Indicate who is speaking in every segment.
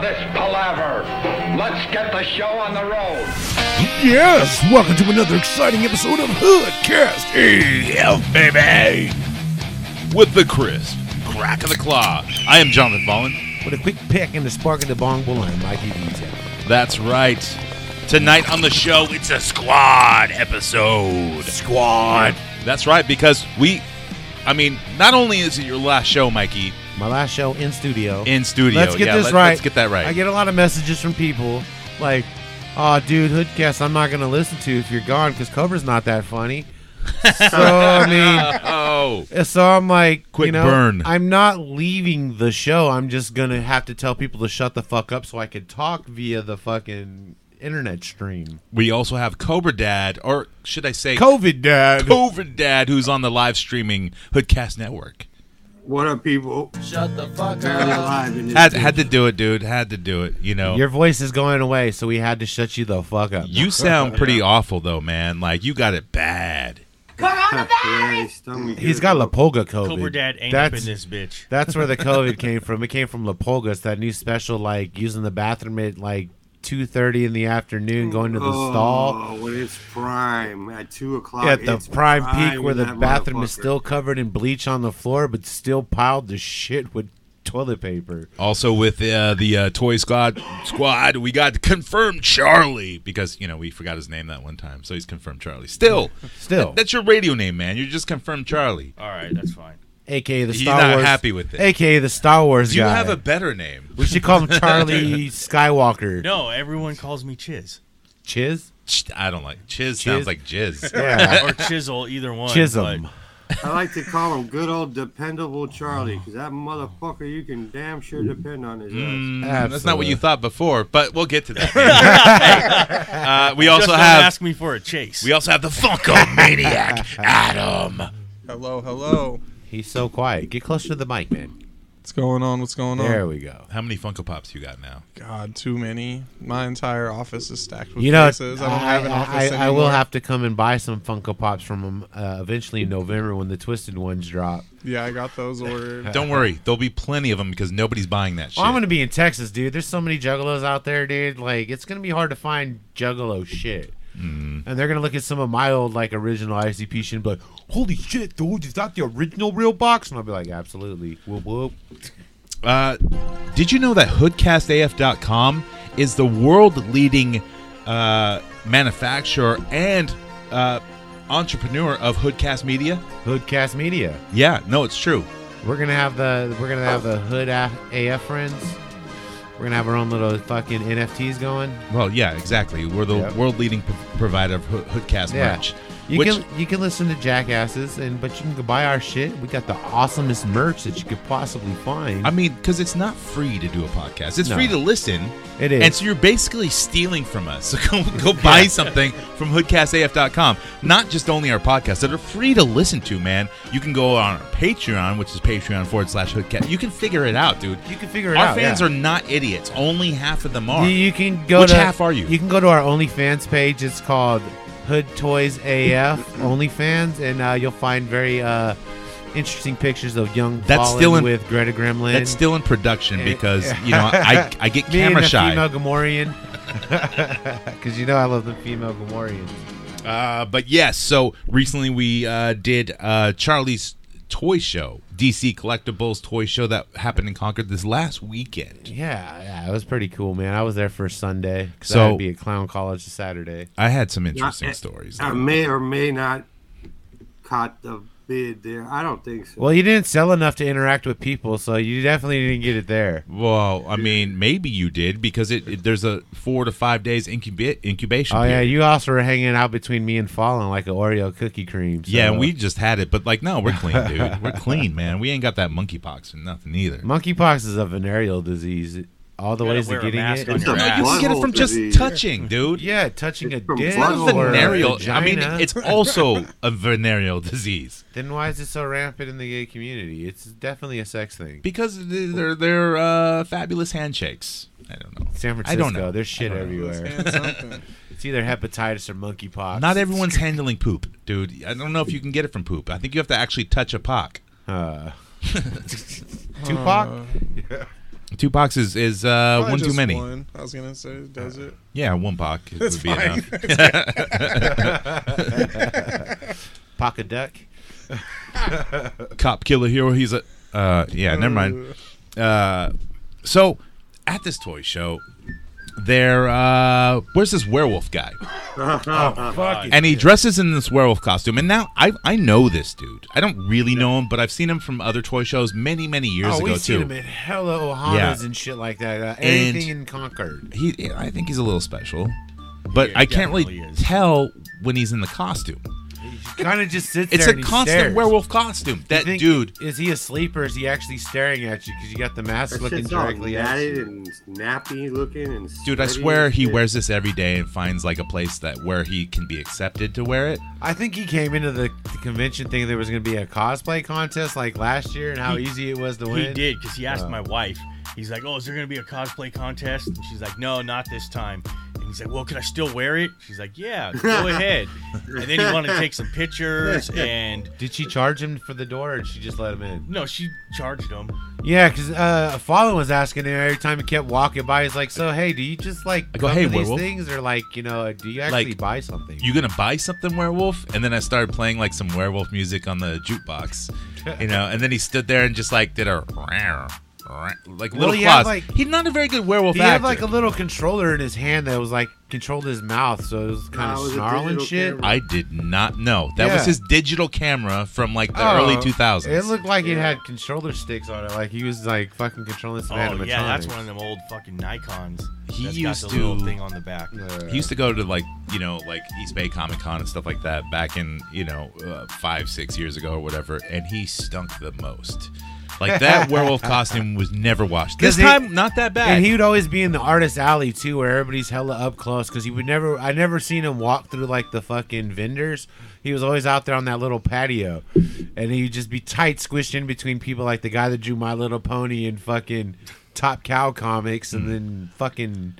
Speaker 1: this palaver. Let's get the show on the road.
Speaker 2: Yes, welcome to another exciting episode of Hoodcast. Yeah, baby.
Speaker 3: with the crisp crack of the claw. I am Jonathan Ballin.
Speaker 4: With a quick pick and the spark of the bong will and Mikey Vita.
Speaker 3: That's right. Tonight on the show, it's a squad episode.
Speaker 4: Squad.
Speaker 3: That's right, because we, I mean, not only is it your last show, Mikey,
Speaker 4: My last show in studio.
Speaker 3: in studio.
Speaker 4: Let's get
Speaker 3: yeah,
Speaker 4: this
Speaker 3: let-
Speaker 4: right.
Speaker 3: Let's get that right.
Speaker 4: I get a lot of messages from people like, "Oh, dude, Hoodcast, I'm not gonna listen to if you're gone because cover's not that funny." so I
Speaker 3: oh,
Speaker 4: mean, so I'm like,
Speaker 3: Quick
Speaker 4: you know,
Speaker 3: burn.
Speaker 4: I'm not leaving the show. I'm just gonna have to tell people to shut the fuck up so I could talk via the fucking internet stream.
Speaker 3: we also have Cobra Dad, or should I say,
Speaker 4: COVID, Dad.
Speaker 3: Cobra Dad, who's on the live streaming Hoodcast Network.
Speaker 5: What up, people?
Speaker 6: Shut the fuck
Speaker 5: Barely
Speaker 6: up.
Speaker 5: alive in this.
Speaker 3: Had,
Speaker 5: bitch.
Speaker 3: had to do it, dude. Had to do it. You know,
Speaker 4: Your voice is going away, so we had to shut you the fuck up.
Speaker 3: you sound pretty awful though, man. Like you got it bad.
Speaker 5: Yeah, his stomach
Speaker 4: He's
Speaker 5: hurt.
Speaker 4: got Lapolga COVID.
Speaker 7: Cobra Dad ain't
Speaker 4: that's,
Speaker 7: up in this bitch.
Speaker 4: That's where the COVID came from. It came from Lapolga. It's that new special, like using the bathroom at like two thirty in the afternoon, going to the
Speaker 5: oh,
Speaker 4: stall
Speaker 5: when it's prime at two o'clock.
Speaker 3: Uh,
Speaker 4: at the
Speaker 5: it's
Speaker 4: prime peak where
Speaker 5: in
Speaker 4: the
Speaker 5: that
Speaker 4: bathroom is
Speaker 5: motherfucker.
Speaker 4: still covered in bleach on the floor, but still piled to shit with toilet paper.
Speaker 3: Also with uh, the uh, Toy Squad squad, we got confirmed Charlie because you know we forgot his name that one time, so he's confirmed Charlie. Still,
Speaker 4: Still,
Speaker 3: that's your radio name, man. You're just confirmed Charlie.
Speaker 7: All right, that's fine.
Speaker 4: aka the
Speaker 3: He's
Speaker 4: Star
Speaker 3: not
Speaker 4: Wars.
Speaker 3: happy with it.
Speaker 4: Aka the Star Wars
Speaker 3: Do you
Speaker 4: guy.
Speaker 3: have a better name?
Speaker 4: we should call him Charlie Skywalker.
Speaker 7: No, everyone calls me Chiz
Speaker 4: Chiz.
Speaker 3: Ch- I don't like Chiz.
Speaker 4: Chiz?
Speaker 3: Sounds like Jizz.
Speaker 4: Yeah.
Speaker 7: or Chisel, either one.
Speaker 4: Chisholm.
Speaker 7: but-
Speaker 5: I like to call him good old dependable Charlie because that motherfucker you can damn sure depend on his
Speaker 4: Mm.
Speaker 5: ass.
Speaker 3: That's not what you
Speaker 4: Absolutely.
Speaker 3: thought before, but we'll get to that. later. Hey, uh, we also
Speaker 7: just don't
Speaker 3: have
Speaker 7: ask me for a chase.
Speaker 3: we also have the Funkomaniac Adam.
Speaker 8: Hello, hello.
Speaker 4: He's so quiet. Get closer to the mic, man.
Speaker 8: What's going on? What's going
Speaker 4: There
Speaker 8: on?
Speaker 4: we go.
Speaker 3: How many Funko Pops you got now?
Speaker 8: God, too many. My entire office is stacked with
Speaker 4: You know,
Speaker 8: faces. I don't have an office
Speaker 4: I, I
Speaker 8: anymore.
Speaker 4: will have to come and buy some Funko Pops from them uh, eventually in November when the Twisted ones drop.
Speaker 8: Yeah, I got those ordered.
Speaker 3: Don't worry, there'll be plenty of them because nobody's buying that shit.
Speaker 4: Well, I'm gonna be in Texas, dude. There's so many juggalos out there, dude. Like it's gonna be hard to find juggalo shit.
Speaker 3: Mm-hmm.
Speaker 4: And they're gonna look at some of my old like original ICP shit and be like, "Holy shit, dude! Is that the original real box?" And I'll be like, "Absolutely." Whoop whoop.
Speaker 3: Uh, did you know that hoodcastaf.com is the world leading uh, manufacturer and uh, entrepreneur of hoodcast media?
Speaker 4: Hoodcast Media.
Speaker 3: Yeah, no, it's true.
Speaker 4: We're gonna have the we're gonna have the Hood A- AF friends. We're gonna have our own little fucking NFTs going.
Speaker 3: Well, yeah, exactly. We're the
Speaker 4: Yep.
Speaker 3: world leading p- provider of hood- hoodcast
Speaker 4: Yeah.
Speaker 3: merch.
Speaker 4: You
Speaker 3: which,
Speaker 4: can you can listen to jackasses and but you can go buy our shit. We got the awesomest merch that you could possibly find.
Speaker 3: I mean, because it's not free to do a podcast. It's
Speaker 4: No.
Speaker 3: free to listen.
Speaker 4: It is.
Speaker 3: And so you're basically stealing from us. So go, go buy something from hoodcastaf.com. Not just only our podcasts that are free to listen to, man. You can go on our Patreon, which is Patreon forward slash hoodcast. You can figure it out, dude.
Speaker 4: you can figure it
Speaker 3: Our
Speaker 4: out.
Speaker 3: fans
Speaker 4: yeah.
Speaker 3: are not idiots. Only half of them are.
Speaker 4: You, you can go
Speaker 3: Which
Speaker 4: to,
Speaker 3: half are you?
Speaker 4: You can go to our OnlyFans page. It's called Hood Toys AF OnlyFans, and uh, you'll find very uh, interesting pictures of young
Speaker 3: That's
Speaker 4: Fallen
Speaker 3: still in-
Speaker 4: with Greta Gremlin.
Speaker 3: That's still in production
Speaker 4: Eh.
Speaker 3: because, you know, I, I get
Speaker 4: me
Speaker 3: camera
Speaker 4: and a
Speaker 3: shy.
Speaker 4: female Gamorrean. Because you know I love the female Gamorrean.
Speaker 3: Uh, but yes, so recently we uh, did uh, Charlie's toy show, DC Collectibles toy show that happened in Concord this last weekend.
Speaker 4: Yeah, yeah, it was pretty cool, man. I was there for Sunday. 'cause
Speaker 3: So-
Speaker 4: I would be at Clown College Saturday.
Speaker 3: I had some interesting
Speaker 5: Yeah, eh,
Speaker 3: stories.
Speaker 5: I may or may not caught the bid there. I don't think so.
Speaker 4: Well, you didn't sell enough to interact with people, so you definitely didn't get it there.
Speaker 3: Well, I mean, maybe you did because it, it- there's a four to five days incubi- incubation.
Speaker 4: Oh yeah,
Speaker 3: period.
Speaker 4: you also were hanging out between me and Fallon like an Oreo cookie cream. so-
Speaker 3: yeah. And we just had it, but like, no, we're clean, dude. we're clean, man. We ain't got that monkeypox or nothing either.
Speaker 4: monkeypox is a venereal disease. All the
Speaker 7: You gotta
Speaker 4: ways
Speaker 7: wear
Speaker 4: of
Speaker 7: a
Speaker 4: getting
Speaker 7: mask
Speaker 4: it.
Speaker 7: on
Speaker 5: It's
Speaker 7: your
Speaker 5: a
Speaker 3: No, you can
Speaker 5: blood
Speaker 3: get it
Speaker 5: hole
Speaker 3: from just
Speaker 5: disease.
Speaker 3: touching, dude.
Speaker 4: yeah, touching a
Speaker 5: It's from
Speaker 4: dick.
Speaker 3: Not
Speaker 5: blood
Speaker 3: a
Speaker 5: hole
Speaker 4: or a
Speaker 3: venereal. I mean,
Speaker 4: vagina.
Speaker 3: it's also a venereal disease.
Speaker 4: then why is it so rampant in the gay community? It's definitely a sex thing.
Speaker 3: Because they're they're uh, fabulous handshakes. I don't know.
Speaker 4: San Francisco,
Speaker 3: I don't know.
Speaker 4: there's shit everywhere.
Speaker 8: Let's hand something.
Speaker 4: It's either hepatitis or monkeypox.
Speaker 3: Not everyone's handling poop, dude. I don't know if you can get it from poop. I think you have to actually touch a pock.
Speaker 4: Uh, Tupac.
Speaker 3: Two packs is, is uh,
Speaker 8: Probably
Speaker 3: one too
Speaker 8: just
Speaker 3: many.
Speaker 8: One. I was gonna say, does
Speaker 4: Uh,
Speaker 8: it?
Speaker 3: Yeah, one pack
Speaker 8: That's
Speaker 3: would be
Speaker 8: fine.
Speaker 3: enough.
Speaker 4: Pocket duck.
Speaker 3: Cop killer hero. He's a uh, yeah. Never mind. Uh, so at this toy show, there uh, where's this werewolf guy?
Speaker 4: Fuck
Speaker 3: and he dresses in this werewolf costume. And now I I know this dude. I don't really know him, but I've seen him from other toy shows many many years
Speaker 4: Oh,
Speaker 3: ago
Speaker 4: we've seen
Speaker 3: too.
Speaker 4: him at hella Ohanas
Speaker 3: Yeah.
Speaker 4: and shit like that. Uh,
Speaker 3: And-
Speaker 4: anything in Concord.
Speaker 3: he yeah, I think he's a little special, but I can't really
Speaker 7: definitely is.
Speaker 3: tell when he's in the costume.
Speaker 4: Kind of just sits
Speaker 3: It's
Speaker 4: there
Speaker 3: a
Speaker 4: and he
Speaker 3: constant
Speaker 4: stares.
Speaker 3: werewolf costume.
Speaker 4: You
Speaker 3: That
Speaker 4: think,
Speaker 3: dude.
Speaker 4: Is he asleep or is he actually staring at you? Because you got the mask
Speaker 5: That
Speaker 4: looking
Speaker 5: shit's all
Speaker 4: directly at
Speaker 5: natted
Speaker 4: you.
Speaker 5: and nappy looking and.
Speaker 3: Dude, I
Speaker 5: sweaty
Speaker 3: swear
Speaker 5: and
Speaker 3: he
Speaker 5: shit.
Speaker 3: wears this every day and finds like a place that where he can be accepted to wear it.
Speaker 4: I think he came into the, the convention thinking there was going to be a cosplay contest like last year and how
Speaker 7: He-
Speaker 4: easy it was to win.
Speaker 7: He did because he asked
Speaker 3: Uh.
Speaker 7: my wife. He's like, "Oh, is there gonna be a cosplay contest?" And she's like, "No, not this time." And he's like, "Well, can I still wear it?" She's like, "Yeah, go ahead." And then he wanted to take some pictures, and
Speaker 4: Did she charge him for the door or did she just let him in?
Speaker 7: no, she charged him.
Speaker 4: Yeah, because uh, a follower was asking him every time he kept walking by. He's like, "So hey, do you just like
Speaker 3: I go,
Speaker 4: come
Speaker 3: "Hey,
Speaker 4: to these
Speaker 3: werewolf."
Speaker 4: things, or like you know, do you actually
Speaker 3: Like,
Speaker 4: buy something?"
Speaker 3: You gonna buy something, werewolf? And then I started playing like some werewolf music on the jukebox, you know. And then he stood there and just like did a rawr, rawr, like
Speaker 4: Well,
Speaker 3: little
Speaker 4: he had,
Speaker 3: claws.
Speaker 4: like-
Speaker 3: He's not a very good werewolf
Speaker 4: he
Speaker 3: actor.
Speaker 4: had like a little controller in his hand that was like controlled his mouth, so it was kind
Speaker 5: it
Speaker 4: of
Speaker 5: was a
Speaker 4: snarling
Speaker 5: digital
Speaker 4: shit.
Speaker 5: camera.
Speaker 3: I did not know that was
Speaker 4: Yeah.
Speaker 3: his digital camera from like the
Speaker 4: Oh,
Speaker 3: early two
Speaker 4: It
Speaker 3: thousands.
Speaker 4: looked like it had controller sticks on it, like he was like fucking controlling some
Speaker 7: Oh
Speaker 4: animatronics.
Speaker 7: yeah, that's one of them old fucking Nikon's.
Speaker 3: He
Speaker 7: that's
Speaker 3: used
Speaker 7: got the
Speaker 3: to-
Speaker 7: little thing on the back.
Speaker 3: He used to go to like you know like East Bay Comic Con and stuff like that back in you know uh, five six years ago or whatever, and he stunk the most. Like that werewolf costume was never washed. This
Speaker 4: 'Cause he-
Speaker 3: time, not that bad.
Speaker 4: And he would always be in the artist alley too, where everybody's hella up close. Because he would never, I never seen him walk through like the fucking vendors. He was always out there on that little patio, and he'd just be tight squished in between people, like the guy that drew My Little Pony and fucking Top Cow comics,
Speaker 3: Mm.
Speaker 4: and then fucking,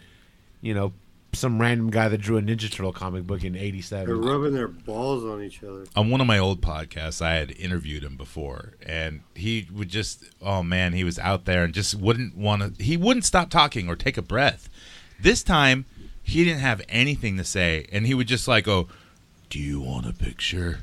Speaker 4: you know, some random guy that drew a Ninja Turtle comic book in
Speaker 5: They're
Speaker 4: '87.
Speaker 5: rubbing their balls on each other.
Speaker 3: on one of my old podcasts i had interviewed him before and he would just oh man he was out there and just wouldn't want to he wouldn't stop talking or take a breath this time he didn't have anything to say and he would just like go do you want a picture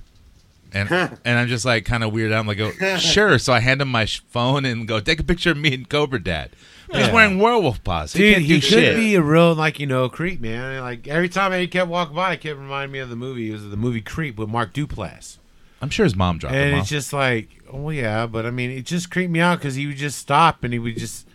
Speaker 3: and and i'm just like kind of weird i'm like oh, sure so i hand him my sh- phone and go take a picture of me and cobra dad But he's
Speaker 4: Yeah.
Speaker 3: wearing werewolf paws he
Speaker 4: Dude,
Speaker 3: can't
Speaker 4: he
Speaker 3: do
Speaker 4: should
Speaker 3: shit
Speaker 4: be a real like you know creep man. Like every time he kept walking by, it kept reminding me of the movie. It was the movie Creep with Mark Duplass.
Speaker 3: i'm sure his mom dropped
Speaker 4: and
Speaker 3: him
Speaker 4: it's
Speaker 3: off
Speaker 4: just like, oh yeah, but I mean, it just creeped me out because he would just stop and he would just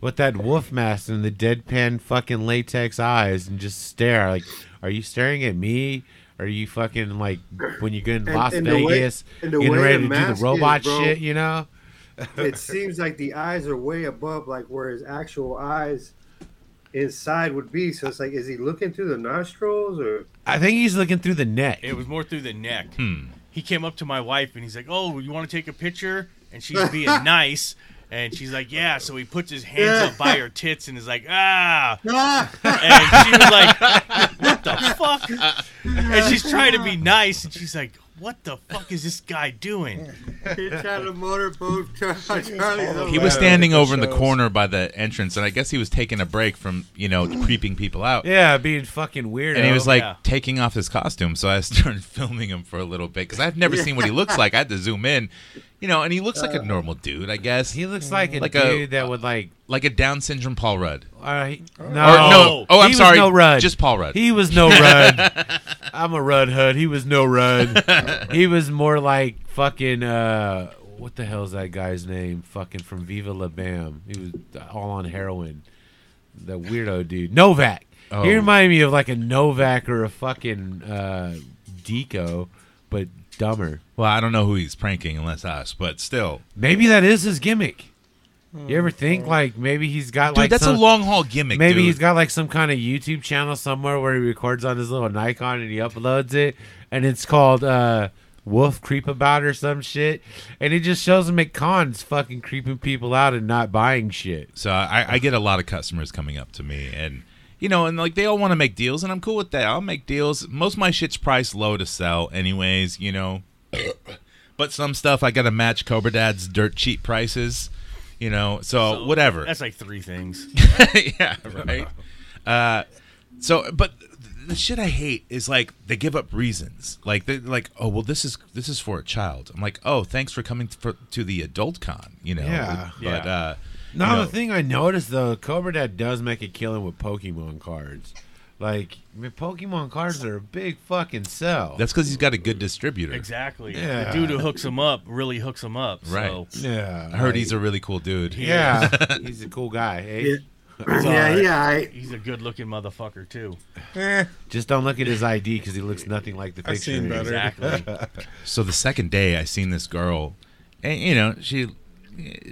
Speaker 4: with that wolf mask and the deadpan fucking latex eyes and just stare. Like, are you staring at me? Are you fucking like when you go in
Speaker 5: And-
Speaker 4: Las
Speaker 5: and the way-
Speaker 4: Vegas,
Speaker 5: and the
Speaker 4: getting
Speaker 5: way the
Speaker 4: ready to do the
Speaker 5: mask is,
Speaker 4: robot
Speaker 5: bro.
Speaker 4: shit? You know?
Speaker 5: it seems like the eyes are way above like where his actual eyes inside would be so it's like is he looking through the nostrils or
Speaker 4: I think he's looking through the neck.
Speaker 7: It was more through the neck. He came up to my wife and he's like, "Oh, you want to take a picture?" And she's being nice, and she's like, "Yeah." So he puts his hands up by her tits and is like, "Ah!" And she was like, "What the fuck?" And she's trying to be nice, and she's like, "What the fuck is this guy doing?"
Speaker 5: he tried to motorboat Char- Charlie's
Speaker 3: He
Speaker 5: over.
Speaker 3: was
Speaker 8: Yeah,
Speaker 3: standing
Speaker 8: it
Speaker 3: over in the
Speaker 8: shows.
Speaker 3: corner by the entrance, and I guess he was taking a break from you know creeping people out.
Speaker 4: yeah, being fucking weird.
Speaker 3: And he was like
Speaker 7: yeah.
Speaker 3: taking off his costume, so I started filming him for a little bit because I've never seen what he looks like. I had to zoom in, you know, and he looks like a normal dude, I guess,
Speaker 4: Uh. he looks like a
Speaker 3: Like a-
Speaker 4: dude that would like.
Speaker 3: like a Down syndrome Paul Rudd.
Speaker 4: Uh, he- no,
Speaker 3: Or no, oh,
Speaker 4: He
Speaker 3: I'm
Speaker 4: was
Speaker 3: sorry,
Speaker 4: no Rudd.
Speaker 3: just Paul Rudd.
Speaker 4: He was no Rudd. I'm a Rudd Hood. He was no Rudd. he was more like fucking uh what the hell's that guy's name? Fucking from Viva La Bam. He was all on heroin. The weirdo dude. Novak. He
Speaker 3: Oh.
Speaker 4: reminded me of like a Novak or a fucking uh Deco, but dumber.
Speaker 3: well, I don't know who he's pranking unless us, but still,
Speaker 4: Maybe that is his gimmick. You ever think like maybe he's got
Speaker 3: dude,
Speaker 4: like
Speaker 3: that's
Speaker 4: some,
Speaker 3: a long haul gimmick.
Speaker 4: Maybe
Speaker 3: dude.
Speaker 4: he's got like some kind of YouTube channel somewhere where he records on his little Nikon and he uploads it, and it's called uh, Wolf Creep About or some shit, and it just shows him at cons fucking creeping people out and not buying shit.
Speaker 3: So I, I get a lot of customers coming up to me and you know, and like they all want to make deals and I'm cool with that. I'll make deals. Most of my shit's priced low to sell anyways, you know. but some stuff I gotta match Cobra Dad's dirt cheap prices. You know, so, whatever.
Speaker 7: That's like three things.
Speaker 3: yeah, right. Uh, so, but th- the shit I hate is like they give up reasons. Like they like, oh well, this is this is for a child. I'm like, oh, thanks for coming t- for, to the adult con. You know,
Speaker 4: Yeah.
Speaker 3: but
Speaker 7: Yeah.
Speaker 3: uh,
Speaker 4: Now
Speaker 3: you know,
Speaker 4: the thing I noticed though, Cobra Dad does make a killing with Pokemon cards. Like I mean, Pokemon cards are a big fucking sell.
Speaker 3: that's because he's got a good distributor.
Speaker 7: Exactly.
Speaker 4: Yeah.
Speaker 7: The dude who hooks him up really hooks him up. So.
Speaker 3: Right.
Speaker 4: yeah.
Speaker 3: I heard he's a really cool dude.
Speaker 4: yeah. he's a cool guy. eh?
Speaker 5: Yeah. yeah,
Speaker 7: alright.
Speaker 5: yeah. I,
Speaker 7: He's a good looking motherfucker, too.
Speaker 4: Just don't look at his ID because he looks nothing like the picture.
Speaker 8: I've seen
Speaker 4: he is.
Speaker 8: better.
Speaker 7: Exactly.
Speaker 3: So the second day, I seen this girl, and you know she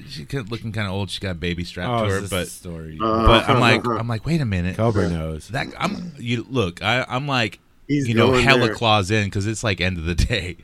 Speaker 3: she kept looking kind of old. She got a baby strapped to
Speaker 4: Oh, it's
Speaker 3: her,
Speaker 4: this
Speaker 3: but
Speaker 4: story.
Speaker 3: but I'm like I'm like wait a minute.
Speaker 4: Cobra knows.
Speaker 3: That I'm you look I I'm like
Speaker 5: He's
Speaker 3: you know
Speaker 5: going
Speaker 3: hella
Speaker 5: there.
Speaker 3: claws in because it's like end of the day,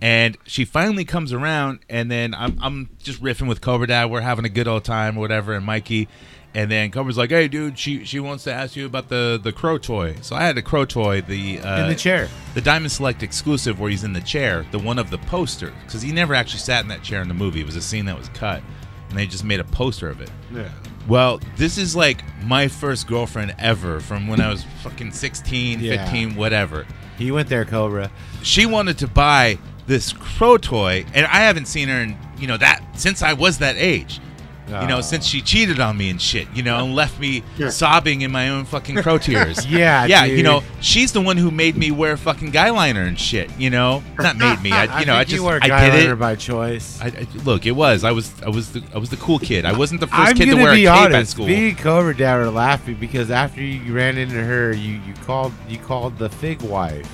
Speaker 3: and she finally comes around and then I'm I'm just riffing with Cobra Dad we're having a good old time or whatever and Mikey, and then Cobra's like hey dude she she wants to ask you about the the crow toy so I had a crow toy the uh,
Speaker 4: In the chair.
Speaker 3: the Diamond Select exclusive where he's in the chair the one of the poster because he never actually sat in that chair in the movie it was a scene that was cut and they just made a poster of it
Speaker 4: Yeah.
Speaker 3: well, this is like my first girlfriend ever from when I was fucking 16,
Speaker 4: Yeah.
Speaker 3: 15, whatever.
Speaker 4: He went there, Cobra.
Speaker 3: She wanted to buy this crow toy, and I haven't seen her in, you know, that since I was that age. You know,
Speaker 4: Oh.
Speaker 3: since she cheated on me and shit, you know, and left me sobbing in my own fucking crow tears.
Speaker 4: Yeah,
Speaker 3: yeah, you
Speaker 4: dude.
Speaker 3: know, she's the one who made me wear fucking guy liner and shit. You know, not made me. I, you know,
Speaker 4: Ah, think
Speaker 3: I just
Speaker 4: you were a
Speaker 3: I
Speaker 4: guy
Speaker 3: did
Speaker 4: runner
Speaker 3: it.
Speaker 4: by choice.
Speaker 3: I, I, look, it was. I was. I was. The, I was the cool kid. I wasn't the 1st
Speaker 4: am
Speaker 3: kid to
Speaker 4: gonna
Speaker 3: wear a
Speaker 4: be
Speaker 3: cape at
Speaker 4: honest.
Speaker 3: school.
Speaker 4: Me and Cobra Dad were laughing because after you ran into her, you, you called you called the fig wife.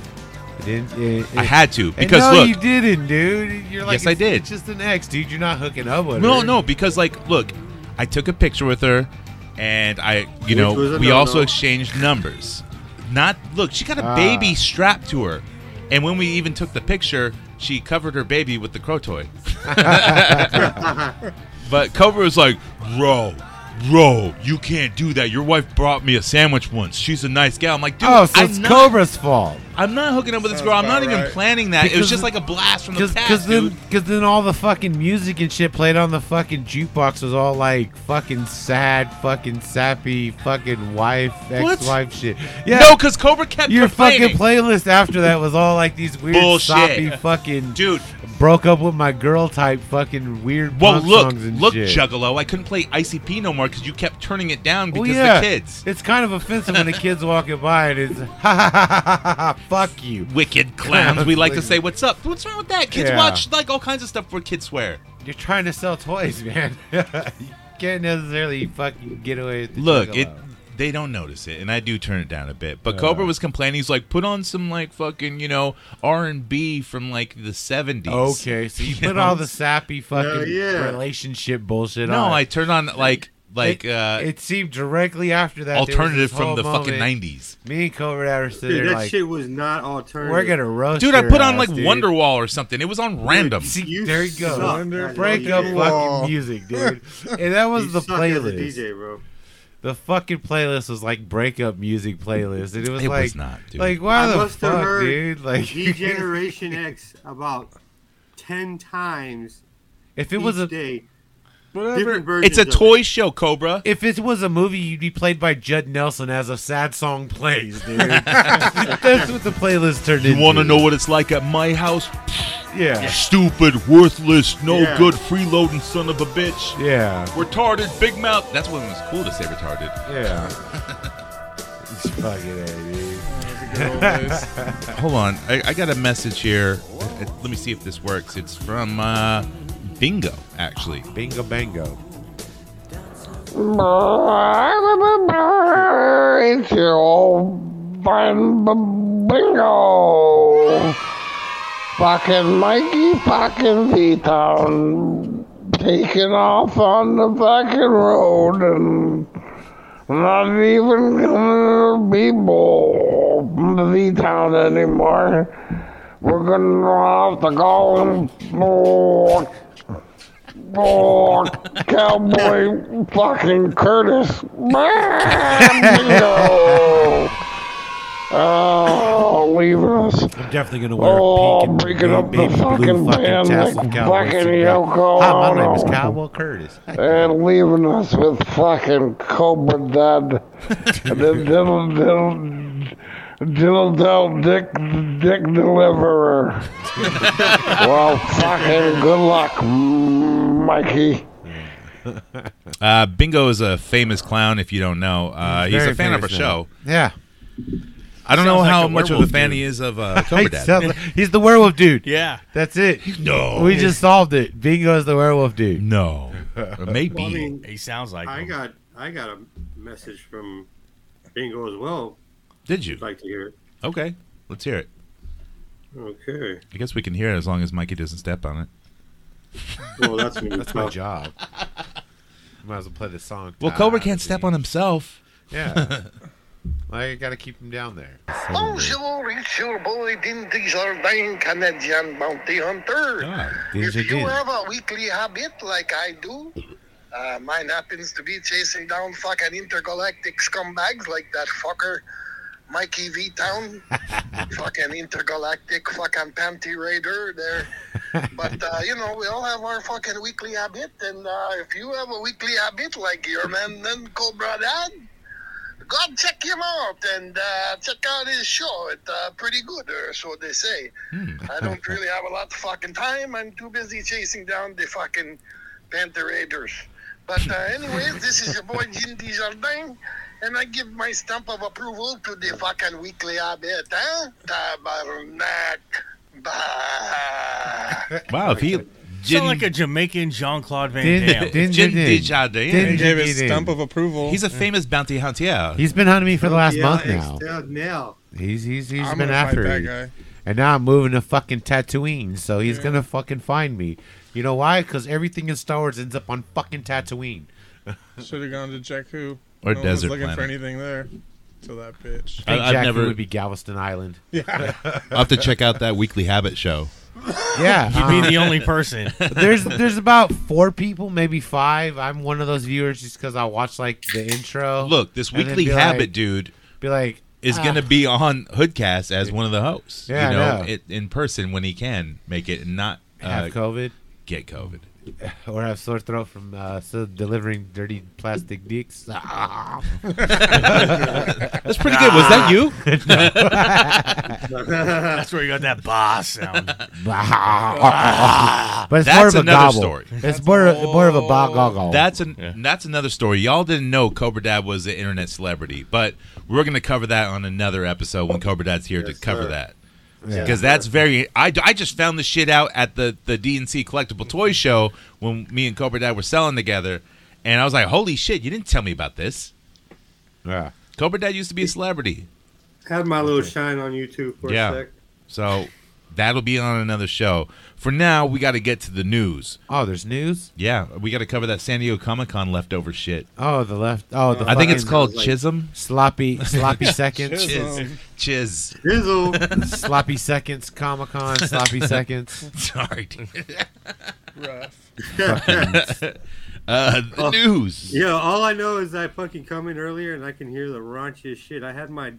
Speaker 4: It didn't, it-
Speaker 3: I
Speaker 4: it-
Speaker 3: had to
Speaker 4: And
Speaker 3: because
Speaker 4: no,
Speaker 3: look,
Speaker 4: you didn't, dude. You're like,
Speaker 3: Yes, I
Speaker 4: it's-
Speaker 3: did.
Speaker 4: It's just an ex, dude. You're not hooking up with
Speaker 3: No,
Speaker 4: her.
Speaker 3: no, because like, look, I took a picture with her, and I, you know,
Speaker 5: was a
Speaker 3: we
Speaker 5: no-no.
Speaker 3: also exchanged numbers. Not look, she got a
Speaker 4: Ah.
Speaker 3: baby strapped to her, and when we even took the picture, she covered her baby with the crow toy. but Cobra was like, bro. Bro, you can't do that. Your wife brought me a sandwich once. She's a nice gal. I'm like, dude,
Speaker 4: Oh, so
Speaker 3: I'm,
Speaker 4: it's
Speaker 3: not,
Speaker 4: Cobra's fault.
Speaker 3: I'm not hooking up with this girl. I'm not
Speaker 8: about
Speaker 3: even
Speaker 8: right.
Speaker 3: planning that. it was
Speaker 4: Because-
Speaker 3: just like a blast from the
Speaker 4: Because
Speaker 3: past, dude.
Speaker 4: then, cause then all the fucking music and shit played on the fucking jukebox was all like fucking sad, fucking sappy, fucking wife,
Speaker 3: What?
Speaker 4: ex-wife shit. Yeah,
Speaker 3: No, because Cobra kept
Speaker 4: your
Speaker 3: complaining.
Speaker 4: fucking playlist after that was all like these weird
Speaker 3: Bullshit.
Speaker 4: soppy fucking
Speaker 3: dude.
Speaker 4: broke up with my girl type fucking weird
Speaker 3: Well,
Speaker 4: punk
Speaker 3: look,
Speaker 4: songs and
Speaker 3: look,
Speaker 4: shit.
Speaker 3: Juggalo. I couldn't play ICP no more because you kept turning it down
Speaker 4: Well,
Speaker 3: because
Speaker 4: Oh, yeah,
Speaker 3: the kids.
Speaker 4: It's kind of offensive when the kids walking by and it's ha ha ha ha ha, ha fuck you.
Speaker 3: Wicked clowns. We like to say, "What's up?" What's wrong with that? Kids
Speaker 4: Yeah.
Speaker 3: watch like all kinds of stuff where kids swear.
Speaker 4: You're trying to sell toys, man. you can't necessarily fucking get away with the
Speaker 3: Look, it.
Speaker 4: juggalo.
Speaker 3: They don't notice it, and I do turn it down a bit. But Cobra was complaining. He's like, "Put on some like fucking you know R and B from like the '70s."
Speaker 4: Oh, Okay, so you
Speaker 3: You
Speaker 4: put
Speaker 3: know?
Speaker 4: all the sappy fucking
Speaker 5: Hell yeah.
Speaker 4: relationship bullshit
Speaker 3: No,
Speaker 4: on.
Speaker 3: I turned on like like
Speaker 4: it,
Speaker 3: uh
Speaker 4: it seemed directly after that there was
Speaker 3: alternative
Speaker 4: this
Speaker 3: from
Speaker 4: whole
Speaker 3: the fucking
Speaker 4: moment,
Speaker 3: '90s.
Speaker 4: Me and Cobra Dad were sitting
Speaker 5: dude,
Speaker 4: there
Speaker 5: that
Speaker 4: like,
Speaker 5: shit was not alternative.
Speaker 4: we're gonna roast.
Speaker 3: Dude, I
Speaker 4: your
Speaker 3: put on
Speaker 4: ass,
Speaker 3: like
Speaker 4: dude.
Speaker 3: Wonderwall or something. It was on random.
Speaker 4: See,
Speaker 5: You
Speaker 4: there you go.
Speaker 5: suck.
Speaker 8: Wonder-
Speaker 4: Break up
Speaker 5: You
Speaker 4: fucking music, dude. And that was
Speaker 5: you
Speaker 4: the
Speaker 5: suck as a
Speaker 4: playlist.
Speaker 5: DJ, bro.
Speaker 4: The fucking playlist was like breakup music playlist, and it was
Speaker 3: It
Speaker 4: like,
Speaker 3: was not, dude.
Speaker 4: like why
Speaker 5: I
Speaker 4: the
Speaker 5: must have
Speaker 4: fuck,
Speaker 5: heard
Speaker 4: dude? Like,
Speaker 5: Degeneration X about ten times
Speaker 4: if it
Speaker 5: it
Speaker 4: was
Speaker 5: was
Speaker 4: a
Speaker 5: day.
Speaker 8: Whatever.
Speaker 5: Different versions
Speaker 3: it's a
Speaker 5: of
Speaker 3: toy show, Cobra.
Speaker 4: if it was a movie, you'd be played by Judd Nelson as a sad song plays, dude. That's what the playlist turned into.
Speaker 3: You want to know what it's like at my house?
Speaker 4: Yeah,
Speaker 3: Stupid, worthless, no
Speaker 5: Yeah.
Speaker 3: good, freeloading son of a bitch.
Speaker 4: yeah,
Speaker 3: Retarded, big mouth. That's when it was cool to say retarded.
Speaker 4: yeah. It's fucking A, dude.
Speaker 3: Uh, Hold on, I, I got a message here. Uh, Let me see if this works. It's from uh, Bingo, actually.
Speaker 4: Bingo bango.
Speaker 6: It's your old bun- b- bingo. Fucking Mikey fucking V-Town taking off on the fucking road and not even gonna be bull V-Town anymore. We're gonna have to go and walk Oh, cowboy fucking Curtis. Bingo. Oh, don't leave us.
Speaker 4: I'm definitely gonna wear
Speaker 6: Oh,
Speaker 4: a pink and
Speaker 6: bringing
Speaker 4: blue
Speaker 6: up the
Speaker 4: baby
Speaker 6: fucking
Speaker 4: blue fucking
Speaker 6: band
Speaker 4: tassel
Speaker 6: like
Speaker 4: cowboy
Speaker 6: fucking
Speaker 4: cigar.
Speaker 6: Yoko
Speaker 4: Hi, my name is
Speaker 6: Ono.
Speaker 4: Cowboy Curtis.
Speaker 6: and leaving us with fucking Cobra Dad. and the diddle diddle diddle diddle dick dick deliverer. well, fucking good luck, Mikey.
Speaker 3: Uh, Bingo is a famous clown. If you don't know, uh, he's
Speaker 4: Very
Speaker 3: a fan of our
Speaker 4: famous now.
Speaker 3: show.
Speaker 4: Yeah,
Speaker 3: I don't know
Speaker 7: Sounds
Speaker 3: how
Speaker 7: like a
Speaker 3: much of a
Speaker 7: werewolf
Speaker 3: fan
Speaker 7: dude.
Speaker 3: he is of uh, Cobra
Speaker 4: Hey,
Speaker 3: Dad.
Speaker 4: sounds like- he's the werewolf dude.
Speaker 7: Yeah.
Speaker 4: That's it.
Speaker 3: No,
Speaker 4: We just solved it. Bingo's the werewolf dude.
Speaker 3: no, Or maybe.
Speaker 5: Well, I mean,
Speaker 7: He sounds like
Speaker 5: I
Speaker 7: him.
Speaker 5: got I got a message from Bingo as well.
Speaker 3: Did
Speaker 5: I'd
Speaker 3: you?
Speaker 5: like to hear. it.
Speaker 3: Okay, let's hear it.
Speaker 5: Okay.
Speaker 3: I guess we can hear it as long as Mikey doesn't step on it.
Speaker 5: Well, that's me.
Speaker 4: That's my job. Might as well play the song. Ah,
Speaker 3: Well, Cobra can't step on himself.
Speaker 4: Yeah. I gotta keep him down there.
Speaker 8: Oh,
Speaker 9: Bonjour, it's your boy Din Desjardins, Canadian bounty hunter. if you have a weekly habit like I do, uh, mine happens to be chasing down fucking intergalactic scumbags like that fucker Mikey V Town, fucking intergalactic fucking panty raider there. But uh, you know, we all have our fucking weekly habit, and uh, if you have a weekly habit like your man then Cobra Dad, go and check him out and uh, check out his show. It's uh, pretty good, or so they say. I don't really have a lot of fucking time. I'm too busy chasing down the fucking Panther Raiders. But uh, anyways, this is your boy Jim Desjardins, and I give my stamp of approval to the fucking weekly habit, huh? Tabarnak. Bah.
Speaker 3: Wow, if he
Speaker 7: Sound like a Jamaican Jean Claude Van
Speaker 4: Din-
Speaker 7: Damme.
Speaker 4: din-
Speaker 3: Jin
Speaker 4: din-
Speaker 3: Dijardin.
Speaker 4: Din-
Speaker 8: He gave
Speaker 4: He
Speaker 8: his
Speaker 4: did.
Speaker 8: stump of approval.
Speaker 3: He's a famous bounty hunter.
Speaker 4: He's been hunting me for the last
Speaker 5: Yeah,
Speaker 4: month
Speaker 5: it's
Speaker 4: now.
Speaker 5: still Now.
Speaker 4: He's he's he's
Speaker 8: I'm
Speaker 4: been
Speaker 8: gonna fight
Speaker 4: after
Speaker 8: that
Speaker 4: me.
Speaker 8: guy.
Speaker 4: And now I'm moving to fucking Tatooine, so he's gonna fucking find me. You know why? Because everything in Star Wars ends up on fucking Tatooine.
Speaker 8: Should have gone to Jakku.
Speaker 3: Or Desert
Speaker 8: no one was looking
Speaker 3: Planet.
Speaker 8: for anything there. To that bitch.
Speaker 3: I-
Speaker 4: I
Speaker 3: I've
Speaker 4: think Jakku
Speaker 3: never-
Speaker 4: would be Galveston Island.
Speaker 3: I'll have to check out that Weekly Habit show.
Speaker 4: Yeah,
Speaker 7: He'd be
Speaker 3: Uh-huh.
Speaker 7: the only person.
Speaker 4: uh, there's there's about four people, maybe five. I'm one of those viewers just because I watch like the intro.
Speaker 3: Look, this
Speaker 4: And then
Speaker 3: Weekly
Speaker 4: be
Speaker 3: Habit
Speaker 4: like-
Speaker 3: dude
Speaker 4: be like,
Speaker 3: is going to be on Hoodcast as one of the hosts.
Speaker 4: Yeah, I
Speaker 3: you know,
Speaker 4: know.
Speaker 3: It, in person when he can make it and not uh,
Speaker 4: have COVID
Speaker 3: get COVID.
Speaker 4: or have sore throat from uh, so delivering dirty plastic dicks. Ah.
Speaker 3: That's pretty good. Was that you?
Speaker 7: That's where you got that boss sound.
Speaker 4: but it's
Speaker 3: That's
Speaker 4: more of a
Speaker 3: another
Speaker 4: gobble.
Speaker 3: story.
Speaker 4: It's more, more of a ba goggle.
Speaker 3: That's an that's another story. Y'all didn't know Cobra Dad was an internet celebrity, but we're going to cover that on another episode when Cobra Dad's here
Speaker 5: Yes,
Speaker 3: to cover
Speaker 5: sir.
Speaker 3: that. Because that's very. I, I just found this shit out at the the DNC collectible toy show when me and Cobra Dad were selling together, and I was like, "Holy shit! You didn't tell me about this."
Speaker 4: yeah.
Speaker 3: Cobra Dad used to be a celebrity,
Speaker 5: Had my little shine on YouTube for
Speaker 3: Yeah.
Speaker 5: a sec.
Speaker 3: so that'll be on another show. For now, we got to get to the news.
Speaker 4: Oh, there's news.
Speaker 3: Yeah, we got to cover that San Diego Comic Con leftover shit.
Speaker 4: Oh, the left. Oh, the
Speaker 3: I think it's
Speaker 4: fucking
Speaker 3: called
Speaker 5: like-
Speaker 3: Chisholm.
Speaker 4: sloppy sloppy seconds.
Speaker 3: Chiz. Chiz.
Speaker 5: Dizzle.
Speaker 4: sloppy seconds. Comic Con. Sloppy seconds.
Speaker 3: Sorry. dude.
Speaker 8: Rough.
Speaker 3: Uh, the news.
Speaker 5: Yeah, all I know is I fucking come in earlier and I can hear the raunchiest shit. I had my,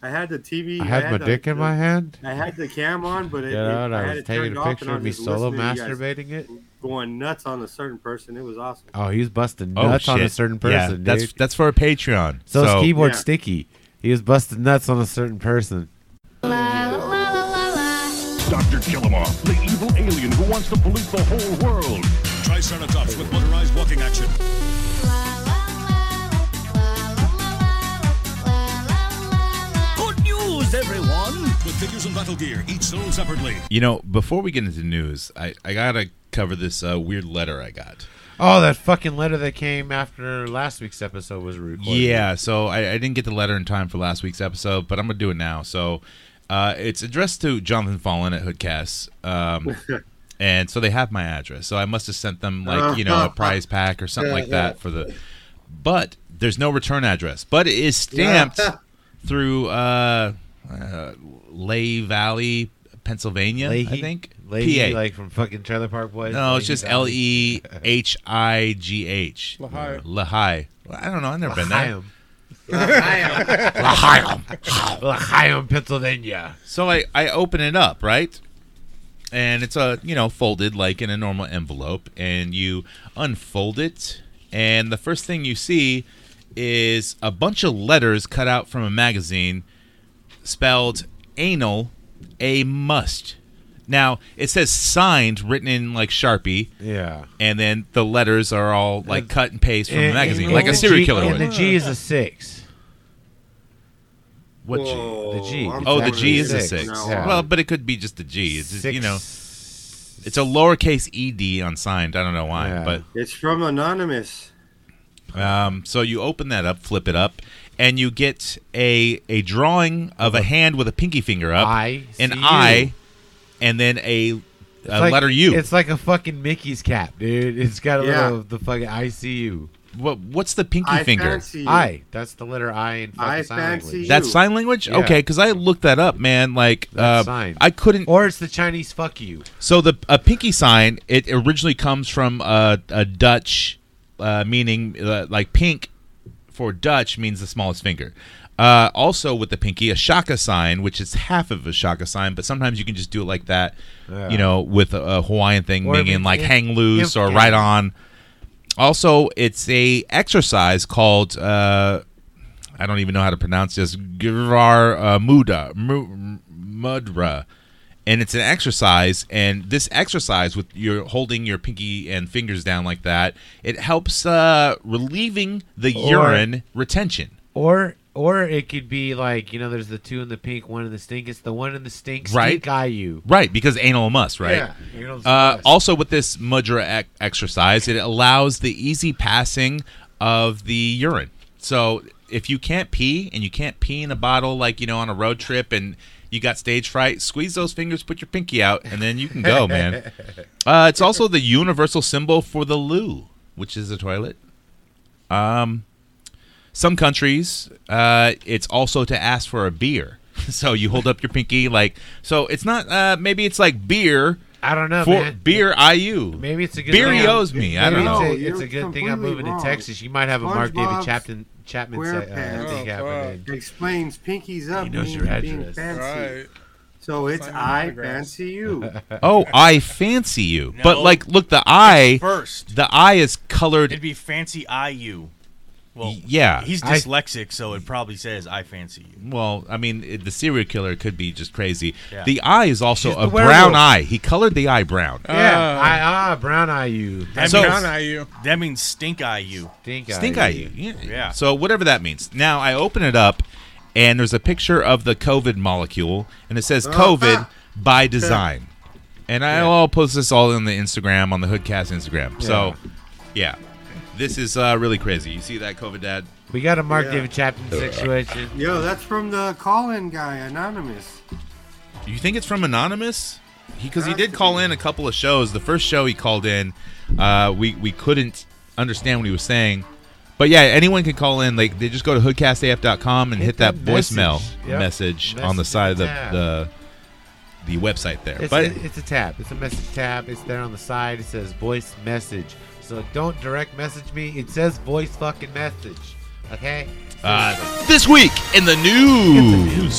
Speaker 5: I had the TV.
Speaker 4: I had my
Speaker 5: the-
Speaker 4: dick in
Speaker 5: the-
Speaker 4: my hand.
Speaker 5: I had the cam on, but it,
Speaker 4: You know,
Speaker 5: it-
Speaker 4: and
Speaker 5: I,
Speaker 4: I
Speaker 5: had
Speaker 4: was
Speaker 5: it turned
Speaker 4: taking a
Speaker 5: off,
Speaker 4: picture
Speaker 5: and I
Speaker 4: of
Speaker 5: was
Speaker 4: me
Speaker 5: just
Speaker 4: solo
Speaker 5: listening to you guys
Speaker 4: masturbating it.
Speaker 5: going nuts on a certain person. It was awesome.
Speaker 4: Oh, he was busting nuts on a certain
Speaker 3: Yeah,
Speaker 4: person, dude.
Speaker 3: that's that's for a Patreon.
Speaker 4: so, his keyboard
Speaker 5: Yeah.
Speaker 4: sticky. He was busting nuts on a certain person.
Speaker 2: Dr. Killamoff, the evil alien who wants to pollute the whole world.
Speaker 10: Triceratops with motorized walking action. Good news, everyone! With figures and battle gear, each sold separately.
Speaker 3: you know, before we get into news, I, I gotta cover this uh, weird letter I got.
Speaker 4: Oh, that fucking letter that came after last week's episode was recorded.
Speaker 3: Yeah, so I, I didn't get the letter in time for last week's episode, but I'm gonna do it now. So uh, it's addressed to Jonathan Fallon at Hoodcast, um, and so they have my address. So I must have sent them like you know a prize pack or something like that for the. But there's no return address, but it is stamped through uh, uh, Lay Valley, Pennsylvania, I
Speaker 4: Leahy?
Speaker 3: think.
Speaker 4: Leahy,
Speaker 3: PA.
Speaker 4: like from fucking Trailer Park Boys.
Speaker 3: no, it's just L
Speaker 4: Leahy.
Speaker 3: E H I G H.
Speaker 8: Lehigh.
Speaker 3: Lehigh. Well, I don't know. I've never been there.
Speaker 4: Chaim. L'Hiam. L'Hiam, Pennsylvania.
Speaker 3: So I, I open it up, right? And it's a you know folded like in a normal envelope, and you unfold it, and the first thing you see is a bunch of letters cut out from a magazine, spelled anal, a must. Now it says signed, written in like Sharpie,
Speaker 4: Yeah.
Speaker 3: and then the letters are all like cut and paste from the
Speaker 4: And-
Speaker 3: magazine,
Speaker 4: and
Speaker 3: like a
Speaker 4: the
Speaker 3: serial
Speaker 4: G-
Speaker 3: killer
Speaker 4: And
Speaker 3: would.
Speaker 4: the G is a six.
Speaker 3: What G?
Speaker 5: Whoa,
Speaker 4: The G.
Speaker 5: I'm
Speaker 3: Oh, the
Speaker 5: totally
Speaker 3: G is a
Speaker 5: sick
Speaker 3: six.
Speaker 5: now. uh,
Speaker 4: Yeah.
Speaker 3: Well, but it could be just the G. It's just, you know,
Speaker 4: Six.
Speaker 3: it's a lowercase ed on signed. I don't know why,
Speaker 4: Yeah.
Speaker 3: but
Speaker 5: It's from Anonymous.
Speaker 3: Um, so you open that up, flip it up, and you get a a drawing of a hand with a pinky finger up,
Speaker 4: I
Speaker 3: an
Speaker 4: see you.
Speaker 3: eye, and then a, a
Speaker 4: It's like-
Speaker 3: letter U.
Speaker 4: It's like a fucking Mickey's cap, dude. It's got a
Speaker 5: Yeah.
Speaker 4: little of the fucking ICU.
Speaker 3: What, what's the pinky
Speaker 5: I
Speaker 3: finger?
Speaker 5: fancy you.
Speaker 4: I. That's the letter I in fucking
Speaker 5: I
Speaker 4: sign
Speaker 5: fancy
Speaker 4: language.
Speaker 5: you.
Speaker 3: That's sign language.
Speaker 4: Yeah.
Speaker 3: Okay, because I looked that up, man. Like,
Speaker 4: That's
Speaker 3: uh,
Speaker 4: sign.
Speaker 3: I couldn't.
Speaker 4: Or it's the Chinese fuck you.
Speaker 3: so the a pinky sign it originally comes from a, a Dutch uh, meaning, uh, like pink for Dutch means the smallest finger. Uh, also with the pinky, a shaka sign, which is half of a shaka sign, but sometimes you can just do it like that,
Speaker 4: Yeah.
Speaker 3: you know, with a, a Hawaiian thing,
Speaker 4: Or
Speaker 3: meaning
Speaker 4: if-
Speaker 3: like
Speaker 4: if-
Speaker 3: hang loose
Speaker 4: if-
Speaker 3: or right on. Also, it's a exercise called uh, I don't even know how to pronounce this Givar uh, Muda Mu- Mudra, and it's an exercise. And this exercise with your holding your pinky and fingers down like that, it helps uh, relieving the
Speaker 4: Or-
Speaker 3: urine retention.
Speaker 4: Or or it could be like, you know, there's the two in the pink, one in the stink. It's the one in the stink,
Speaker 3: Right.
Speaker 4: stink eye you.
Speaker 3: Right, because anal must, right?
Speaker 4: Yeah. You know, it's
Speaker 3: Uh,
Speaker 4: gross.
Speaker 3: also, with this mudra ec- exercise, it allows the easy passing of the urine. So, if you can't pee and you can't pee in a bottle, like you know, on a road trip, and you got stage fright, squeeze those fingers, put your pinky out, and then you can go, man. Uh, it's also the universal symbol for the loo, which is the toilet. Um, some countries, uh, it's also to ask for a beer. So you hold up your pinky, like so. It's not. Uh, maybe it's like beer,
Speaker 4: I don't know,
Speaker 3: for
Speaker 4: man.
Speaker 3: beer IU.
Speaker 4: Maybe it's a good
Speaker 3: beer
Speaker 4: thing.
Speaker 3: he
Speaker 4: I'm-
Speaker 3: owes me. I
Speaker 4: maybe
Speaker 3: don't
Speaker 4: it's
Speaker 3: know.
Speaker 5: No,
Speaker 4: a- It's a,
Speaker 5: you're
Speaker 4: good thing I'm
Speaker 5: completely
Speaker 4: moving
Speaker 5: wrong.
Speaker 4: to Texas. You might have a Mark David
Speaker 5: SpongeBob's
Speaker 4: Chapman Chapman set, uh,
Speaker 5: SquarePants.
Speaker 4: thing
Speaker 8: Oh,
Speaker 4: happening.
Speaker 5: Explains pinkies up
Speaker 4: knows
Speaker 5: means
Speaker 4: your
Speaker 5: being
Speaker 4: address.
Speaker 5: fancy.
Speaker 8: Right.
Speaker 5: So it's
Speaker 8: Sign
Speaker 5: I
Speaker 8: autographs.
Speaker 5: fancy you.
Speaker 3: Oh, I fancy you. But
Speaker 7: No.
Speaker 3: like, look, the eye,
Speaker 7: First,
Speaker 3: the eye is
Speaker 7: it'd
Speaker 3: colored.
Speaker 7: be fancy IU. Well,
Speaker 3: Yeah.
Speaker 7: he's
Speaker 4: I-
Speaker 7: dyslexic, so it probably says I fancy you.
Speaker 3: Well, I mean, it- the serial killer could be just crazy.
Speaker 7: Yeah.
Speaker 3: The eye is also
Speaker 4: She's
Speaker 3: a
Speaker 4: the
Speaker 3: brown
Speaker 4: werewolf.
Speaker 3: eye. He colored the eye brown.
Speaker 4: Yeah,
Speaker 3: Uh,
Speaker 8: Ah.
Speaker 4: I, ah, brown eye you.
Speaker 7: That
Speaker 3: So-
Speaker 8: Brown
Speaker 7: means,
Speaker 8: eye you.
Speaker 7: that means stink IU.
Speaker 4: Stink eye.
Speaker 3: Stink eye. you. Yeah.
Speaker 7: Yeah.
Speaker 3: So whatever that means. Now I open it up, and there's a picture of the COVID molecule, and it says COVID
Speaker 7: Uh-huh.
Speaker 3: by design. And I will post this all on the Instagram on the Hoodcast Instagram. So, yeah, this is uh, really crazy. You see that COVID dad?
Speaker 4: We got a Mark
Speaker 5: Yeah.
Speaker 4: David Chapman situation.
Speaker 5: Yo, that's from the call-in guy, Anonymous.
Speaker 3: You think it's from anonymous? Because he,
Speaker 5: Has
Speaker 4: Uh,
Speaker 3: did
Speaker 5: to
Speaker 3: call
Speaker 5: be.
Speaker 3: in a couple of shows. The first show he called in, uh, we we couldn't understand what he was saying. But yeah, anyone can call in. Like they just go to hoodcastaf.com and hit,
Speaker 4: Hit
Speaker 3: that
Speaker 4: that message.
Speaker 3: voicemail
Speaker 4: Yep.
Speaker 3: message on the
Speaker 4: Message
Speaker 3: side of the
Speaker 4: tab.
Speaker 3: the, the website there.
Speaker 4: It's,
Speaker 3: but
Speaker 4: a, it's a tab. It's a message tab. It's there on the side. It says voice message. So don't direct message me. It says voice fucking message. Okay?
Speaker 3: Uh, this week in the news,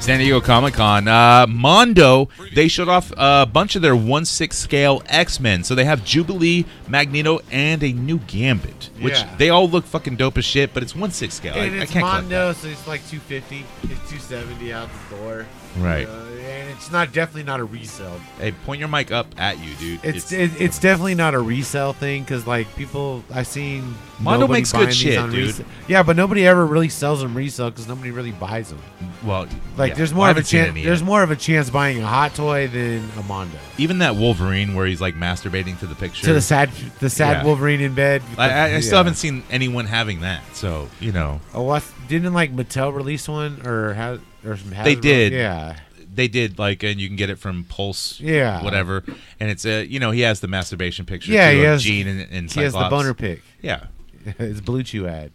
Speaker 3: San Diego Comic Con, uh, Mondo, they showed off a bunch of their 1 6 scale X Men. So they have Jubilee, Magneto, and a new Gambit, which
Speaker 4: Yeah.
Speaker 3: they all look fucking dope as shit, but it's 1 6 scale. I,
Speaker 4: and
Speaker 3: I
Speaker 4: it's
Speaker 3: can't collect
Speaker 4: Mondo, so it's like 250. It's 270 out the door.
Speaker 3: that. Right.
Speaker 4: Uh, and it's not definitely not a resale.
Speaker 3: Hey, point your mic up at you, dude.
Speaker 4: It's it, it's definitely not a resale thing because like people I've seen
Speaker 3: Mondo
Speaker 4: nobody
Speaker 3: makes good
Speaker 4: buying these
Speaker 3: shit,
Speaker 4: on
Speaker 3: dude.
Speaker 4: resale. Yeah, but nobody ever really sells them resale because nobody really buys them.
Speaker 3: well,
Speaker 4: Like
Speaker 3: yeah.
Speaker 4: there's
Speaker 3: Well, I
Speaker 4: more of a
Speaker 3: haven't seen
Speaker 4: chance.
Speaker 3: any
Speaker 4: There's
Speaker 3: yet.
Speaker 4: more of a chance buying a hot toy than a Mondo.
Speaker 3: even that Wolverine where he's like masturbating to the picture.
Speaker 4: To the sad, the sad
Speaker 3: Yeah.
Speaker 4: Wolverine in bed. with
Speaker 3: I,
Speaker 4: the-
Speaker 3: I, I still
Speaker 4: yeah.
Speaker 3: haven't seen anyone having that. So you know,
Speaker 4: Oh, what didn't like Mattel release one or has or some? Hasbro?
Speaker 3: They did.
Speaker 4: Yeah.
Speaker 3: they did like, and you can get it from Pulse,
Speaker 4: Yeah.
Speaker 3: whatever. And it's a, you know, he has the masturbation picture.
Speaker 4: Yeah,
Speaker 3: too,
Speaker 4: he
Speaker 3: of
Speaker 4: has-
Speaker 3: Gene and, and
Speaker 4: He has the
Speaker 3: Cyclops.
Speaker 4: boner pic.
Speaker 3: Yeah,
Speaker 4: it's Blue Chew ad.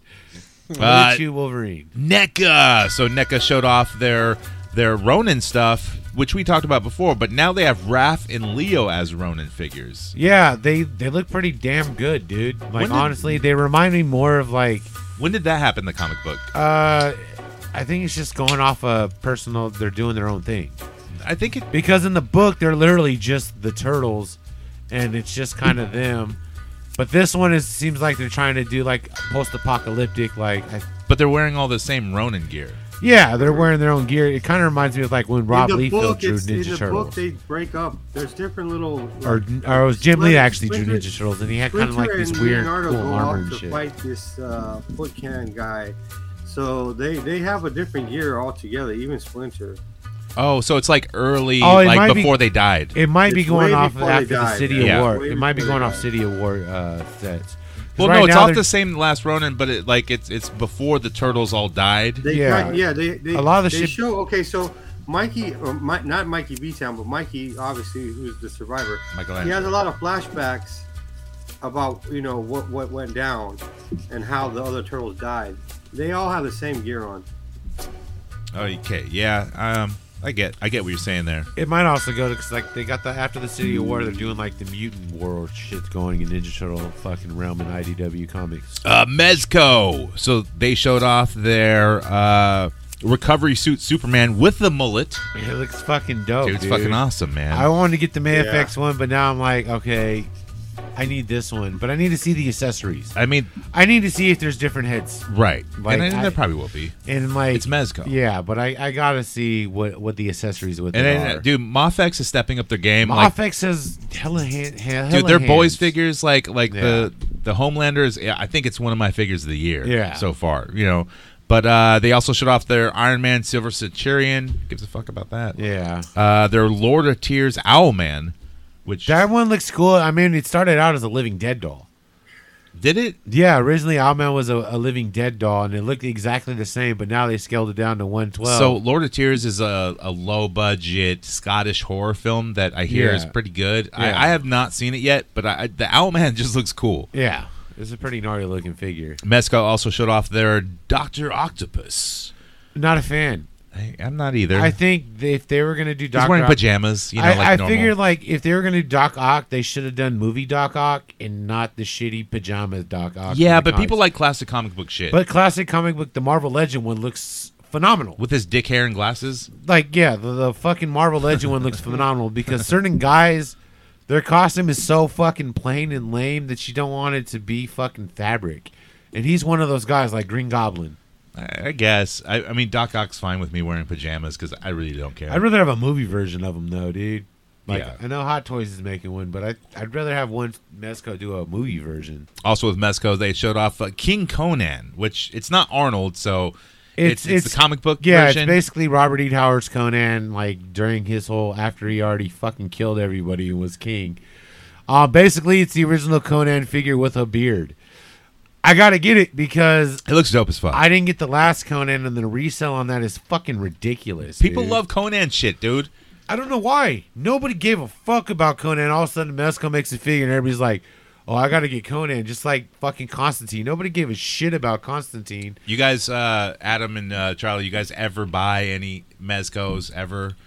Speaker 4: Blue
Speaker 3: uh,
Speaker 4: Chew Wolverine.
Speaker 3: NECA. So NECA showed off their their Ronin stuff, which we talked about before, but now they have Raph and Leo as Ronin figures.
Speaker 4: Yeah, they they look pretty damn good, dude. Like
Speaker 3: did-
Speaker 4: honestly, they remind me more of like
Speaker 3: When did that happen? in The comic book.
Speaker 4: Uh, I think it's just going off a personal. They're doing their own thing.
Speaker 3: I think it
Speaker 4: because in the book they're literally just the turtles, and it's just kind of them. But this one is seems like they're trying to do like post-apocalyptic, like I,
Speaker 3: But they're wearing all the same Ronin gear.
Speaker 4: yeah, they're wearing their own gear. It kind of reminds me of like when Rob
Speaker 5: in the
Speaker 4: Liefeld
Speaker 5: book,
Speaker 4: drew
Speaker 5: it's- in
Speaker 4: Ninja
Speaker 5: the book
Speaker 4: Turtles,
Speaker 5: they break up. There's different little.
Speaker 4: or,
Speaker 5: like,
Speaker 4: or it was Jim Lee
Speaker 5: Splinter-
Speaker 4: actually drew
Speaker 5: Splinter-
Speaker 4: Ninja Turtles, and he had kind of like
Speaker 5: Splinter
Speaker 4: this
Speaker 5: and
Speaker 4: weird
Speaker 5: Leonardo
Speaker 4: cool
Speaker 5: go
Speaker 4: armor
Speaker 5: off
Speaker 4: and
Speaker 5: to
Speaker 4: shit.
Speaker 5: fight this uh, foot cannon guy. So they they have a different gear altogether. Even Splinter.
Speaker 3: Oh, so it's like early,
Speaker 4: Oh, it might
Speaker 3: like
Speaker 4: be-
Speaker 3: before they died.
Speaker 4: It might be
Speaker 5: It's
Speaker 4: going
Speaker 5: way
Speaker 4: off
Speaker 5: before they
Speaker 4: after the
Speaker 5: died,
Speaker 4: City
Speaker 3: man.
Speaker 4: of
Speaker 3: Yeah.
Speaker 4: War.
Speaker 5: Way
Speaker 4: It might be
Speaker 5: before
Speaker 4: going
Speaker 5: they
Speaker 4: off
Speaker 5: died.
Speaker 4: City of War uh, sets. 'Cause
Speaker 3: well,
Speaker 4: right
Speaker 3: no, it's
Speaker 4: now
Speaker 3: off
Speaker 4: they're-
Speaker 3: the same Last Ronin, but it, like it's it's before the turtles all died.
Speaker 5: They
Speaker 4: Yeah.
Speaker 5: yeah, yeah. They, they
Speaker 4: A lot of the
Speaker 5: they
Speaker 4: shit-
Speaker 5: show. Okay, so Mikey, or Mi- not Mikey B Town, but Mikey, obviously, who's the survivor. He
Speaker 3: Michelangelo.
Speaker 5: has a lot of flashbacks about you know what what went down and how the other turtles died. They all have the same gear on.
Speaker 3: Okay, yeah, um, I get, I get what you're saying there.
Speaker 4: It might also go to because like they got the after the City of War, they're doing like the mutant war shit's going in Ninja Turtle fucking realm in IDW comics.
Speaker 3: Uh, Mezco. So they showed off their uh, recovery suit Superman with the mullet.
Speaker 4: It looks fucking dope.
Speaker 3: Dude, it's fucking awesome, man.
Speaker 4: Oh, I wanted to get the Mayfx
Speaker 5: Yeah.
Speaker 4: one, but now I'm like, okay, I need this one, but I need to see the accessories.
Speaker 3: I mean,
Speaker 4: I need to see if there's different heads
Speaker 3: right?
Speaker 4: Like,
Speaker 3: and I, think
Speaker 4: I-
Speaker 3: there probably will be.
Speaker 4: and like
Speaker 3: It's Mezco.
Speaker 4: Yeah, but I, I gotta see what what the accessories with
Speaker 3: And
Speaker 4: it
Speaker 3: then, uh,
Speaker 4: are.
Speaker 3: dude, Mofex is stepping up their game. like,
Speaker 4: Mafex has hella, hand, hella
Speaker 3: dude, their boys
Speaker 4: hands.
Speaker 3: figures like like the the Homelander is. yeah, I think it's one of my figures of the year.
Speaker 4: Yeah.
Speaker 3: so far, you know. But uh, they also showed off their Iron Man Silver Centurion. Gives a fuck about that.
Speaker 4: Yeah,
Speaker 3: Uh, their Lord of Tears Owlman, which
Speaker 4: that one looks cool. I mean, it started out as a Living Dead doll.
Speaker 3: did it.
Speaker 4: Yeah, originally Owlman was a, a Living Dead doll, and it looked exactly the same. But now they scaled it down to one twelve.
Speaker 3: so Lord of Tears is a, a low budget Scottish horror film that I hear is
Speaker 4: Yeah.
Speaker 3: pretty good.
Speaker 4: Yeah.
Speaker 3: I, I have not seen it yet, but I, I- the Owlman just looks cool.
Speaker 4: yeah, it's a pretty gnarly looking figure.
Speaker 3: Mezco also showed off their Doctor Octopus.
Speaker 4: Not a fan.
Speaker 3: I, I'm not either.
Speaker 4: I think th- if they were gonna do
Speaker 3: He's
Speaker 4: Doc,
Speaker 3: wearing
Speaker 4: Ock,
Speaker 3: pajamas. You know,
Speaker 4: I,
Speaker 3: like
Speaker 4: I
Speaker 3: normal.
Speaker 4: figured like if they were gonna do Doc Ock, they should have done movie Doc Ock and not the shitty pajamas Doc Ock.
Speaker 3: yeah,
Speaker 4: from the
Speaker 3: but people
Speaker 4: comics.
Speaker 3: like classic comic book shit.
Speaker 4: but classic comic book, the Marvel Legend one looks phenomenal.
Speaker 3: with his dick hair and glasses.
Speaker 4: like yeah, the, the fucking Marvel Legend one looks phenomenal because certain guys, their costume is so fucking plain and lame that you don't want it to be fucking fabric, and he's one of those guys like Green Goblin.
Speaker 3: I, I guess. I, I mean, Doc Ock's fine with me wearing pajamas because I really don't care.
Speaker 4: I'd rather have a movie version of him though, dude. Like
Speaker 3: Yeah.
Speaker 4: I know Hot Toys is making one, but I I'd rather have one Mesco do a movie version.
Speaker 3: also with Mezco, they showed off uh, King Conan, which it's not Arnold, so it's, it's, the comic book
Speaker 4: yeah,
Speaker 3: version.
Speaker 4: it's basically Robert E. Howard's Conan, like during his whole after he already fucking killed everybody and was king. Uh, basically, it's the original Conan figure with a beard. I gotta get it because
Speaker 3: it looks dope as fuck.
Speaker 4: I didn't get the last Conan, and the resell on that is fucking ridiculous.
Speaker 3: People
Speaker 4: dude.
Speaker 3: love Conan shit, dude.
Speaker 4: I don't know why. Nobody gave a fuck about Conan. All of a sudden, Mesco makes a figure, and everybody's like, "Oh, I gotta get Conan," just like fucking Constantine. Nobody gave a shit about Constantine.
Speaker 3: You guys, uh, Adam and uh, Charlie, you guys ever buy any Mezcos ever?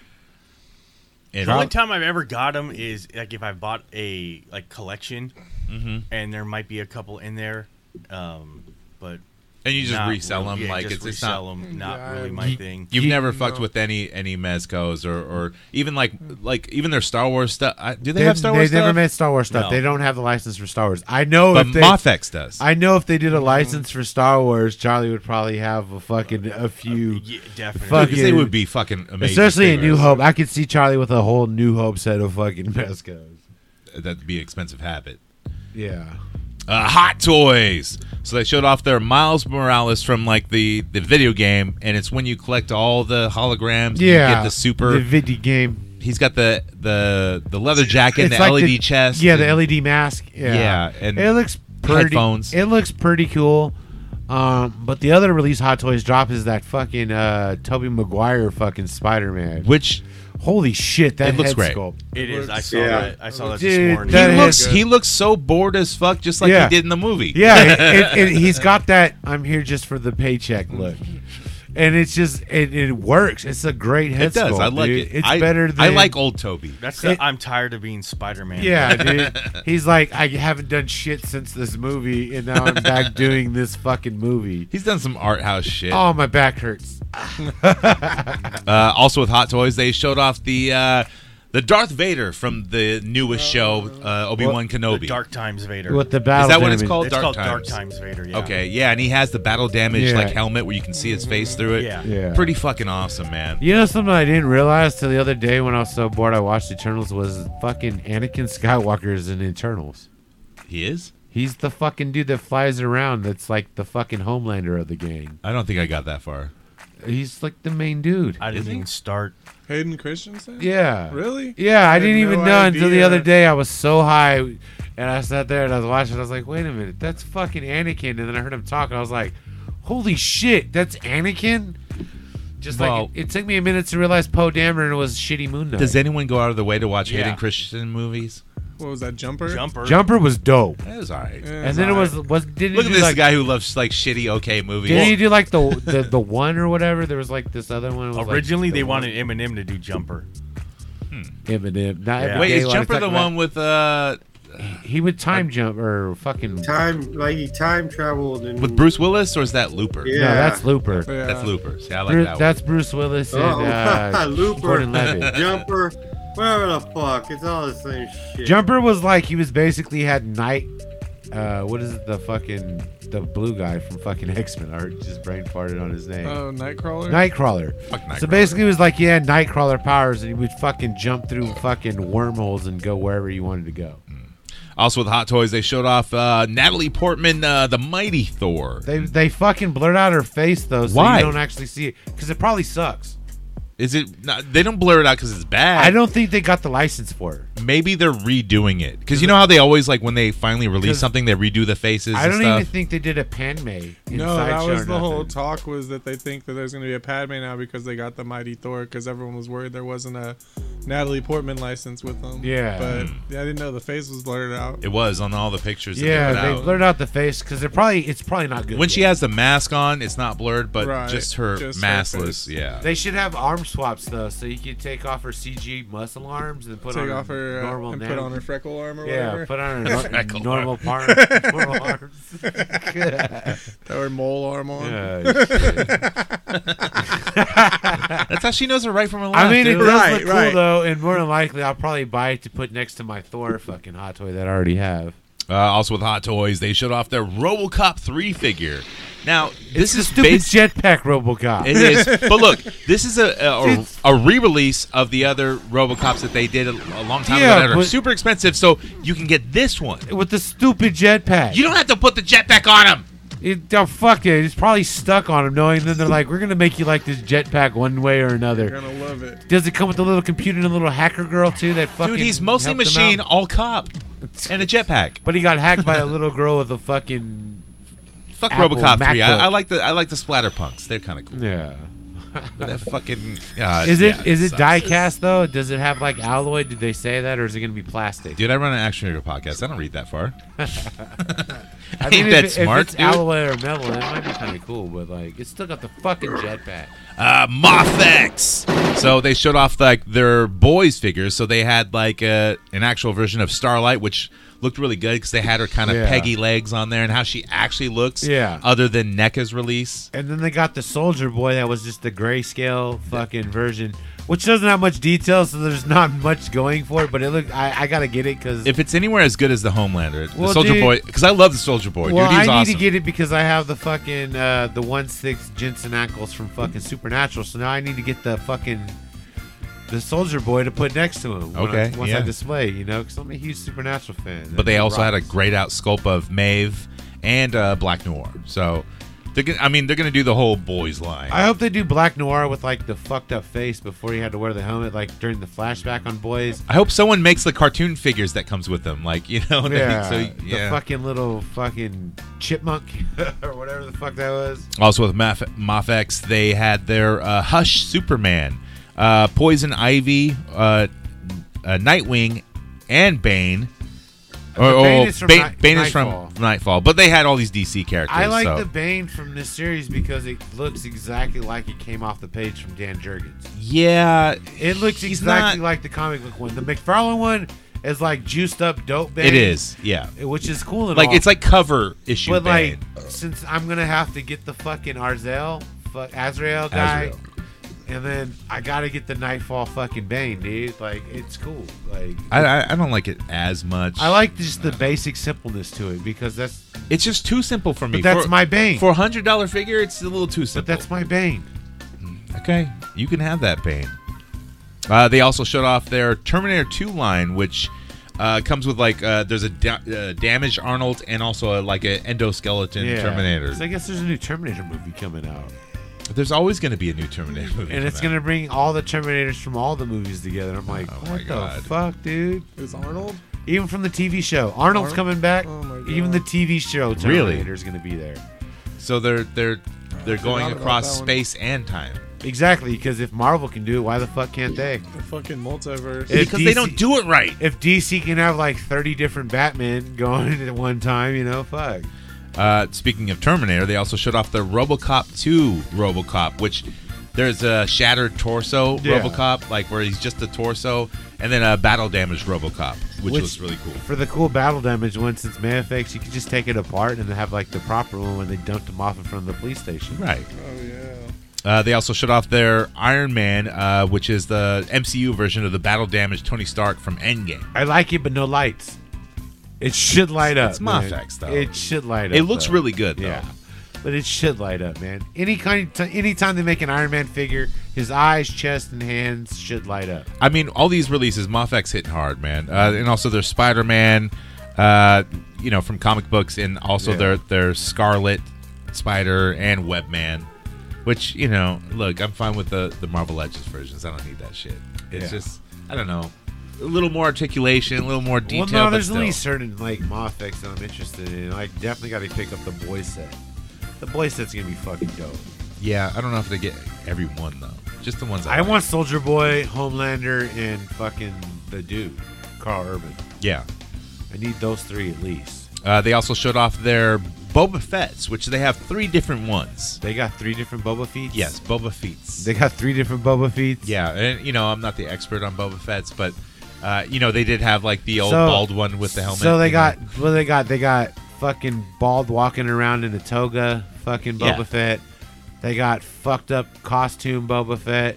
Speaker 3: And
Speaker 7: The only time I've ever got them is like if I bought a like collection,
Speaker 3: Mm-hmm.
Speaker 7: and there might be a couple in there, um, but
Speaker 3: and you just
Speaker 7: not
Speaker 3: resell
Speaker 7: really-
Speaker 3: them
Speaker 7: yeah,
Speaker 3: like
Speaker 7: just
Speaker 3: it's, it's not.
Speaker 7: resell 'em, not
Speaker 8: Yeah,
Speaker 7: really
Speaker 8: I-
Speaker 7: my thing.
Speaker 3: You've never fucked with any any Mezcos or, or even like like even their Star Wars stuff. I- Do they, have Star Wars
Speaker 4: never
Speaker 3: stuff?
Speaker 4: made Star Wars stuff.
Speaker 7: No.
Speaker 4: They don't have the license for Star Wars. I know
Speaker 3: but Mm-hmm.
Speaker 4: if they,
Speaker 3: Mofex does.
Speaker 4: I know if they did a license for Star Wars, Charlie would probably have a fucking a few,
Speaker 7: yeah, definitely.
Speaker 4: Fuck
Speaker 3: because they
Speaker 4: you.
Speaker 3: would be fucking amazing.
Speaker 4: especially a
Speaker 3: figures.
Speaker 4: New Hope. I could see Charlie with a whole New Hope set of fucking Mescos.
Speaker 3: That'd be an expensive habit.
Speaker 4: Yeah,
Speaker 3: Uh, Hot Toys. So they showed off their Miles Morales from like the the video game, and it's when you collect all the holograms. and you
Speaker 4: yeah.
Speaker 3: get the super.
Speaker 4: the video game.
Speaker 3: he's got the the the leather jacket, and the
Speaker 4: It's like
Speaker 3: LED chest.
Speaker 4: Yeah,
Speaker 3: and-
Speaker 4: the LED mask. Yeah, E
Speaker 3: Yeah, and
Speaker 4: it looks pretty.
Speaker 3: headphones.
Speaker 4: It looks pretty cool. Um, but the other release Hot Toys drop is that fucking uh, Toby Maguire fucking Spider Man.
Speaker 3: Which
Speaker 4: Holy shit, that
Speaker 3: It looks
Speaker 4: head
Speaker 3: great.
Speaker 4: sculpt.
Speaker 7: It is. I saw
Speaker 5: Yeah.
Speaker 7: that. I saw that
Speaker 4: Dude,
Speaker 7: this morning.
Speaker 4: that
Speaker 3: he
Speaker 4: is-
Speaker 3: looks he looks so bored as fuck, just like
Speaker 4: Yeah.
Speaker 3: he did in the movie.
Speaker 4: Yeah, it, it, it, he's got that. I'm here just for the paycheck. Look, and it's just it, it works. It's a great head
Speaker 3: It does.
Speaker 4: sculpt,
Speaker 3: I like
Speaker 4: dude.
Speaker 3: it.
Speaker 4: It's
Speaker 3: I-
Speaker 4: better than
Speaker 3: I like old Toby.
Speaker 7: That's the
Speaker 4: It-
Speaker 7: I'm tired of being Spider-Man.
Speaker 4: Yeah, dude. He's like, I haven't done shit since this movie, and now I'm back doing this fucking movie.
Speaker 3: He's done some art house shit.
Speaker 4: Oh, my back hurts.
Speaker 3: Uh, also with Hot Toys, they showed off the uh, the Darth Vader from the newest show, uh, Obi Wan Kenobi.
Speaker 7: The Dark Times Vader.
Speaker 4: With the
Speaker 3: Is
Speaker 4: battle.
Speaker 3: that what it's
Speaker 4: damage.
Speaker 3: called?
Speaker 7: It's
Speaker 3: Dark
Speaker 7: called
Speaker 3: Times.
Speaker 7: Dark Times Vader. Yeah.
Speaker 3: Okay, yeah, and he has the battle damage
Speaker 4: Yeah.
Speaker 3: like helmet where you can see his face through it.
Speaker 7: Yeah.
Speaker 4: Yeah.
Speaker 3: pretty fucking awesome, man.
Speaker 4: You know something I didn't realize till the other day when I was so bored I watched Eternals was fucking Anakin Skywalker is in Eternals.
Speaker 3: He is.
Speaker 4: He's the fucking dude that flies around. That's like the fucking Homelander of the gang.
Speaker 3: I don't think I got that far.
Speaker 4: He's like the main dude.
Speaker 7: I didn't
Speaker 3: Isn't he?
Speaker 7: even start.
Speaker 8: Hayden Christensen?
Speaker 4: Yeah.
Speaker 8: Really?
Speaker 4: Yeah, I,
Speaker 8: had
Speaker 4: didn't even
Speaker 8: no
Speaker 4: know until the
Speaker 8: idea.
Speaker 4: other day. I was so high, and I sat there and I was watching. I was like, "Wait a minute, that's fucking Anakin!" And then I heard him talk, and I was like, "Holy shit, that's Anakin!" Just
Speaker 3: Well-
Speaker 4: like it, it took me a minute to realize Poe Dameron was shitty Moon Knight.
Speaker 3: Does anyone go out of their way to watch
Speaker 7: Yeah.
Speaker 3: Hayden Christensen movies?
Speaker 8: What was that, Jumper?
Speaker 7: Jumper.
Speaker 4: Jumper was dope,
Speaker 3: That was all right.
Speaker 8: Yeah,
Speaker 4: and then it was was didn't
Speaker 3: Look
Speaker 4: he
Speaker 3: at
Speaker 4: do
Speaker 3: this
Speaker 4: like,
Speaker 3: guy who loves like shitty okay movies.
Speaker 4: Didn't he do like the, the the one or whatever? There was like this other one. it was, like,
Speaker 7: Originally, they
Speaker 4: the one-
Speaker 7: wanted Eminem to do Jumper.
Speaker 4: Eminem. Not
Speaker 7: Yeah.
Speaker 4: every
Speaker 3: Wait,
Speaker 4: day
Speaker 3: is
Speaker 4: when I
Speaker 3: Jumper
Speaker 4: talk
Speaker 3: the
Speaker 4: about-
Speaker 3: one with uh
Speaker 4: He would time jump or fucking.
Speaker 5: Time, like he time traveled and
Speaker 3: with Bruce Willis or is that Looper?
Speaker 5: Yeah.
Speaker 4: No, that's Looper.
Speaker 8: Yeah.
Speaker 3: That's Looper. See, I like
Speaker 4: Bru-
Speaker 3: that one.
Speaker 4: that's Bruce Willis and
Speaker 5: Oh,
Speaker 4: uh,
Speaker 5: Looper.
Speaker 4: Gordon Levitt.
Speaker 5: Jumper, whatever the fuck, it's all the same shit.
Speaker 4: Jumper was like he was basically had night. Uh, what is it? The fucking the blue guy from fucking X Men. I already just brain farted on his name.
Speaker 8: Oh, Nightcrawler?
Speaker 4: Nightcrawler.
Speaker 3: Fuck
Speaker 4: So
Speaker 3: Nightcrawler.
Speaker 4: basically, it was like he had Nightcrawler powers, and he would fucking jump through fucking wormholes and go wherever you wanted to go.
Speaker 8: Mm-hmm.
Speaker 3: Also with Hot Toys, they showed off uh, Natalie Portman, uh, the Mighty Thor.
Speaker 4: They they fucking blurred out her face though, so
Speaker 3: Why?
Speaker 4: you don't actually see it because it probably sucks.
Speaker 3: Is it? Not, they don't blur it out because it's bad.
Speaker 4: I don't think they got the license for it.
Speaker 3: Maybe they're redoing it because you know how they always like when they finally release
Speaker 4: 'Cause-
Speaker 3: something, they redo the faces.
Speaker 4: I
Speaker 3: and
Speaker 4: don't
Speaker 3: stuff.
Speaker 4: even think they did a panmay. in
Speaker 8: No, that
Speaker 4: Sideshow or
Speaker 8: was the whole
Speaker 4: nothing.
Speaker 8: talk was that they think that there's going to be a Padme now because they got the Mighty Thor because everyone was worried there wasn't a Natalie Portman license with them.
Speaker 4: Yeah.
Speaker 8: But yeah, I didn't know the face was blurred out.
Speaker 3: Hmm. It was on all the pictures.
Speaker 4: Yeah,
Speaker 3: that they
Speaker 4: they
Speaker 3: put out.
Speaker 4: blurred out the face because they're probably it's probably not good.
Speaker 3: When she
Speaker 4: yet.
Speaker 3: has the mask on, it's not blurred, but
Speaker 8: Right,
Speaker 3: just her
Speaker 8: just her
Speaker 3: maskless.
Speaker 8: face.
Speaker 3: yeah.
Speaker 4: they should have arm swaps though, so you could take off her CG muscle arms and put
Speaker 8: Take
Speaker 4: on
Speaker 8: off her uh,
Speaker 4: normal
Speaker 8: and
Speaker 4: na-
Speaker 8: put on her freckle arm or
Speaker 4: Yeah,
Speaker 8: whatever.
Speaker 4: put on her
Speaker 3: Freckle
Speaker 4: nor- normal par- normal arms.
Speaker 8: or mole arm on.
Speaker 3: That's how she knows her right from her left.
Speaker 4: I mean, it
Speaker 3: dude.
Speaker 4: does
Speaker 8: Right,
Speaker 4: look cool
Speaker 8: right.
Speaker 4: though, and more than likely, I'll probably buy it to put next to my Thor fucking hot toy that I already have.
Speaker 3: Uh, also with Hot Toys, they showed off their RoboCop three figure. Now this is
Speaker 4: Stupid
Speaker 3: based.
Speaker 4: jetpack RoboCop.
Speaker 3: It is, but look, this is a a, a, a re-release of the other RoboCops that they did a, a long time
Speaker 4: Yeah,
Speaker 3: ago that are
Speaker 4: but-
Speaker 3: super expensive. So you can get this one.
Speaker 4: with the stupid jetpack.
Speaker 3: You don't have to put the jetpack on him.
Speaker 4: It, oh, fuck it. It's probably stuck on him, knowing that they're like, we're going to make you like this jetpack one way or
Speaker 8: You're
Speaker 4: another.
Speaker 8: going to love it.
Speaker 4: Does it come with a little computer and a little hacker girl, too? That fucking.
Speaker 3: Dude, he's mostly
Speaker 4: helped him
Speaker 3: machine,
Speaker 4: out?
Speaker 3: all cop, and a jetpack.
Speaker 4: But he got hacked by a little girl with a fucking.
Speaker 3: Fuck
Speaker 4: Apple
Speaker 3: RoboCop three.
Speaker 4: MacBook.
Speaker 3: I, I like the I like the splatter punks. They're kind of cool.
Speaker 4: Yeah.
Speaker 3: But that fucking uh,
Speaker 4: Is it
Speaker 3: yeah,
Speaker 4: is it
Speaker 3: sucks.
Speaker 4: die cast, though? Does it have like alloy? Did they say that? Or is it going to be plastic?
Speaker 3: Dude, I run an action figure podcast. I don't read that far.
Speaker 4: I
Speaker 3: ain't
Speaker 4: if
Speaker 3: that
Speaker 4: it- if,
Speaker 3: smart,
Speaker 4: it's
Speaker 3: dude.
Speaker 4: alloy or metal, that might be kind of cool, but like, it's still got the fucking jetpack.
Speaker 3: uh, Mothex. So they showed off like their boys figures. So they had like a, an actual version of Starlight, which looked really good because they had her kind of
Speaker 4: Yeah.
Speaker 3: peggy legs on there and how she actually looks.
Speaker 4: Yeah.
Speaker 3: Other than NECA's release,
Speaker 4: And then they got the Soldier Boy that was just the grayscale fucking version, which doesn't have much detail, so there's not much going for it. But it looked, I, I gotta get it because
Speaker 3: if it's anywhere as good as the Homelander, the
Speaker 4: Well,
Speaker 3: Soldier
Speaker 4: dude-
Speaker 3: Boy, because I love the Soldier Boy,
Speaker 4: well,
Speaker 3: dude, he
Speaker 4: I
Speaker 3: was
Speaker 4: need
Speaker 3: awesome.
Speaker 4: to get it because I have the fucking uh, the one six Jensen Ackles from fucking Supernatural, so now I need to get the fucking the Soldier Boy to put next to him. when I-
Speaker 3: Okay,
Speaker 4: once
Speaker 3: yeah.
Speaker 4: I display, you know, because I'm a huge Supernatural fan.
Speaker 3: but they
Speaker 4: That
Speaker 3: also had a
Speaker 4: rocks.
Speaker 3: grayed out sculpt of Maeve and uh, Black Noir. So they're gonna, I mean, they're gonna do the whole boys line.
Speaker 4: I hope they do Black Noir with like the fucked up face before he had to wear the helmet, like during the flashback on Boys.
Speaker 3: I hope someone makes the cartoon figures that comes with them, like you know. they-
Speaker 4: Yeah,
Speaker 3: so, yeah.
Speaker 4: the fucking little fucking chipmunk or whatever the fuck that was.
Speaker 3: Also with Maf- MoffX, they had their uh, Hush Superman, uh, Poison Ivy, uh, uh, Nightwing, and Bane. Or,
Speaker 4: The
Speaker 3: or
Speaker 4: Bane
Speaker 3: Bane,
Speaker 4: is from
Speaker 3: Bane,
Speaker 4: Night-
Speaker 3: is from
Speaker 4: Nightfall.
Speaker 3: Nightfall, but they had all these DC characters.
Speaker 4: I like
Speaker 3: so.
Speaker 4: the Bane from this series because it looks exactly like it came off the page from Dan Jurgens.
Speaker 3: yeah,
Speaker 4: It looks
Speaker 3: he's
Speaker 4: exactly
Speaker 3: not-
Speaker 4: like the comic book one. The McFarlane one is like juiced up dope Bane. eh,
Speaker 3: It is, yeah.
Speaker 4: which is cool. And
Speaker 3: Like
Speaker 4: all.
Speaker 3: it's like cover issue
Speaker 4: but
Speaker 3: Bane.
Speaker 4: like since I'm gonna have to get the fucking Arzel, fuck Azrael guy,
Speaker 3: Azrael.
Speaker 4: and then I gotta get the Nightfall fucking Bane, dude. Like it's cool. Like
Speaker 3: I, I I don't like it as much.
Speaker 4: I like just the basic simpleness to it because that's
Speaker 3: It's just too simple for me.
Speaker 4: but that's
Speaker 3: For-
Speaker 4: my Bane.
Speaker 3: For a hundred dollar figure, it's a little too
Speaker 4: but
Speaker 3: simple.
Speaker 4: that's my Bane.
Speaker 3: okay. You can have that Bane. Uh, they also showed off their Terminator 2 line, which uh, comes with like uh, there's a da- uh, damaged Arnold and also a, like an endoskeleton Terminator.
Speaker 4: So I guess there's a new Terminator movie coming out,
Speaker 3: There's always going to be a new Terminator movie,
Speaker 4: and it's
Speaker 3: coming
Speaker 4: gonna bring all the Terminators from all the movies together. I'm like,
Speaker 3: Oh my
Speaker 4: what the
Speaker 3: God.
Speaker 4: fuck, dude?
Speaker 8: Is Arnold?
Speaker 4: Even from the TV show, Arnold's
Speaker 8: Arnold?
Speaker 4: coming back.
Speaker 8: Oh my God.
Speaker 4: Even the TV show
Speaker 3: Really?
Speaker 4: Terminator's gonna be there.
Speaker 3: out. So they're they're they're going
Speaker 8: about
Speaker 3: across
Speaker 8: that one.
Speaker 3: space and time
Speaker 4: Exactly, because if Marvel can do it, why the fuck can't they?
Speaker 8: The fucking multiverse.
Speaker 4: If
Speaker 3: because they don't
Speaker 4: DC
Speaker 3: do it right.
Speaker 4: If DC can have like 30 different Batman going at one time, you know, fuck.
Speaker 3: Uh, speaking of Terminator, they also showed off the RoboCop 2 RoboCop, which there's a shattered torso
Speaker 4: Yeah.
Speaker 3: RoboCop, like where he's just the torso, and then a battle damaged RoBocop, which,
Speaker 4: Which-
Speaker 3: looks really cool.
Speaker 4: For the cool battle damage one, since Manifex, you could just take it apart and then have like the proper one when they dumped him off in front of the police station.
Speaker 3: Right.
Speaker 8: oh yeah.
Speaker 3: Uh, they also showed off their Iron Man, uh, which is the MCU version of the battle damaged Tony Stark from Endgame.
Speaker 4: I like it, but no lights. It should light up.
Speaker 3: it's
Speaker 4: man.
Speaker 3: Mafex, though.
Speaker 4: It should light up.
Speaker 3: It looks
Speaker 4: though.
Speaker 3: really good, though.
Speaker 4: Yeah. But it should light up, man. Any kind, t- anytime they make an Iron Man figure, his eyes, chest, and hands should light up.
Speaker 3: I mean, all these releases, Mafex hitting hard, man, uh, and also their Spider Man, uh, you know, from comic books, and also
Speaker 4: Yeah.
Speaker 3: their their Scarlet Spider and Webman, which you know, look, I'm fine with the the Marvel Legends versions. I don't need that shit. It's
Speaker 4: Yeah.
Speaker 3: just, I don't know, a little more articulation, a little more detail.
Speaker 4: well, no,
Speaker 3: but
Speaker 4: there's
Speaker 3: still.
Speaker 4: only certain like Mofex that I'm interested in. I definitely got to pick up the boy set. The boy set's gonna be fucking dope.
Speaker 3: yeah, I don't know if they get every one though, just the ones I,
Speaker 4: I
Speaker 3: like.
Speaker 4: want Soldier Boy, Homelander, and fucking the dude, Carl Urban.
Speaker 3: Yeah,
Speaker 4: I need those three at least.
Speaker 3: uh, they also showed off their Boba Fett's, which they have three different ones.
Speaker 4: They got three different Boba Feets.
Speaker 3: Yes, Boba Fett's.
Speaker 4: They got three different Boba Feets.
Speaker 3: Yeah, and you know I'm not the expert on Boba Fett's, but uh, you know they did have like the old
Speaker 4: So-
Speaker 3: bald one with the helmet.
Speaker 4: So they
Speaker 3: you know?
Speaker 4: got well, they got they got fucking bald walking around in a toga, fucking Boba
Speaker 3: Yeah.
Speaker 4: Fett. They got fucked up costume Boba Fett,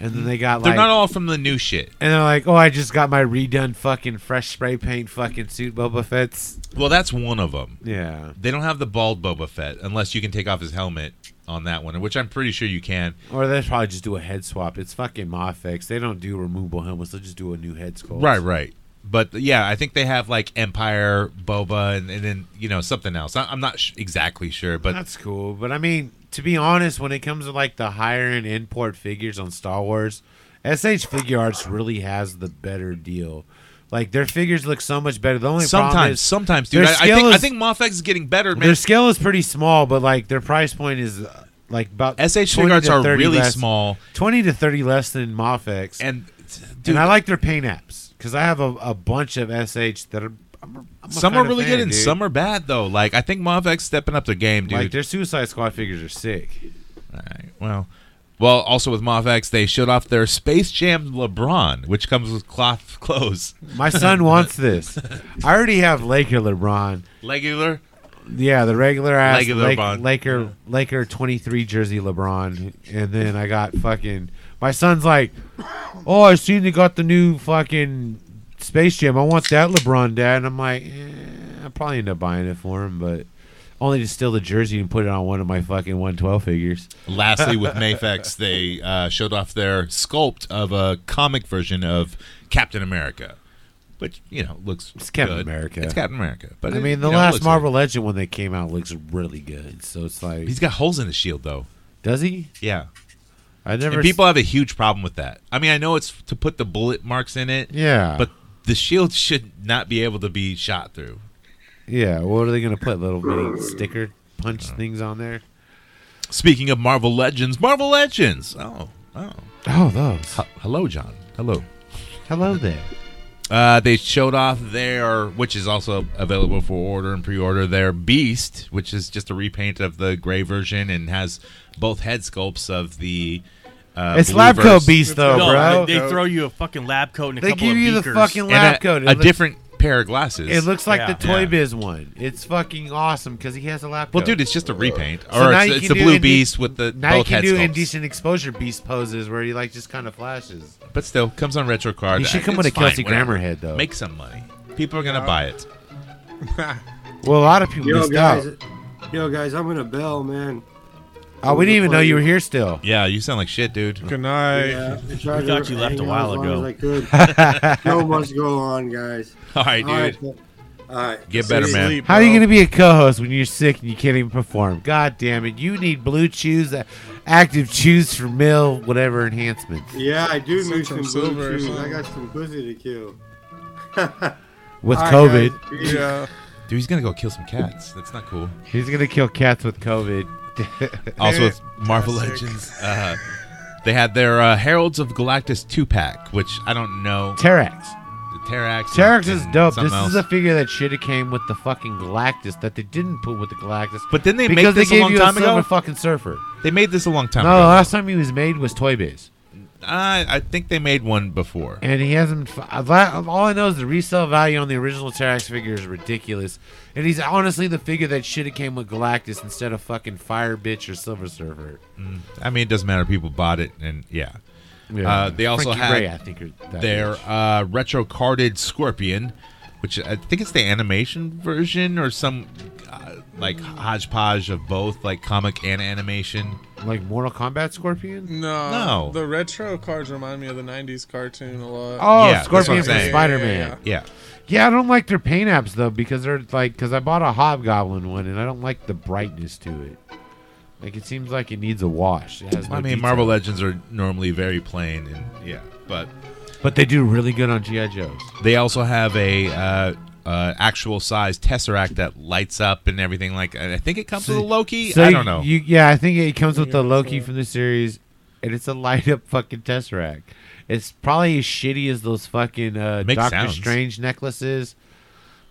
Speaker 4: and then they got
Speaker 3: They're
Speaker 4: like
Speaker 3: not all from the new shit.
Speaker 4: And they're like, oh, I just got my redone fucking fresh spray paint fucking suit, Boba Fett's.
Speaker 3: Well, that's one of them.
Speaker 4: Yeah.
Speaker 3: They don't have the bald Boba Fett unless you can take off his helmet on that one, which I'm pretty sure you can.
Speaker 4: Or they probably just do a head swap. It's fucking Mafex. They don't do removable helmets. They'll just do a new head sculpt.
Speaker 3: Right, right. But yeah, I think they have like Empire Boba and, and then you know something else. I, I'm not sh- exactly sure, but
Speaker 4: That's cool. But I mean, to be honest, when it comes to like the higher end import figures on Star Wars, SH Figure Arts really has the better deal. Like their figures look so much better. The only problem
Speaker 3: sometimes,
Speaker 4: is
Speaker 3: sometimes, dude,
Speaker 4: their
Speaker 3: I, I think
Speaker 4: scale
Speaker 3: I
Speaker 4: is-
Speaker 3: think Mofex is getting better, man.
Speaker 4: their scale is pretty small, but like their price point is uh, like about
Speaker 3: SH
Speaker 4: 20
Speaker 3: figure
Speaker 4: to
Speaker 3: arts are
Speaker 4: 30
Speaker 3: really
Speaker 4: less-
Speaker 3: small,
Speaker 4: twenty to thirty less than Mafex.
Speaker 3: and dude,
Speaker 4: and I like their paint apps because I have a, a bunch of SH that are. I'm a- I'm a
Speaker 3: some
Speaker 4: kind
Speaker 3: are
Speaker 4: of
Speaker 3: really
Speaker 4: fan,
Speaker 3: good and
Speaker 4: dude.
Speaker 3: some are bad though. Like I think Mavek's stepping up their game, dude.
Speaker 4: Like their Suicide Squad figures are sick.
Speaker 3: Alright, Well, well, also with Mavek's, they showed off their Space Jam LeBron, which comes with cloth clothes.
Speaker 4: My son wants this. I already have Laker LeBron.
Speaker 3: Regular.
Speaker 4: Yeah, the regular ass
Speaker 3: Laker
Speaker 4: Lake-
Speaker 3: LeBron.
Speaker 4: Laker Laker twenty three jersey LeBron, and then I got fucking. My son's like, oh, I seen they got the new fucking Space Jam. I want that LeBron, Dad. And I'm like, eh, I'll probably end up buying it for him, but only to steal the jersey and put it on one of my fucking one twelve figures.
Speaker 3: Lastly, with Mafex, they uh, showed off their sculpt of a comic version of Captain America, which you know looks
Speaker 4: It's Captain
Speaker 3: good.
Speaker 4: America.
Speaker 3: It's Captain America, but
Speaker 4: I
Speaker 3: it-
Speaker 4: mean, the
Speaker 3: you know, it
Speaker 4: last
Speaker 3: looks
Speaker 4: Marvel Legend when they came out looks really good. So it's like,
Speaker 3: good. He's got holes in his shield though.
Speaker 4: does he?
Speaker 3: Yeah,
Speaker 4: I never.
Speaker 3: and people have a huge problem with that. I mean, I know it's to put the bullet marks in it,
Speaker 4: yeah,
Speaker 3: but the shield should not be able to be shot through.
Speaker 4: yeah. What are they gonna put? Little mini sticker punch
Speaker 3: Uh,
Speaker 4: things on there.
Speaker 3: Speaking of Marvel Legends, Marvel Legends. Oh, oh.
Speaker 4: Oh, those.
Speaker 3: H- hello, John. Hello.
Speaker 4: Hello there.
Speaker 3: Uh, they showed off their, which is also available for order and pre-order, their Beast, which is just a repaint of the gray version and has both head sculpts of the. Uh,
Speaker 4: It's
Speaker 3: blue
Speaker 4: Lab Coat
Speaker 3: verse-
Speaker 4: Beast, though,
Speaker 7: no,
Speaker 4: bro.
Speaker 7: They, they throw you a fucking lab coat and a
Speaker 4: They
Speaker 7: couple
Speaker 4: give
Speaker 7: of
Speaker 4: you the
Speaker 7: beakers.
Speaker 4: fucking
Speaker 3: and
Speaker 4: lab
Speaker 3: a,
Speaker 4: coat. It
Speaker 3: a
Speaker 4: looks-
Speaker 3: different pair of glasses.
Speaker 4: It looks like
Speaker 7: Yeah.
Speaker 4: the Toy
Speaker 3: Yeah.
Speaker 4: Biz one. It's fucking awesome because he has a lap.
Speaker 3: well,
Speaker 4: coat.
Speaker 3: dude, it's just a repaint,
Speaker 4: So
Speaker 3: or
Speaker 4: now you
Speaker 3: it's, it's
Speaker 4: can
Speaker 3: the
Speaker 4: do
Speaker 3: blue
Speaker 4: inde-
Speaker 3: beast with the
Speaker 4: now you
Speaker 3: both
Speaker 4: can
Speaker 3: head
Speaker 4: do
Speaker 3: sculpts.
Speaker 4: indecent exposure beast poses where he like just kind of flashes.
Speaker 3: But still, comes on retro card. Uh,
Speaker 4: He should come
Speaker 3: It's
Speaker 4: with a
Speaker 3: fine,
Speaker 4: Kelsey
Speaker 3: whatever.
Speaker 4: Grammer head, though.
Speaker 3: Make some money. People are gonna buy it.
Speaker 4: Well, a lot of people
Speaker 5: Yo
Speaker 4: missed
Speaker 5: guys,
Speaker 4: out.
Speaker 5: yo guys, I'm gonna bell, man.
Speaker 4: Oh, we didn't even know you were here still.
Speaker 3: Yeah, you sound like shit, dude.
Speaker 8: Good night.
Speaker 5: Yeah, I tried
Speaker 7: thought
Speaker 5: to
Speaker 7: you left a
Speaker 5: hang on
Speaker 7: while
Speaker 5: as long
Speaker 7: ago.
Speaker 5: as I could. so much go on, guys.
Speaker 3: All right, dude.
Speaker 5: All right, all right.
Speaker 3: Get better, man.
Speaker 8: Sleep,
Speaker 4: How are you
Speaker 8: bro.
Speaker 4: going to be a co-host when you're sick and you can't even perform? God damn it! You need blue chews, uh, active chews for mill, whatever enhancements.
Speaker 5: Yeah, I do
Speaker 8: Send
Speaker 5: need
Speaker 8: some
Speaker 5: some
Speaker 8: silver or
Speaker 5: blue chews. I
Speaker 8: something.
Speaker 5: got some pussy to kill.
Speaker 4: With
Speaker 5: All right,
Speaker 4: COVID,
Speaker 5: guys.
Speaker 8: Yeah.
Speaker 3: Dude, he's gonna go kill some cats. That's not cool.
Speaker 4: he's going to kill cats with COVID.
Speaker 3: Also with Marvel
Speaker 8: Classic.
Speaker 3: Legends, uh, they had their uh, Heralds of Galactus two pack, which I don't know.
Speaker 4: Terax.
Speaker 3: The Terax.
Speaker 4: Terax
Speaker 3: and-
Speaker 4: is
Speaker 3: and
Speaker 4: dope.
Speaker 3: something
Speaker 4: This is a
Speaker 3: else.
Speaker 4: figure that should have came with the fucking Galactus that they didn't put with the Galactus.
Speaker 3: But didn't they make
Speaker 4: because
Speaker 3: this a
Speaker 4: they gave
Speaker 3: long
Speaker 4: you
Speaker 3: time
Speaker 4: a
Speaker 3: ago? Oh,
Speaker 4: silver fucking surfer.
Speaker 3: They made this a long time
Speaker 4: No, the
Speaker 3: ago.
Speaker 4: last time he was made was Toy Biz,
Speaker 3: I, I think they made one before.
Speaker 4: and he hasn't. f- I've la- uh, All I know is the resale value on the original Terax figure is ridiculous, and he's honestly the figure that should have came with Galactus instead of fucking Fire Bitch or Silver Surfer.
Speaker 3: I mean, it doesn't matter. People bought it, and yeah.
Speaker 4: Yeah.
Speaker 3: Uh, they also
Speaker 4: Frankie
Speaker 3: had
Speaker 4: Ray, I think, or that
Speaker 3: their
Speaker 4: bitch.
Speaker 3: uh, retro carded Scorpion, which I think it's the animation version or some uh, like hodgepodge of both, like comic and animation.
Speaker 4: like Mortal Kombat Scorpion.
Speaker 8: No.
Speaker 3: No.
Speaker 8: The retro cards remind me of the 90s cartoon a lot.
Speaker 4: Oh,
Speaker 3: Yeah, that's what I'm
Speaker 4: Scorpion from
Speaker 3: saying.
Speaker 4: Spider Man.
Speaker 8: Yeah, yeah, yeah.
Speaker 3: Yeah.
Speaker 4: Yeah, I don't like their paint apps though because they're like because I bought a hobgoblin one and I don't like the brightness to it. Like it seems like it needs a wash. It has no
Speaker 3: I mean,
Speaker 4: detail.
Speaker 3: Marvel Legends are normally very plain, and yeah, but
Speaker 4: but they do really good on GI Joes.
Speaker 3: they also have a uh, uh, actual size Tesseract that lights up and everything. Like I I think it comes with a Loki. I don't know.
Speaker 4: You, yeah, I think it comes with the
Speaker 8: Yeah,
Speaker 4: Loki
Speaker 8: so-
Speaker 4: from the series, and it's a light up fucking tesseract. It's probably as shitty as those fucking uh,
Speaker 3: Makes
Speaker 4: Doctor
Speaker 3: sounds.
Speaker 4: Strange necklaces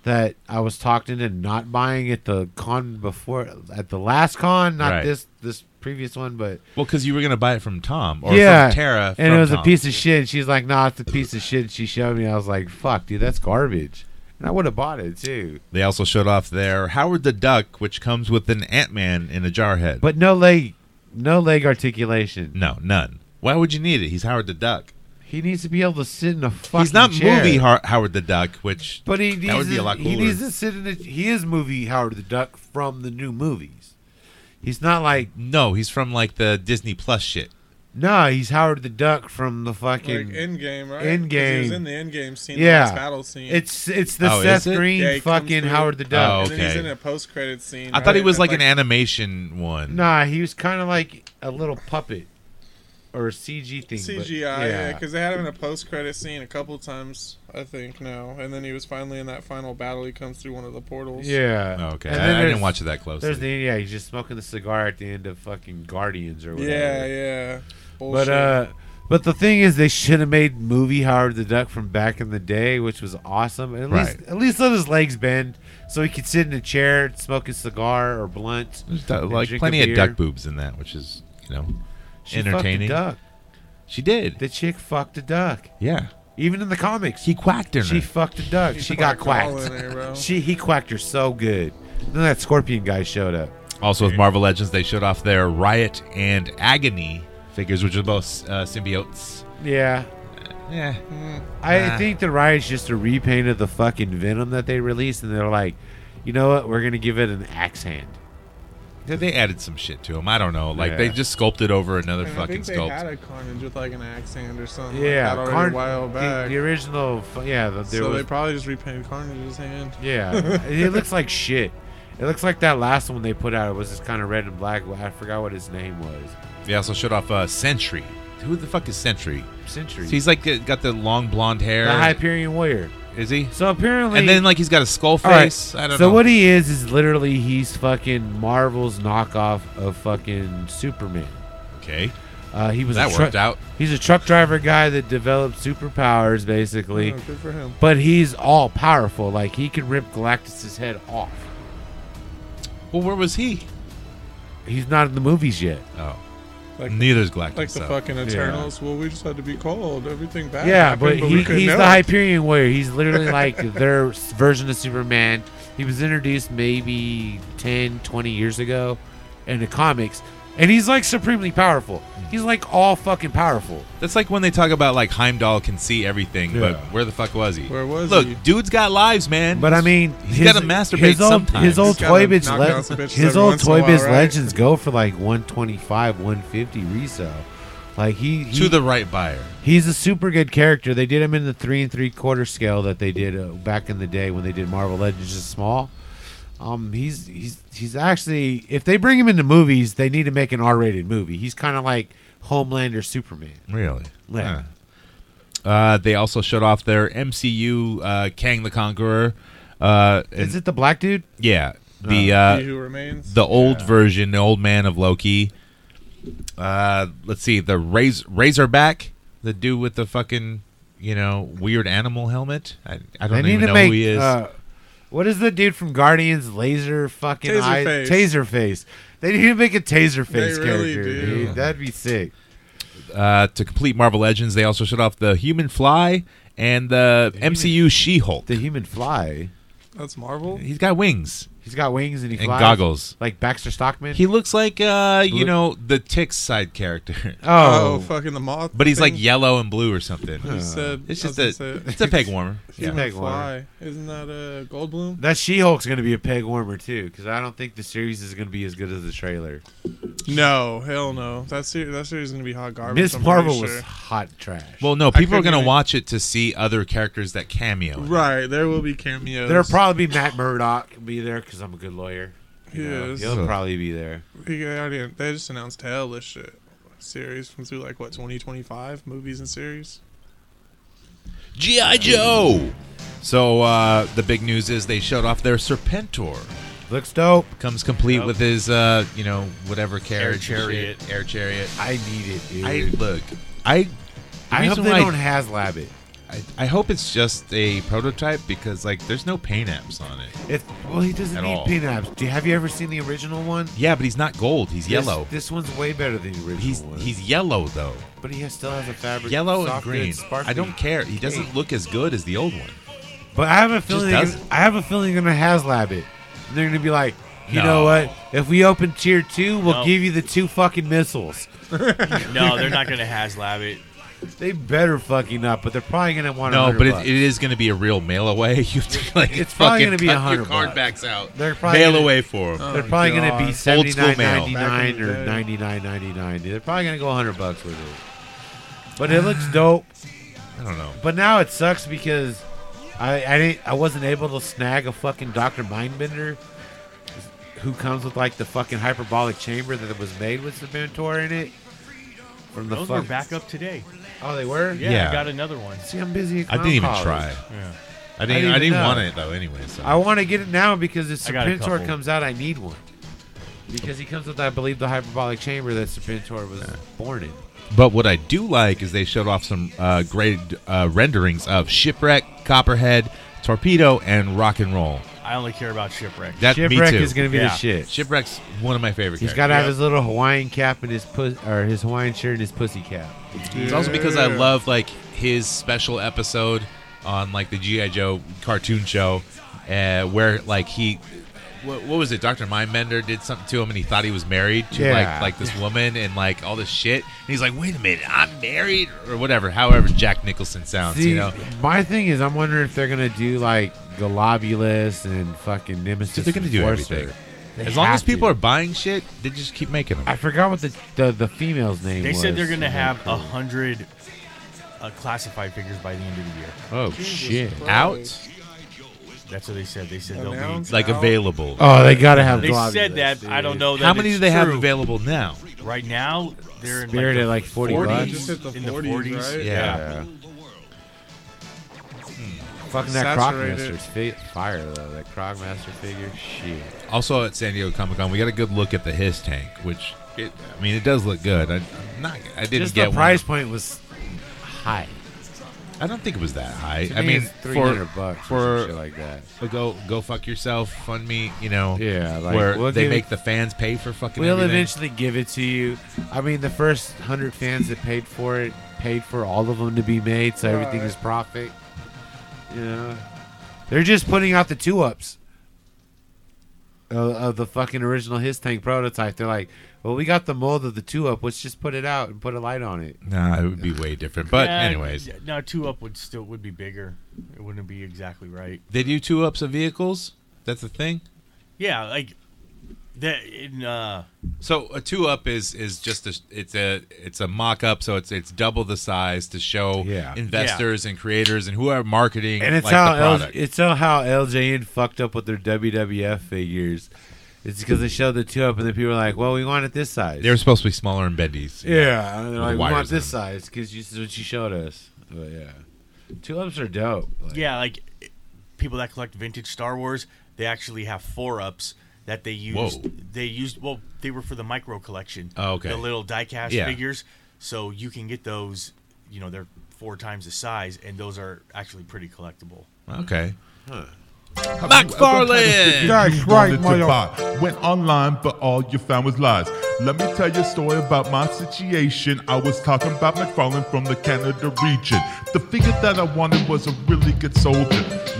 Speaker 4: that I was talked into not buying at the con before at the last con, not
Speaker 3: Right.
Speaker 4: this this previous one, but
Speaker 3: well, because you were gonna buy it from Tom or
Speaker 4: yeah,
Speaker 3: from Tara,
Speaker 4: and
Speaker 3: from
Speaker 4: it was a
Speaker 3: Tom.
Speaker 4: piece of shit. And she's like, "Nah, it's a piece of shit." She showed me. I was like, "Fuck, dude, that's garbage," and I would have bought it too.
Speaker 3: They also showed off their Howard the Duck, which comes with an Ant Man in a jar head.
Speaker 4: But no leg, no leg articulation.
Speaker 3: No, none. Why would you need it? He's Howard the Duck.
Speaker 4: He needs to be able to sit in a fucking.
Speaker 3: He's not
Speaker 4: chair.
Speaker 3: movie Har- Howard the Duck, which
Speaker 4: But he needs
Speaker 3: that would be
Speaker 4: to,
Speaker 3: a lot cooler.
Speaker 4: He needs to sit in a, He is movie Howard the Duck from the new movies. He's not like
Speaker 3: no, he's from like the Disney Plus shit.
Speaker 4: no. He's Howard the Duck from the
Speaker 8: Like
Speaker 4: fucking.
Speaker 8: in game, right? 'Cause He
Speaker 4: Endgame.
Speaker 8: was in the end game scene.
Speaker 4: Yeah.
Speaker 8: Yeah. The last battle scene.
Speaker 4: it's it's the
Speaker 3: Oh, is
Speaker 4: Seth
Speaker 3: it?
Speaker 4: Green
Speaker 8: Yeah, he comes
Speaker 4: fucking
Speaker 8: through-
Speaker 4: Howard the Duck.
Speaker 8: And then he's
Speaker 3: Oh, okay.
Speaker 8: in a post credit scene.
Speaker 3: I thought he
Speaker 8: right?
Speaker 3: was like
Speaker 8: With,
Speaker 3: an animation one.
Speaker 4: Nah, he was kind of like a little puppet or a CG thing. but-
Speaker 8: CGI, yeah, because they had him in a post-credit scene a couple times, I think now, and then he was finally in that final battle. He comes through one of the portals.
Speaker 4: Yeah.
Speaker 3: Oh, Okay,
Speaker 4: And then
Speaker 3: I, I didn't
Speaker 4: there's-
Speaker 3: watch it that closely.
Speaker 4: There's the yeah. He's just smoking the cigar at the end of fucking Guardians or whatever.
Speaker 8: yeah, yeah. Bullshit.
Speaker 4: But uh, but the thing is, they should have made movie Howard the Duck from back in the day, which was awesome. At
Speaker 3: Right.
Speaker 4: least at least let his legs bend so he could sit in a chair, smoke a cigar or blunt.
Speaker 3: There's du-
Speaker 4: and
Speaker 3: uh, like
Speaker 4: drink a
Speaker 3: plenty of
Speaker 4: beer.
Speaker 3: duck boobs in that, which is you know
Speaker 4: She fucked a
Speaker 3: entertaining.
Speaker 4: duck.
Speaker 3: She did.
Speaker 4: The chick fucked a duck.
Speaker 3: Yeah,
Speaker 4: Even in the comics,
Speaker 3: he quacked her.
Speaker 4: she fucked a duck. She got quacked. She he quacked her so good. Then that scorpion guy showed up.
Speaker 3: also, with Marvel Legends, they showed off their Riot and Agony figures, which are both uh, symbiotes.
Speaker 4: Yeah.
Speaker 3: Yeah,
Speaker 4: I
Speaker 3: Nah.
Speaker 4: think the riot's just a repaint of the fucking Venom that they released, and they're like, you know what? We're gonna give it an axe hand.
Speaker 3: they, they added some shit to him. I don't know. Like they
Speaker 4: Yeah.
Speaker 3: just sculpted over another
Speaker 8: I
Speaker 3: fucking
Speaker 8: think they
Speaker 3: sculpt.
Speaker 8: had a Carnage with like an axe hand or something.
Speaker 4: Yeah,
Speaker 8: like that already
Speaker 4: Carn-
Speaker 8: a while
Speaker 4: the-
Speaker 8: back.
Speaker 4: The, original, fu- yeah, the, there
Speaker 8: so
Speaker 4: was,
Speaker 8: they probably just repainted Carnage's hand.
Speaker 4: yeah. it looks like shit. It looks like that last one they put out. It was just kind of red and black. I forgot what his name was.
Speaker 3: They also showed off uh, Sentry. Who the fuck is Sentry?
Speaker 4: Century.
Speaker 3: So he's like uh, got the long blonde hair.
Speaker 4: the Hyperion Warrior.
Speaker 3: Is he?
Speaker 4: So apparently,
Speaker 3: And then like he's got a skull
Speaker 4: All right,
Speaker 3: face. I don't
Speaker 4: so
Speaker 3: know.
Speaker 4: what he is is literally he's fucking Marvel's knockoff of fucking Superman.
Speaker 3: okay.
Speaker 4: Uh, he was
Speaker 3: That
Speaker 4: a truck-
Speaker 3: worked out.
Speaker 4: He's a truck driver guy that developed superpowers, basically.
Speaker 3: Mm-hmm.
Speaker 8: Oh, good for him.
Speaker 4: But he's all powerful. Like he can rip Galactus's head off.
Speaker 3: Well, where was he?
Speaker 4: He's not in the movies yet.
Speaker 3: Oh,
Speaker 8: Like,
Speaker 3: neither's Galactus.
Speaker 8: like the
Speaker 3: so.
Speaker 8: fucking Eternals. Well, we just had to be called. Everything bad.
Speaker 4: yeah,
Speaker 8: happened,
Speaker 4: but,
Speaker 8: we
Speaker 4: he,
Speaker 8: couldn't
Speaker 4: he's
Speaker 8: know.
Speaker 4: the Hyperion Warrior. He's literally like their s- version of Superman. He was introduced maybe 10, 20 years ago in the comics. And he's like supremely powerful.
Speaker 8: Hmm.
Speaker 4: He's like all fucking powerful.
Speaker 3: That's like when they talk about like Heimdall can see everything, but
Speaker 4: Yeah.
Speaker 3: where the fuck was he?
Speaker 8: Where was
Speaker 3: Look,
Speaker 8: he?
Speaker 3: dude's got lives, man.
Speaker 4: But I mean,
Speaker 3: He's gotta masturbate
Speaker 4: his old,
Speaker 3: sometimes.
Speaker 4: His old
Speaker 8: He's gotta
Speaker 4: toy biz,
Speaker 8: knock
Speaker 4: le-
Speaker 8: out some bitches
Speaker 4: his
Speaker 8: every
Speaker 4: old
Speaker 8: once in a
Speaker 4: toy
Speaker 8: while,
Speaker 4: biz
Speaker 8: right?
Speaker 4: legends go for like 125, 150 resale. Like he, he
Speaker 3: to the right buyer.
Speaker 4: he's a super good character. They did him in the three and three quarter scale that they did uh, back in the day when they did Marvel Legends just small. Um, he's he's he's actually if they bring him into movies, they need to make an R rated movie. He's kind of like Homelander Superman.
Speaker 3: Really?
Speaker 4: Yeah.
Speaker 3: Huh. Uh, they also showed off their MCU uh, Kang the Conqueror. Uh, and-
Speaker 4: Is it the black dude?
Speaker 3: Yeah. The uh,
Speaker 8: He who remains.
Speaker 3: the old version, the old man of Loki. Uh, let's see, the raz- Razorback, the dude with the fucking, you know, weird animal helmet. I, I
Speaker 4: They
Speaker 3: don't
Speaker 4: need
Speaker 3: even
Speaker 4: to
Speaker 3: know
Speaker 4: make.
Speaker 3: who he is.
Speaker 4: Uh, what is the dude from Guardians? Laser fucking
Speaker 8: Taser
Speaker 4: eye,
Speaker 8: face.
Speaker 4: taser face. They need to make a taser face
Speaker 8: really
Speaker 4: character,
Speaker 8: do.
Speaker 4: dude. That'd be sick.
Speaker 3: Uh, to complete Marvel Legends, they also showed off the Human Fly and the MCU She-Hulk.
Speaker 4: The human fly.
Speaker 8: That's Marvel.
Speaker 3: He's got wings.
Speaker 4: He's got wings and he
Speaker 3: And
Speaker 4: flies.
Speaker 3: goggles.
Speaker 4: like Baxter Stockman.
Speaker 3: He looks like, uh, you know, the Tick side character,
Speaker 8: Oh,
Speaker 4: oh,
Speaker 8: fucking the moth.
Speaker 3: but he's like
Speaker 8: thing.
Speaker 3: yellow and blue or something.
Speaker 8: You said,
Speaker 3: It's
Speaker 8: I was
Speaker 3: just
Speaker 8: gonna
Speaker 3: a,
Speaker 8: say,
Speaker 3: it's a peg warmer.
Speaker 8: Human
Speaker 3: Yeah.
Speaker 4: Peg warmer.
Speaker 8: fly. Isn't that a uh, Goldblum?
Speaker 4: that She Hulk's gonna be a peg warmer too, because I don't think the series is gonna be as good as the trailer.
Speaker 8: No, hell no. That series, that series is gonna be hot garbage.
Speaker 4: Miss
Speaker 8: I'm pretty
Speaker 4: Marvel was
Speaker 8: sure.
Speaker 4: hot trash.
Speaker 3: Well, no, people are
Speaker 8: couldn't
Speaker 3: gonna
Speaker 8: even-
Speaker 3: watch it to see other characters that cameo. in it.
Speaker 8: right. There will be cameos.
Speaker 4: There'll probably be Matt Murdock be there because I'm a good lawyer.
Speaker 8: He
Speaker 4: You know,
Speaker 8: is.
Speaker 4: He'll probably be there.
Speaker 8: He already- They just announced hell this shit. Series from through like what 2025 movies and series.
Speaker 3: GI Joe. So uh, the big news is they showed off their Serpentor.
Speaker 4: Looks dope.
Speaker 3: Comes complete
Speaker 7: Yep.
Speaker 3: with his, uh, you know, whatever carriage, and
Speaker 7: chariot.
Speaker 3: shit. air chariot.
Speaker 4: I need it, dude.
Speaker 3: I look. I.
Speaker 4: I hope
Speaker 3: reason
Speaker 4: they
Speaker 3: why
Speaker 4: don't Haslab it.
Speaker 3: I, I hope it's just a prototype because like there's no paint apps on it.
Speaker 4: If well, he doesn't
Speaker 3: At
Speaker 4: need
Speaker 3: all.
Speaker 4: pinups. Do you, have you ever seen the original one?
Speaker 3: Yeah, but he's not gold. He's yellow.
Speaker 4: This, this one's way better than the original
Speaker 3: He's
Speaker 4: one.
Speaker 3: he's yellow though.
Speaker 4: but he has, still has a fabric.
Speaker 3: Yellow and
Speaker 4: soft good,
Speaker 3: green. I
Speaker 4: sparkly.
Speaker 3: don't care. He doesn't look as good as the old one.
Speaker 4: But I have a feeling. They're
Speaker 3: doesn't.
Speaker 4: gonna, I have a feeling they're gonna Haslab it. And they're gonna be like, you know
Speaker 3: No.
Speaker 4: what? If we open tier two, we'll
Speaker 7: No.
Speaker 4: give you the two fucking missiles.
Speaker 7: No, they're not gonna Haslab it.
Speaker 4: They better fucking up, but they're probably gonna want
Speaker 3: No,
Speaker 4: 100
Speaker 3: but it,
Speaker 4: bucks.
Speaker 3: it is going to be a real mail away. You have to like
Speaker 4: It's probably
Speaker 3: going
Speaker 4: gonna
Speaker 3: to
Speaker 4: be
Speaker 3: cut
Speaker 4: 100
Speaker 3: your card
Speaker 4: bucks.
Speaker 3: backs out.
Speaker 4: They're probably
Speaker 3: Mail
Speaker 4: gonna-
Speaker 3: away for him.
Speaker 4: They're probably gonna be
Speaker 8: God.
Speaker 4: seventy
Speaker 3: school
Speaker 4: nine
Speaker 3: mail.
Speaker 4: ninety
Speaker 8: Back in
Speaker 4: nine
Speaker 8: the
Speaker 4: or
Speaker 8: day.
Speaker 4: ninety nine ninety nine. They're probably gonna go hundred bucks with it. But it looks dope.
Speaker 3: I don't know.
Speaker 4: But now it sucks because I I didn't I wasn't able to snag a fucking Doctor Mindbender who comes with like the fucking hyperbolic chamber that was made with the mentor in it. From the
Speaker 7: Those
Speaker 4: fuck-
Speaker 7: were back up today.
Speaker 4: Oh, they were.
Speaker 7: Yeah,
Speaker 3: Yeah.
Speaker 7: I got another one.
Speaker 4: See, I'm busy. at
Speaker 3: I didn't even
Speaker 4: college.
Speaker 3: try.
Speaker 7: Yeah.
Speaker 3: Oh, I didn't.
Speaker 4: I
Speaker 3: I
Speaker 4: didn't
Speaker 3: didn't
Speaker 4: know.
Speaker 3: want it though. Anyway, so
Speaker 4: I want to get it now because if
Speaker 7: I got a
Speaker 4: Serpentor
Speaker 7: couple.
Speaker 4: comes out, I need one. Because he comes with, I believe, the hyperbolic chamber that Serpentor was born in.
Speaker 3: But what I do like is they showed off some uh, great uh, renderings of Shipwreck, Copperhead, Torpedo, and Rock and Roll.
Speaker 7: I only care about shipwreck.
Speaker 3: That
Speaker 4: Shipwreck
Speaker 3: me too.
Speaker 4: is going to be
Speaker 7: Yeah.
Speaker 4: the shit.
Speaker 3: Shipwreck's one of my favorite.
Speaker 4: He's got to
Speaker 3: characters.
Speaker 4: have his little Hawaiian cap and his pus- or his Hawaiian shirt and his pussy cap.
Speaker 3: It's also because I love like his special episode on like the GI Joe cartoon show, uh, where like he. What, what was it? Doctor Mindbender did something to him, and he thought he was married to
Speaker 4: Yeah.
Speaker 3: like like this woman and like all this shit. And he's like, "Wait a minute, I'm married," or whatever. However, Jack Nicholson sounds,
Speaker 4: See,
Speaker 3: you know.
Speaker 4: my thing is, I'm wondering if they're gonna do like Globulus and fucking Nemesis.
Speaker 3: Dude, they're gonna do
Speaker 4: Enforcer.
Speaker 3: everything.
Speaker 4: They
Speaker 3: As long as
Speaker 4: have
Speaker 3: people
Speaker 4: to.
Speaker 3: are buying shit, they just keep making them.
Speaker 4: I forgot what the the, the female's name
Speaker 7: They
Speaker 4: was.
Speaker 7: said they're gonna have a hundred uh, classified figures by the end of the year.
Speaker 3: Oh shit!
Speaker 8: Christ.
Speaker 3: Out
Speaker 7: That's what they said. They said they'll be.
Speaker 8: Announced
Speaker 3: like
Speaker 8: out.
Speaker 3: available.
Speaker 4: Oh, they gotta have.
Speaker 7: They
Speaker 4: Globulus,
Speaker 7: said that. I don't
Speaker 4: dude.
Speaker 7: know. That
Speaker 3: How many
Speaker 7: it's
Speaker 3: do they have
Speaker 7: true.
Speaker 3: available now?
Speaker 7: right now? They're in
Speaker 4: Spirit
Speaker 7: like
Speaker 4: at
Speaker 7: the
Speaker 4: like forty
Speaker 8: 40s.
Speaker 4: bucks.
Speaker 8: Just hit the
Speaker 7: in the
Speaker 8: 40s,
Speaker 7: 40s.
Speaker 8: right?
Speaker 3: Yeah.
Speaker 4: Fucking that Croc
Speaker 8: Saturated.
Speaker 4: Master's fi- fire though. That Croc Master figure, shit.
Speaker 3: Also at San Diego Comic Con, we got a good look at the his tank, which it, I mean, it does look good. I, I'm not, I didn't
Speaker 4: Just
Speaker 3: get
Speaker 4: the price point was high.
Speaker 3: One. I don't think it was that high.
Speaker 4: To
Speaker 3: I
Speaker 4: me,
Speaker 3: mean,
Speaker 4: it's 300
Speaker 3: for,
Speaker 4: bucks or
Speaker 3: for
Speaker 4: some shit like that.
Speaker 3: a go go fuck yourself fund me, you know.
Speaker 4: Yeah, like,
Speaker 3: where
Speaker 4: we'll
Speaker 3: they
Speaker 4: give-
Speaker 3: make the fans pay for fucking.
Speaker 4: We'll
Speaker 3: everything.
Speaker 4: eventually give it to you. I mean, the first hundred fans that paid for it paid for all of them to be made, so everything is profit. You know, they're just putting out the two ups of, of the fucking original His Tank prototype. They're like, well, we got the mold of the two up. Let's just put it out and put a light on it.
Speaker 3: Nah, it would be way different. But
Speaker 7: Yeah,
Speaker 3: anyways,
Speaker 7: yeah, no, two up would still would be bigger. It wouldn't be exactly right.
Speaker 3: they do two ups of vehicles. That's the thing.
Speaker 7: Yeah, like that. In, uh,
Speaker 3: So a two up is is just a it's a it's a mock up, so it's it's double the size to show
Speaker 4: Yeah.
Speaker 3: investors and creators and who are marketing
Speaker 4: And it's
Speaker 3: like
Speaker 4: how
Speaker 3: the product.
Speaker 4: L- it's how LJN fucked up with their WWF figures. It's because they showed the two up, and then people were like, well, we want it this size.
Speaker 3: They're supposed to be smaller and bendies.
Speaker 4: Yeah, and
Speaker 3: With
Speaker 4: they're like, we
Speaker 3: wires
Speaker 4: want
Speaker 3: in
Speaker 4: this size because this is what you showed us. But yeah, two ups are dope. Like,
Speaker 7: yeah, like people that collect vintage Star Wars, they actually have four ups that they used.
Speaker 3: Whoa.
Speaker 7: They used well, they were for the micro collection.
Speaker 3: Oh, okay.
Speaker 7: the little diecast
Speaker 3: Yeah.
Speaker 7: figures. So you can get those. You know, they're four times the size, and those are actually pretty collectible.
Speaker 3: Okay. McFarlane.
Speaker 11: That's right, my buy. Went online, but all you found was lies. Let me tell you a story about my situation. I was talking about McFarlane from the Canada region. The figure that I wanted was a really good soldier.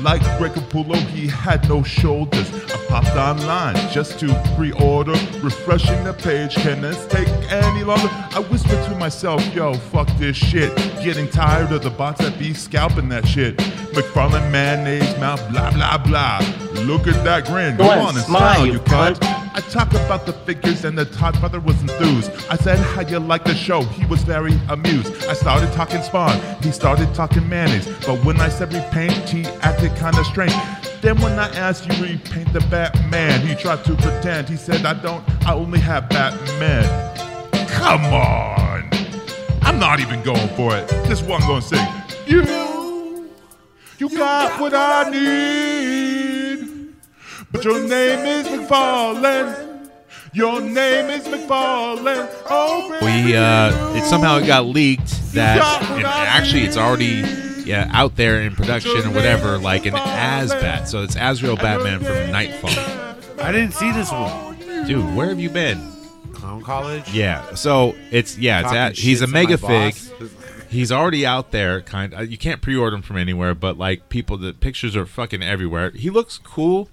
Speaker 11: Like Greg Capullo, he had no shoulders. I popped online just to pre-order, refreshing the page. Can this take any longer? I whispered to myself, yo, fuck this shit. Getting tired of the bots that be scalping that shit. McFarlane mayonnaise mouth, blah blah blah. Look at that grin. Go on and smile, you cunt. I talked about the figures and the Todd brother was enthused. I said how you like the show. He was very amused. I started talking Spawn. He started talking mayonnaise. But when I said repaint, he acted kinda strange. Then when I asked you repaint the Batman, he tried to pretend. He said I don't. I only have Batman. Come on. I'm not even going for it. This one gonna sing. You you got what I need, but your name is McFarlane. Your name is McFarlane. Oh,
Speaker 3: We uh, it somehow got leaked that and actually it's already yeah out there in production or whatever like an Asbat. So it's Azrael Batman from Nightfall.
Speaker 4: I didn't see this one.
Speaker 3: Dude, where have you been?
Speaker 4: Clown College.
Speaker 3: Yeah. So it's yeah it's
Speaker 4: Talking
Speaker 3: at, he's a
Speaker 4: shit to my
Speaker 3: mega fig.
Speaker 4: boss.
Speaker 3: He's already out there, kind. Of, you can't pre-order him from anywhere, but like people, the pictures are fucking everywhere. He looks cool.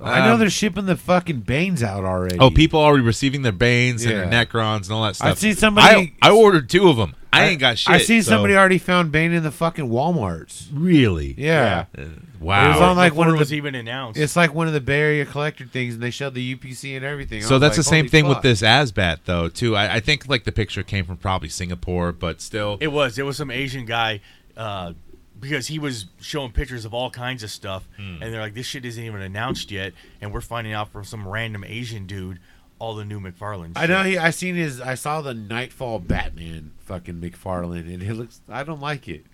Speaker 4: I know
Speaker 3: Um,
Speaker 4: they're shipping the fucking Banes out already.
Speaker 3: Oh, people already receiving their Banes and
Speaker 4: Yeah.
Speaker 3: their Necrons and all that stuff.
Speaker 4: I've seen somebody-
Speaker 3: I, I ordered two of them. I, ain't got shit.
Speaker 4: I seen
Speaker 3: so-
Speaker 4: somebody already found Bane in the fucking Walmarts.
Speaker 3: Really?
Speaker 4: Yeah,
Speaker 3: Uh, Wow.
Speaker 4: It was on like one
Speaker 7: Before it
Speaker 4: of
Speaker 7: was
Speaker 4: the.
Speaker 7: even announced.
Speaker 4: It's like one of the Bay Area collector things, and they showed the UPC and everything. I
Speaker 3: so
Speaker 4: was
Speaker 3: that's
Speaker 4: like,
Speaker 3: the same
Speaker 4: holy
Speaker 3: thing
Speaker 4: fuck.
Speaker 3: with this Asbat though too. I, I think like the picture came from probably Singapore, but still.
Speaker 7: It was. It was some Asian guy uh, because he was showing pictures of all kinds of stuff, and they're like, "This shit isn't even announced yet," and we're finding out from some random Asian dude all the new McFarlane.
Speaker 4: I know he. I seen his. I saw the Nightfall Batman fucking McFarlane, and it looks. I don't like it.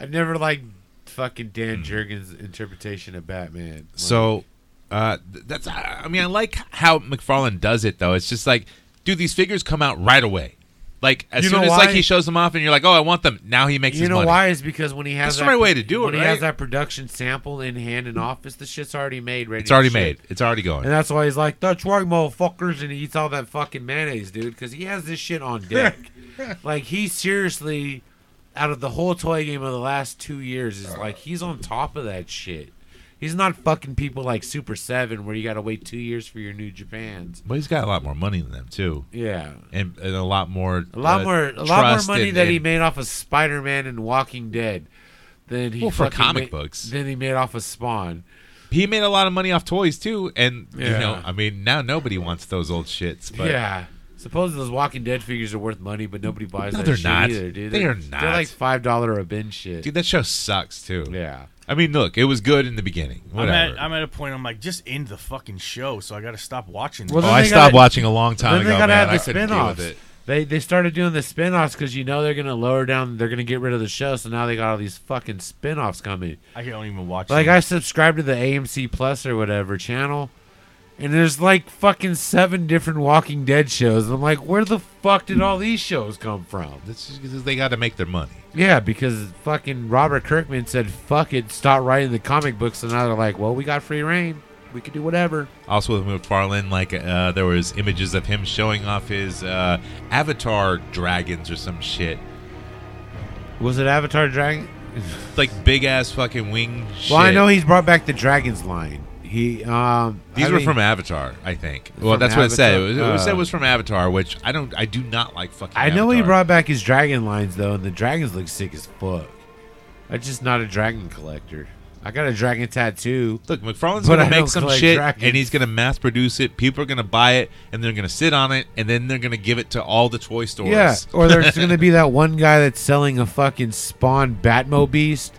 Speaker 4: I never liked fucking Dan Jurgens' interpretation of Batman. Like,
Speaker 3: Hmm. So uh, th- that's. I I mean, I like how McFarlane does it though. It's just like, dude, these figures come out right away. Like as
Speaker 4: You
Speaker 3: soon
Speaker 4: know
Speaker 3: as like
Speaker 4: why?
Speaker 3: he shows them off, and you're like, oh, I want them. Now he makes
Speaker 4: you
Speaker 3: his
Speaker 4: know
Speaker 3: money.
Speaker 4: why? Is because when he has
Speaker 3: That's the
Speaker 4: that
Speaker 3: right
Speaker 4: pro-
Speaker 3: way to do it,
Speaker 4: When he has
Speaker 3: right?
Speaker 4: that production sample in hand in office, the shit's already made. Ready.
Speaker 3: It's already
Speaker 4: to
Speaker 3: made.
Speaker 4: ship.
Speaker 3: It's already going.
Speaker 4: And that's why he's like, "That's right, motherfuckers," and he eats all that fucking mayonnaise, dude, because he has this shit on deck. like he seriously, out of the whole toy game of the last two years, is like he's on top of that shit. He's not fucking people like Super Seven, where you got to wait two years for your new Japans.
Speaker 3: But he's got a lot more money than them too,
Speaker 4: Yeah,
Speaker 3: and, and a lot more,
Speaker 4: a lot
Speaker 3: uh,
Speaker 4: more, a lot more
Speaker 3: trust
Speaker 4: money
Speaker 3: and-
Speaker 4: that he
Speaker 3: and-
Speaker 4: made off of Spider Man and Walking Dead than he
Speaker 3: Well, for
Speaker 4: fucking
Speaker 3: comic
Speaker 4: ma-
Speaker 3: books.
Speaker 4: than he made off of Spawn.
Speaker 3: He made a lot of money off toys too, and you
Speaker 4: Yeah.
Speaker 3: know, I mean, now nobody wants those old shits. But
Speaker 4: yeah. Supposedly those Walking Dead figures are worth money, but nobody buys
Speaker 3: No,
Speaker 4: that
Speaker 3: they're
Speaker 4: shit
Speaker 3: not.
Speaker 4: either, dude.
Speaker 3: They are
Speaker 4: They're
Speaker 3: not.
Speaker 4: like five dollar a bin shit.
Speaker 3: dude, that show sucks too.
Speaker 4: yeah.
Speaker 3: I mean, look, it was good in the beginning.
Speaker 7: I'm
Speaker 3: Whatever.
Speaker 7: at, I'm at a point. I'm like, just end the fucking show. So I got to stop watching. This.
Speaker 4: Well,
Speaker 3: oh,
Speaker 4: then
Speaker 3: I
Speaker 4: they
Speaker 3: stopped
Speaker 4: gotta-
Speaker 3: watching a long time
Speaker 4: then they
Speaker 3: ago.
Speaker 4: gotta
Speaker 3: man.
Speaker 4: have the
Speaker 3: I couldn't deal with
Speaker 4: spin-offs.
Speaker 3: it.
Speaker 4: They they started doing the spinoffs because you know they're gonna lower down. They're gonna get rid of the show, so now they got all these fucking spinoffs coming.
Speaker 7: I don't even watch.
Speaker 4: Like
Speaker 7: them.
Speaker 4: I subscribe to the AMC Plus or whatever channel, and there's like fucking seven different Walking Dead shows. And I'm like, where the fuck did all these shows come from?
Speaker 3: This is because they got to make their money.
Speaker 4: Yeah, because fucking Robert Kirkman said, "Fuck it, stop writing the comic books." And now they're like, "Well, we got free reign. We could do whatever."
Speaker 3: Also with McFarlane, like uh, there was images of him showing off his uh, avatar dragons or some shit,
Speaker 4: Was it Avatar Dragon?
Speaker 3: like big ass fucking wing. shit.
Speaker 4: Well, I know he's brought back the dragons line. He um,
Speaker 3: These
Speaker 4: I
Speaker 3: were
Speaker 4: mean-
Speaker 3: from Avatar, I think.
Speaker 4: From
Speaker 3: Well, that's what it said. It, was, it
Speaker 4: Avatar?
Speaker 3: was said
Speaker 4: Oh.
Speaker 3: it was from Avatar, which I don't. I do not like fucking.
Speaker 4: I know he
Speaker 3: Avatar.
Speaker 4: brought back his dragon lines though, and the dragons look sick as fuck. I'm just not a dragon collector. I got a dragon tattoo.
Speaker 3: Look, McFarlane's
Speaker 4: But
Speaker 3: gonna
Speaker 4: I
Speaker 3: make
Speaker 4: don't
Speaker 3: some
Speaker 4: collect
Speaker 3: shit,
Speaker 4: dragons.
Speaker 3: and he's gonna mass produce it. People are gonna buy it, and they're gonna sit on it, and then they're gonna give it to all the toy stores.
Speaker 4: Yeah, or there's going to be that one guy that's selling a fucking spawn Batmo beast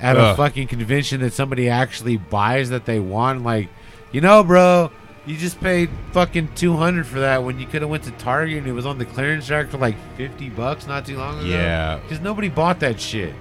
Speaker 4: at a
Speaker 3: Ugh.
Speaker 4: fucking convention that somebody actually buys that they want. Like, you know, bro, you just paid fucking two hundred for that when you could have went to Target and it was on the clearance rack for like fifty bucks not too long ago.
Speaker 3: Yeah.
Speaker 4: because nobody bought that shit.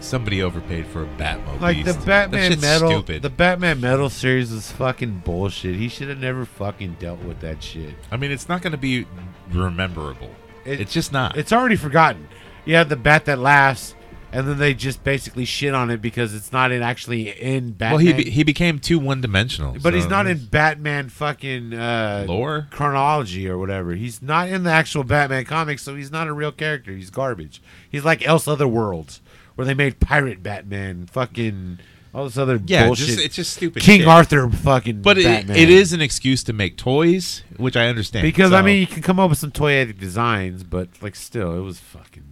Speaker 3: somebody overpaid for a Batmobile.
Speaker 4: Like the
Speaker 3: That
Speaker 4: Batman
Speaker 3: shit's
Speaker 4: Metal,
Speaker 3: Stupid.
Speaker 4: the Batman Metal series was fucking bullshit. He should have never fucking dealt with that shit.
Speaker 3: I mean, it's not gonna be rememberable. it's just not.
Speaker 4: It's already forgotten. You have the bat that laughs, and then they just basically shit on it because it's not in actually in
Speaker 3: well,
Speaker 4: Batman.
Speaker 3: he be, he became too one dimensional.
Speaker 4: but he's not in Batman fucking uh,
Speaker 3: Lore?
Speaker 4: chronology or whatever. He's not in the actual Batman comics, so he's not a real character. He's garbage. He's like Else Otherworlds, where they made pirate Batman, fucking all this other
Speaker 3: Yeah,
Speaker 4: bullshit.
Speaker 3: just, it's just stupid.
Speaker 4: King
Speaker 3: shit.
Speaker 4: Arthur, fucking.
Speaker 3: But it,
Speaker 4: Batman.
Speaker 3: it is an excuse to make toys, which I understand.
Speaker 4: because I
Speaker 3: so-
Speaker 4: mean you can come up with some toyetic designs, but like still, it was fucking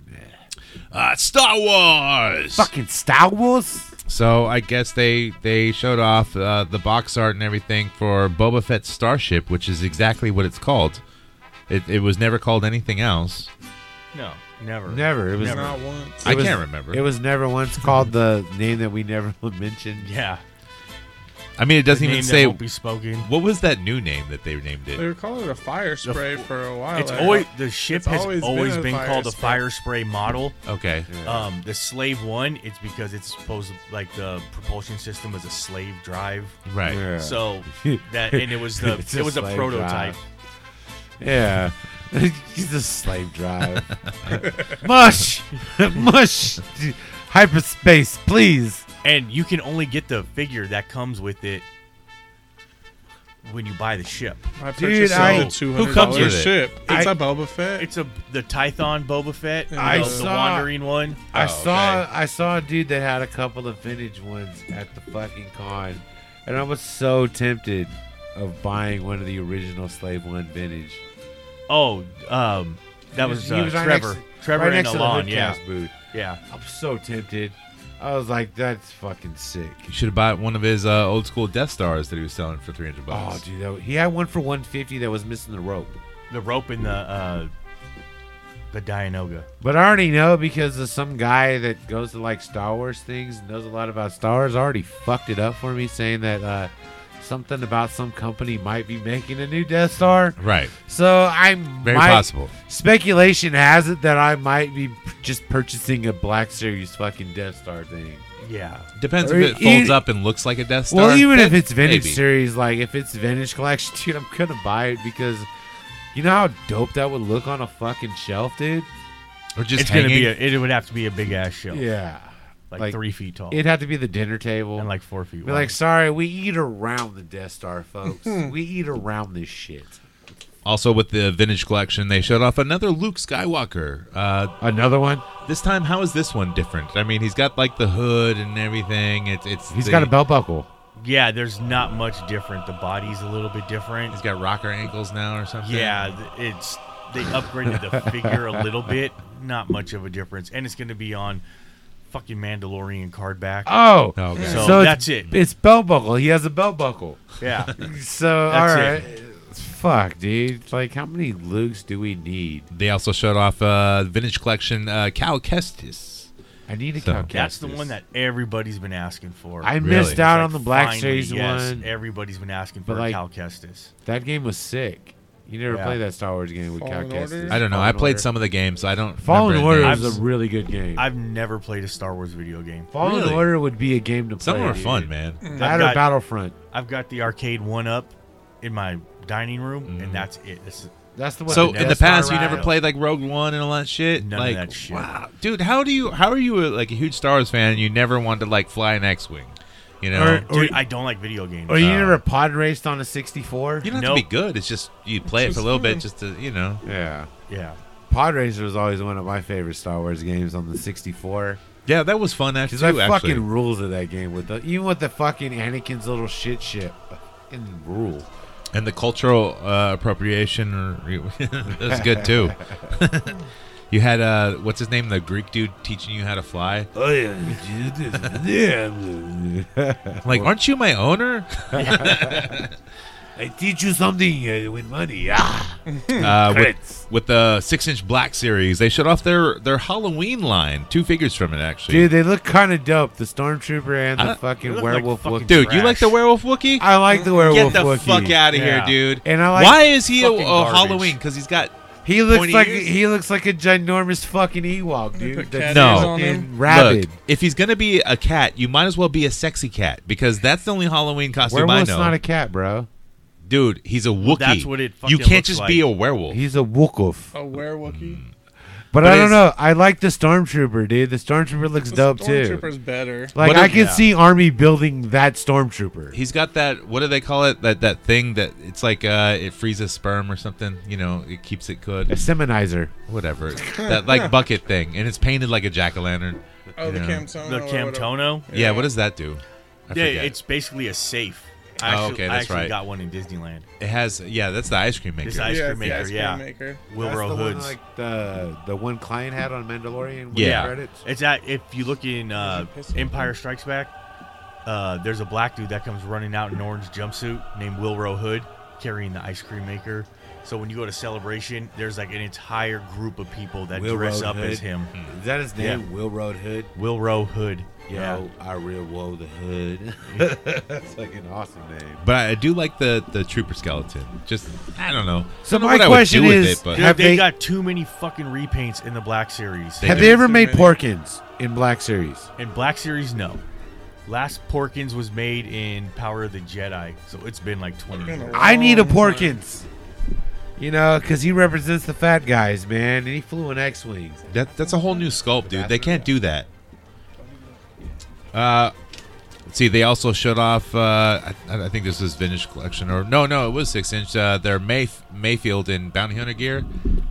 Speaker 3: uh, Star Wars.
Speaker 4: Fucking Star Wars.
Speaker 3: So I guess they they showed off uh, the box art and everything for Boba Fett's starship, which is exactly what it's called. It, it was never called anything else.
Speaker 7: no, never,
Speaker 4: Never. It was
Speaker 7: Never.
Speaker 8: Not once.
Speaker 4: It
Speaker 3: I
Speaker 4: was-
Speaker 3: can't remember.
Speaker 4: It was never once called the name that we never mentioned.
Speaker 7: Yeah,
Speaker 3: I mean, it doesn't
Speaker 7: The
Speaker 3: even
Speaker 7: name that
Speaker 3: say.
Speaker 7: won't be spoken.
Speaker 3: What was that new name that they named
Speaker 8: They
Speaker 3: it?
Speaker 8: were calling it a fire spray for a while.
Speaker 7: it's
Speaker 8: there.
Speaker 7: always the ship
Speaker 8: It's
Speaker 7: has always been,
Speaker 8: a fire
Speaker 7: called the
Speaker 8: spray.
Speaker 7: fire spray model.
Speaker 3: Okay.
Speaker 7: Um, the slave one, it's because it's supposed to, like the propulsion system was a slave drive.
Speaker 3: Right.
Speaker 4: Yeah.
Speaker 7: So that and it was the
Speaker 4: It's
Speaker 7: it was a
Speaker 4: slave
Speaker 7: prototype.
Speaker 4: drive. Yeah. He's a slave drive. Mush! Mush! Hyperspace, please.
Speaker 7: And you can only get the figure that comes with it when you buy the ship.
Speaker 8: I
Speaker 4: Dude,
Speaker 8: purchased
Speaker 4: I-
Speaker 8: it
Speaker 3: Who
Speaker 8: two
Speaker 3: comes
Speaker 8: hundred dollar
Speaker 3: with it?
Speaker 8: ship. It's
Speaker 4: I-
Speaker 8: a Boba Fett.
Speaker 7: It's a the Tython Boba Fett, you
Speaker 8: I
Speaker 7: know, the
Speaker 4: saw-
Speaker 7: wandering one.
Speaker 4: I
Speaker 3: Oh,
Speaker 4: saw
Speaker 3: okay.
Speaker 4: I saw a dude that had a couple of vintage ones at the fucking con, and I was so tempted of buying one of the original Slave One vintage.
Speaker 7: Oh, um, that was, uh,
Speaker 4: right
Speaker 7: Trevor.
Speaker 4: next-
Speaker 7: Trevor
Speaker 4: right
Speaker 7: and
Speaker 4: next to the
Speaker 7: Alon, yeah,
Speaker 4: Hoodcast booth.
Speaker 7: yeah.
Speaker 4: I'm so tempted. I was like, that's fucking sick.
Speaker 3: You should have bought one of his uh, old school Death Stars that he was selling for three hundred
Speaker 4: Oh,
Speaker 3: bucks.
Speaker 4: dude, that, he had one for 150 that was missing the rope.
Speaker 7: The rope and the uh, the Dianoga.
Speaker 4: But I already know because of some guy that goes to like Star Wars things and knows a lot about Star Wars already fucked it up for me, saying that uh, something about some company might be making a new Death Star.
Speaker 3: Right.
Speaker 4: So I'm
Speaker 3: Very
Speaker 4: might-
Speaker 3: possible.
Speaker 4: Speculation has it that I might be just purchasing a Black Series fucking Death Star thing.
Speaker 7: Yeah,
Speaker 3: Depends
Speaker 4: Or
Speaker 3: if it
Speaker 4: e-
Speaker 3: folds up and looks like a Death Star.
Speaker 4: Well, even if
Speaker 3: then
Speaker 4: it's vintage
Speaker 3: maybe.
Speaker 4: series, like if it's vintage collection, dude, I'm gonna buy it because you know how dope that would look on a fucking shelf, dude.
Speaker 3: or just
Speaker 7: it's
Speaker 3: hanging.
Speaker 7: gonna be. A, it would have to be a big ass show.
Speaker 4: Yeah,
Speaker 7: like,
Speaker 4: like,
Speaker 7: three feet tall
Speaker 4: it'd have to be the dinner table.
Speaker 7: oh. and like four feet.
Speaker 4: be
Speaker 7: wide.
Speaker 4: like, sorry, we eat around the Death Star, folks. we eat around this shit.
Speaker 3: also, with the vintage collection, they showed off another Luke Skywalker. Uh,
Speaker 4: Another one.
Speaker 3: This time, how is this one different? I mean, he's got like the hood and everything. It's it's
Speaker 4: He's
Speaker 3: the-
Speaker 4: got a belt buckle.
Speaker 7: yeah, there's not much different. The body's a little bit different.
Speaker 3: He's got rocker ankles now or something.
Speaker 7: Yeah, th- it's they upgraded the figure a little bit. Not much of a difference, and it's gonna be on fucking Mandalorian card back.
Speaker 4: Oh,
Speaker 3: Oh, okay.
Speaker 7: So
Speaker 4: it's-
Speaker 7: that's it.
Speaker 4: It's belt buckle. He has a belt buckle.
Speaker 7: yeah,
Speaker 4: So
Speaker 7: That's
Speaker 4: all
Speaker 7: it.
Speaker 4: right, fuck, dude. Like, how many Lukes do we need?
Speaker 3: They also showed off uh, vintage collection uh, Cal Kestis.
Speaker 4: I need a
Speaker 3: So-
Speaker 4: Cal
Speaker 7: that's the
Speaker 4: Kestis.
Speaker 7: one that everybody's been asking for.
Speaker 4: I
Speaker 7: It's
Speaker 3: Really?
Speaker 4: missed out
Speaker 7: like,
Speaker 4: on the Black
Speaker 7: finally,
Speaker 4: Series
Speaker 7: yes,
Speaker 4: one.
Speaker 7: Everybody's been asking
Speaker 4: But
Speaker 7: for
Speaker 4: like-
Speaker 7: a Cal Kestis.
Speaker 4: That game was sick. You never
Speaker 3: Yeah.
Speaker 4: played that Star Wars game with Cal Kestis.
Speaker 3: I don't know. I
Speaker 4: Fallen
Speaker 3: played
Speaker 4: Order.
Speaker 3: some of the games. So I don't.
Speaker 4: Fallen
Speaker 3: remember
Speaker 4: Order
Speaker 3: names.
Speaker 4: is a really good game.
Speaker 7: I've never played a Star Wars video game.
Speaker 4: Fallen Order would be a game to play.
Speaker 3: Some are
Speaker 4: dude.
Speaker 3: fun, man.
Speaker 4: That or Battlefront.
Speaker 7: I've got the arcade one up in my dining room, and that's it. This is,
Speaker 4: That's the
Speaker 3: So in the past, you never played like Rogue One and all that shit.
Speaker 7: None of
Speaker 3: like,
Speaker 7: that shit.
Speaker 3: Wow, dude, how do you? How are you a, like a huge Star Wars fan? and You never wanted to like fly an X-wing, you know?
Speaker 4: Or- or-
Speaker 7: Dude, I don't like video games.
Speaker 4: Or Oh, you
Speaker 3: Oh.
Speaker 7: Uh,
Speaker 4: never pod raced on a 64?
Speaker 3: you don't have to be good. It's just you play it for a little bit, just to you know.
Speaker 4: Yeah.
Speaker 7: Yeah.
Speaker 4: Pod Racer was always one of my favorite Star Wars games on the 64.
Speaker 3: Yeah, that was fun actually.
Speaker 4: Because I fucking
Speaker 3: actually.
Speaker 4: rules of that game with the even with the fucking Anakin's little shit shit. Fucking rule.
Speaker 3: And the cultural uh, appropriation, or, that was good too. you had uh, what's his name, the Greek dude teaching you how to fly.
Speaker 4: Oh yeah, you do this. yeah.
Speaker 3: Like, aren't you my owner?
Speaker 4: I teach you something uh, with money. Ah.
Speaker 3: uh,
Speaker 4: Credits.
Speaker 3: with, with the six inch black series. They showed off their, their Halloween line, two figures from it actually.
Speaker 4: Dude, they look kind of dope. The stormtrooper and the
Speaker 3: I-
Speaker 4: fucking
Speaker 3: they look like
Speaker 4: werewolf
Speaker 3: fucking
Speaker 4: Wookiee.
Speaker 3: Dude, you like the werewolf Wookiee?
Speaker 4: I like the werewolf
Speaker 3: Get the
Speaker 4: Wookiee.
Speaker 3: fuck out of
Speaker 4: Yeah.
Speaker 3: here, dude.
Speaker 4: And I like
Speaker 3: Why is he a,
Speaker 4: fucking
Speaker 3: a
Speaker 4: garbage.
Speaker 3: Halloween? Because he's got
Speaker 4: He looks
Speaker 3: pointy
Speaker 4: like
Speaker 3: ears?
Speaker 4: he looks like a ginormous fucking Ewok, dude. That's
Speaker 3: no
Speaker 4: fucking rabid.
Speaker 3: Look, if he's gonna be a cat, you might as well be a sexy cat because that's the only Halloween costume
Speaker 4: Werewolf's
Speaker 3: I know.
Speaker 4: not a cat, bro.
Speaker 3: dude, he's a Wookiee.
Speaker 7: that's what it
Speaker 3: You
Speaker 7: fucking
Speaker 3: can't
Speaker 7: looks
Speaker 3: just be a
Speaker 7: like.
Speaker 3: werewolf.
Speaker 4: He's a Wookuff.
Speaker 8: A werewookie.
Speaker 4: But,
Speaker 3: But
Speaker 4: I don't
Speaker 3: it's-
Speaker 4: know. I like the stormtrooper, dude. The stormtrooper looks dope
Speaker 8: Stormtrooper's
Speaker 4: too.
Speaker 8: better.
Speaker 4: Like
Speaker 3: What
Speaker 4: I
Speaker 3: if-
Speaker 4: can
Speaker 3: yeah.
Speaker 4: see Army building that stormtrooper.
Speaker 3: He's got that. What do they call it? That that thing that it's like uh, it freezes sperm or something. You know, it keeps it good.
Speaker 4: A Seminizer.
Speaker 3: whatever that like bucket thing and it's painted like a jack-o'-lantern
Speaker 8: Oh,
Speaker 3: you
Speaker 8: the
Speaker 3: know.
Speaker 8: Camtono.
Speaker 7: the
Speaker 8: or
Speaker 7: Camtono.
Speaker 3: yeah what does that do I
Speaker 7: Yeah,
Speaker 3: forget.
Speaker 7: it's basically a safe. I
Speaker 3: Oh,
Speaker 7: actually,
Speaker 3: okay,
Speaker 7: I
Speaker 3: that's
Speaker 7: actually
Speaker 3: right.
Speaker 7: Got one in Disneyland.
Speaker 3: it has yeah that's the ice cream maker
Speaker 7: This ice
Speaker 8: Yeah, it's
Speaker 7: cream
Speaker 8: the
Speaker 7: maker,
Speaker 8: ice cream
Speaker 7: yeah.
Speaker 8: maker.
Speaker 4: That's
Speaker 7: Wilbur
Speaker 4: the one,
Speaker 7: Hood's.
Speaker 4: like the the one client had on Mandalorian. With
Speaker 3: Yeah.
Speaker 4: the credits.
Speaker 7: It's at if you look in uh, Empire Strikes Back, uh, there's a black dude that comes running out in an orange jumpsuit named Wilro Hood, carrying the ice cream maker. So when you go to celebration, there's like an entire group of people that
Speaker 4: Will
Speaker 7: dress
Speaker 4: Road
Speaker 7: up
Speaker 4: Hood.
Speaker 7: as him.
Speaker 3: Mm.
Speaker 4: Is that his name? Will Road Hood.
Speaker 7: Wilro Hood.
Speaker 4: Yo,
Speaker 7: Yeah.
Speaker 4: I real woe the hood. That's like an awesome name.
Speaker 3: but I do like the the trooper skeleton just I don't know
Speaker 4: So
Speaker 3: I don't know
Speaker 4: my
Speaker 3: what
Speaker 4: question
Speaker 3: I would do
Speaker 4: is-
Speaker 3: with it but
Speaker 7: Dude,
Speaker 4: Have
Speaker 7: they,
Speaker 4: they-
Speaker 7: got too many fucking repaints in the Black Series.
Speaker 3: They
Speaker 4: Have
Speaker 3: do.
Speaker 4: they ever made
Speaker 8: many.
Speaker 4: Porkins in Black Series?
Speaker 7: in Black Series, no. Last Porkins was made in Power of the Jedi, so it's been like 20
Speaker 8: Been a
Speaker 7: years.
Speaker 4: I need a
Speaker 8: long time.
Speaker 4: Porkins. You know, because he represents the fat guys, man, and he flew an X-wing.
Speaker 3: that, that's a whole new sculpt dude they can't do that uh let's see they also showed off uh I, I think this was vintage collection or no no it was six inch uh their Mayf- Mayfield in bounty hunter gear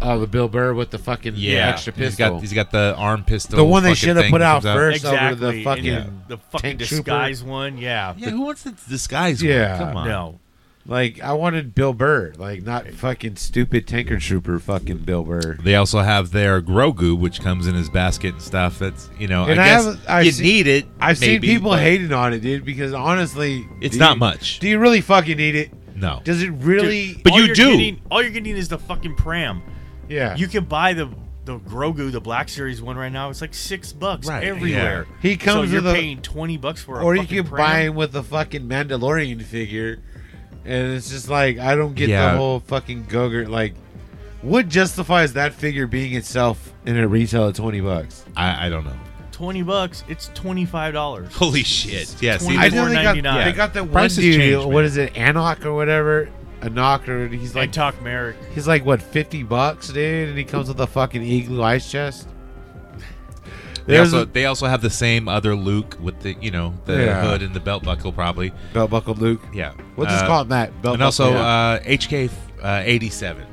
Speaker 4: Oh, the Bill Burr with the fucking extra
Speaker 3: he's
Speaker 4: pistol.
Speaker 3: got he's got the arm pistol
Speaker 4: the one they
Speaker 3: fucking
Speaker 4: should have
Speaker 3: thing
Speaker 4: put
Speaker 3: that
Speaker 4: out
Speaker 3: comes
Speaker 4: first
Speaker 7: exactly.
Speaker 4: over the fucking
Speaker 7: and the, the fucking
Speaker 4: tank trooper.
Speaker 7: disguise one, yeah.
Speaker 3: yeah who wants to disguise
Speaker 4: Yeah.
Speaker 3: one? come on
Speaker 7: No,
Speaker 4: Like I wanted Bill Burr, like not fucking stupid tanker trooper, fucking Bill Burr.
Speaker 3: They also have their Grogu, which comes in his basket and stuff. That's you know,
Speaker 4: And
Speaker 3: I
Speaker 4: I
Speaker 3: guess
Speaker 4: haven't- I've
Speaker 3: you
Speaker 4: seen-
Speaker 3: need it.
Speaker 4: I've
Speaker 3: maybe,
Speaker 4: seen people
Speaker 3: but
Speaker 4: hating on it, dude, because honestly,
Speaker 3: It's
Speaker 4: do
Speaker 3: not
Speaker 4: you-
Speaker 3: much.
Speaker 4: Do you really fucking need it?
Speaker 3: No,
Speaker 4: Does it really?
Speaker 3: But
Speaker 7: All
Speaker 3: you
Speaker 7: you're
Speaker 3: do.
Speaker 7: Getting, all you're getting is the fucking pram.
Speaker 4: yeah,
Speaker 7: You can buy the the Grogu, the Black Series one right now. It's like six bucks
Speaker 3: Right,
Speaker 7: everywhere.
Speaker 3: yeah.
Speaker 4: He comes
Speaker 7: So you're
Speaker 4: with a-
Speaker 7: paying twenty bucks for a
Speaker 4: or you
Speaker 7: fucking
Speaker 4: can
Speaker 7: pram.
Speaker 4: buy him with a fucking Mandalorian figure, and it's just like I don't get
Speaker 3: Yeah.
Speaker 4: the whole fucking Gogurt. Like, what justifies that figure being itself in a retail at twenty bucks?
Speaker 3: I, I don't know.
Speaker 7: twenty bucks. It's twenty five dollars.
Speaker 3: Holy shit! Yeah, see,
Speaker 4: I
Speaker 7: I
Speaker 3: this-
Speaker 4: know they got
Speaker 7: $24.99.
Speaker 4: they got that one
Speaker 3: Prices
Speaker 4: dude.
Speaker 3: change,
Speaker 4: what
Speaker 3: man.
Speaker 4: is it, Anok or whatever? Anok or
Speaker 7: Like
Speaker 4: he's like
Speaker 7: talk Merrick.
Speaker 4: he's like what fifty bucks, dude, and he comes with a fucking igloo ice chest.
Speaker 3: they
Speaker 4: There's
Speaker 3: also
Speaker 4: a
Speaker 3: they also have the same other Luke with the you know the
Speaker 4: Yeah.
Speaker 3: hood and the belt buckle probably.
Speaker 4: belt buckle Luke.
Speaker 3: Yeah,
Speaker 4: We'll just
Speaker 3: Uh,
Speaker 4: call him that. Belt
Speaker 3: And also
Speaker 4: buckle.
Speaker 3: uh, HK uh, eighty seven.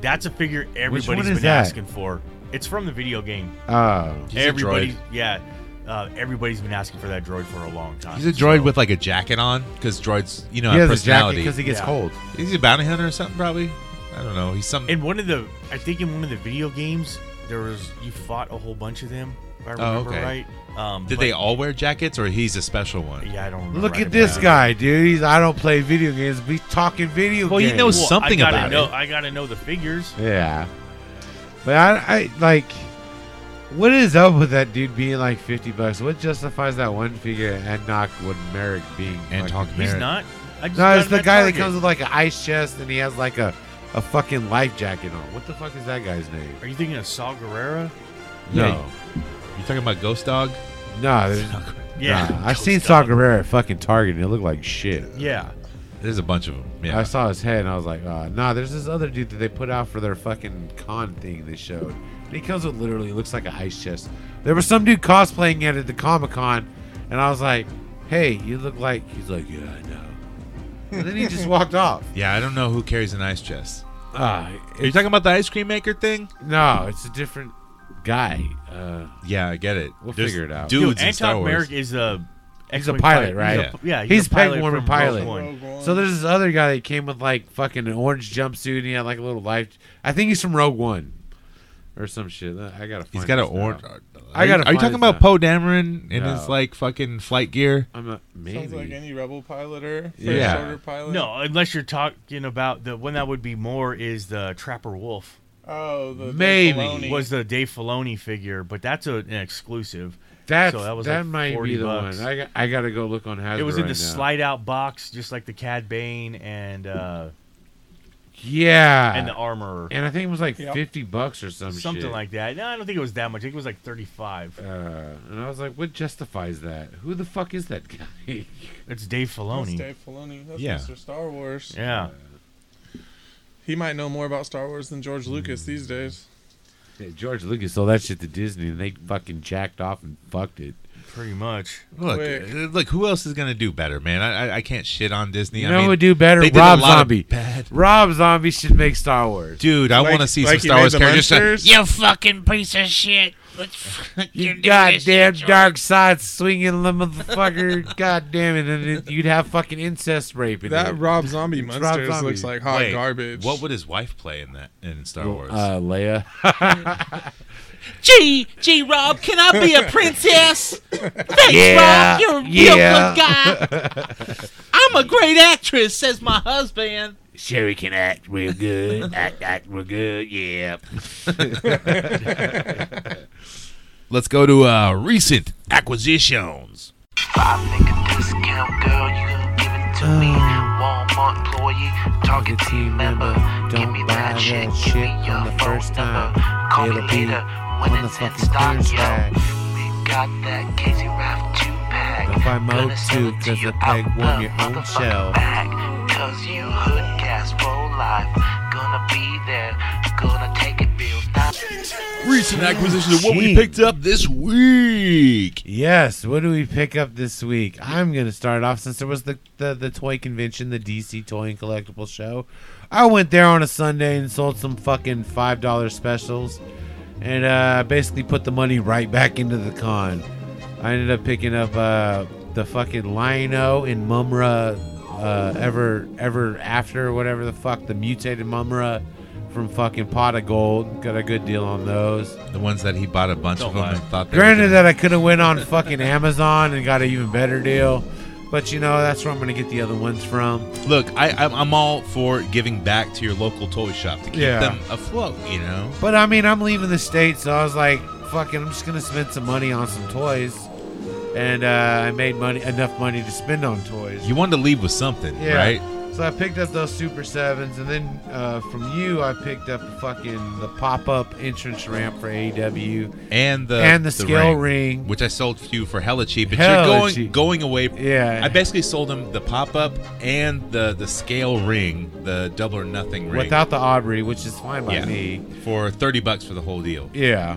Speaker 7: That's a figure
Speaker 4: one
Speaker 7: everybody's
Speaker 4: is
Speaker 7: been
Speaker 4: that?
Speaker 7: asking for. It's from the video game.
Speaker 4: Oh.
Speaker 3: He's a
Speaker 7: everybody,
Speaker 3: droid.
Speaker 7: yeah, uh, everybody's been asking for that droid for a long time.
Speaker 3: He's a droid with like a jacket on because droids you know
Speaker 4: he
Speaker 3: have
Speaker 4: has a jacket
Speaker 3: personality.
Speaker 4: because he gets
Speaker 7: Yeah.
Speaker 4: cold.
Speaker 3: He's a bounty hunter or something probably. I don't know. He's some.
Speaker 7: In one of the, I think in one of the video games, there was you fought a whole bunch of them. If I
Speaker 3: Oh,
Speaker 7: remember
Speaker 3: okay.
Speaker 7: right. Um,
Speaker 3: Did
Speaker 7: but-
Speaker 3: they all wear jackets or he's a special one?
Speaker 7: Yeah, I don't. Remember
Speaker 4: Look
Speaker 7: right
Speaker 4: at this
Speaker 7: now.
Speaker 4: guy, dude. He's I don't play video games. We talking video
Speaker 3: Well, he
Speaker 4: games.
Speaker 3: knows- Something
Speaker 7: I gotta
Speaker 3: about
Speaker 7: know,
Speaker 3: it.
Speaker 7: I gotta know the figures.
Speaker 4: Yeah, but I, I like. What is up with that dude being like fifty bucks? What justifies that one figure and not what Merrick being?
Speaker 3: And
Speaker 4: fucking-
Speaker 3: talk
Speaker 7: He's
Speaker 3: Merrick.
Speaker 7: not. I just
Speaker 4: No,
Speaker 7: got
Speaker 4: it's
Speaker 7: him
Speaker 4: the
Speaker 7: at
Speaker 4: guy that
Speaker 7: Target.
Speaker 4: comes with like an ice chest and he has like a, a fucking life jacket on. What the fuck is that guy's name?
Speaker 7: Are you thinking of Saul Guerrero?
Speaker 4: No.
Speaker 3: You talking about Ghost Dog?
Speaker 4: No, there's-
Speaker 7: Yeah.
Speaker 4: nah, I seen Saw Guerrero at fucking Target and it looked like shit.
Speaker 7: Yeah.
Speaker 3: There's a bunch of them. Yeah.
Speaker 4: I saw his head and I was like, uh, nah, there's this other dude that they put out for their fucking con thing they showed. And he comes with literally looks like an ice chest. There was some dude cosplaying it at the Comic Con and I was like, hey, you look like. He's like, yeah, I know. And then he just walked off.
Speaker 3: Yeah, I don't know who carries an ice chest.
Speaker 4: Ah,
Speaker 3: Are you talking about the ice cream maker thing?
Speaker 4: No, it's a different guy. Uh,
Speaker 3: Yeah, I get it.
Speaker 4: We'll
Speaker 3: There's
Speaker 4: figure it out.
Speaker 7: Dude,
Speaker 3: Dudes in Star
Speaker 7: Anton
Speaker 3: Wars.
Speaker 7: Merrick is a
Speaker 4: He's a
Speaker 7: X-Wing
Speaker 4: pilot, right?
Speaker 7: He's a- yeah.
Speaker 4: he's,
Speaker 7: a pilot
Speaker 4: Penguin
Speaker 7: from
Speaker 4: pilot.
Speaker 7: Rogue One.
Speaker 4: So there's this other guy that came with like fucking an orange jumpsuit and he had like a little life. I think he's from Rogue One or some shit. I gotta. Find
Speaker 3: He's got an
Speaker 4: this out.
Speaker 3: orange.
Speaker 4: I gotta.
Speaker 3: Are you
Speaker 4: find
Speaker 3: talking
Speaker 4: this
Speaker 3: about
Speaker 4: out.
Speaker 3: Poe Dameron in
Speaker 4: No.
Speaker 3: his like fucking flight gear?
Speaker 4: I'm not.
Speaker 8: Sounds like
Speaker 4: Maybe.
Speaker 8: any rebel pilot or
Speaker 3: Yeah.
Speaker 8: Oh, yeah. shorter pilot.
Speaker 7: No, unless you're talking about the one that would be more is the Trapper Wolf.
Speaker 8: Oh, the Dave
Speaker 4: Maybe.
Speaker 8: Filoni.
Speaker 7: Was the Dave Filoni figure, but that's a, an exclusive.
Speaker 4: That's,
Speaker 7: So
Speaker 4: that
Speaker 7: that was like
Speaker 4: might be
Speaker 7: 40
Speaker 4: the
Speaker 7: bucks.
Speaker 4: one. I, got- I gotta go look on Hasbro.
Speaker 7: It was in the
Speaker 4: right now.
Speaker 7: slide out box, just like the Cad Bane and uh,
Speaker 4: Ah. Yeah.
Speaker 7: and the armor,
Speaker 4: And I think it was like
Speaker 8: Yep.
Speaker 4: fifty bucks or some
Speaker 7: something
Speaker 4: shit.
Speaker 7: like that. No, I don't think it was that much. I think it was like thirty five.
Speaker 4: Uh, and I was like, what justifies that? Who the fuck is that guy?
Speaker 7: It's Dave
Speaker 8: That's
Speaker 7: Filoni.
Speaker 8: Dave Filoni. That's
Speaker 3: Yeah.
Speaker 8: Mr. Star Wars.
Speaker 7: Yeah,
Speaker 8: He might know more about Star Wars than George Lucas these days.
Speaker 4: Yeah, George Lucas sold that shit to Disney, and they fucking jacked off and fucked it.
Speaker 7: pretty much.
Speaker 3: Look,
Speaker 8: Quick.
Speaker 3: uh, look, who else is gonna do better, man? I, I, I can't shit on Disney.
Speaker 4: You
Speaker 3: I
Speaker 4: know
Speaker 3: mean,
Speaker 4: who would do better?
Speaker 3: they did a
Speaker 4: Rob
Speaker 3: lot of
Speaker 4: Zombie.
Speaker 3: bad-
Speaker 4: Rob Zombie should make Star Wars.
Speaker 3: Dude, I
Speaker 8: Like-
Speaker 3: want to see
Speaker 8: like
Speaker 3: some
Speaker 8: he
Speaker 3: Star
Speaker 8: made
Speaker 3: Wars
Speaker 8: the
Speaker 3: characters.
Speaker 8: Munsters?
Speaker 3: Yeah,
Speaker 4: You goddamn dark side swinging little motherfucker. God damn it. And it, you'd have fucking incest rape in
Speaker 8: That
Speaker 4: it.
Speaker 8: Rob Zombie
Speaker 4: Rob
Speaker 8: monsters
Speaker 4: Zombie.
Speaker 8: looks like hot
Speaker 3: Wait,
Speaker 8: garbage.
Speaker 3: What would his wife play in that in Star Wars?
Speaker 4: Uh, Leia.
Speaker 12: Gee, gee, Rob, can I be a princess? Thanks,
Speaker 4: Yeah,
Speaker 12: Rob. You're a real
Speaker 4: yeah.
Speaker 12: good guy. I'm a great actress, says my husband.
Speaker 4: Sherry can act real good. act, act real good. Yeah.
Speaker 3: Let's go to uh, recent acquisitions.
Speaker 12: Five nigga discount, girl, you can give it to me. Walmart employee, target team member. Give me that shit, give me your phone number. Call me later when it's in stock, yo. We got that Casey Raft two pack.
Speaker 4: Don't buy Mo
Speaker 12: Gonna sell
Speaker 4: two,
Speaker 12: it
Speaker 4: 'cause
Speaker 12: to
Speaker 4: the
Speaker 12: you
Speaker 4: peg
Speaker 12: out
Speaker 4: warm
Speaker 12: the
Speaker 4: your own
Speaker 12: motherfucking
Speaker 4: shell.
Speaker 12: bag. Cause you hood cast for life. Gonna be there, gonna take it real nice.
Speaker 3: Recent acquisitions of what we picked up this week.
Speaker 4: Yes. What do we pick up this week? I'm gonna start off since there was the, the the toy convention, the DC Toy and Collectible Show. I went there on a Sunday and sold some fucking five dollar specials, and uh, basically put the money right back into the con. I ended up picking up uh, the fucking Lino and Mumra, uh, ever ever after whatever the fuck the mutated Mumra from fucking Pot of Gold. Got a good deal on those.
Speaker 3: The ones that he bought a bunch
Speaker 7: Don't
Speaker 3: of them
Speaker 7: lie.
Speaker 3: and thought they
Speaker 4: Granted
Speaker 3: were
Speaker 4: that I could have went on fucking Amazon and got an even better deal, but you know that's where I'm gonna get the other ones from.
Speaker 3: gonna- look, I, I'm, I'm all for giving back to your local toy shop to keep
Speaker 4: Yeah.
Speaker 3: them afloat. You know,
Speaker 4: But I mean, I'm leaving the state, so I was like, fucking, I'm just gonna spend some money on some toys, and uh, I made money enough money to spend on toys.
Speaker 3: you wanted to leave with something,
Speaker 4: Yeah.
Speaker 3: right?
Speaker 4: So I picked up those Super Sevens, and then uh, from you, I picked up the fucking the pop up entrance ramp for E AEW.
Speaker 3: And the
Speaker 4: And the scale ring.
Speaker 3: which I sold to you for hella cheap. But
Speaker 4: Hella
Speaker 3: you're going
Speaker 4: cheap.
Speaker 3: going away.
Speaker 4: Yeah.
Speaker 3: I basically sold him the pop up and the the scale ring, the double or nothing ring,
Speaker 4: Without the Aubrey, which is fine by
Speaker 3: yeah,
Speaker 4: me.
Speaker 3: for thirty bucks for the whole deal,
Speaker 4: Yeah.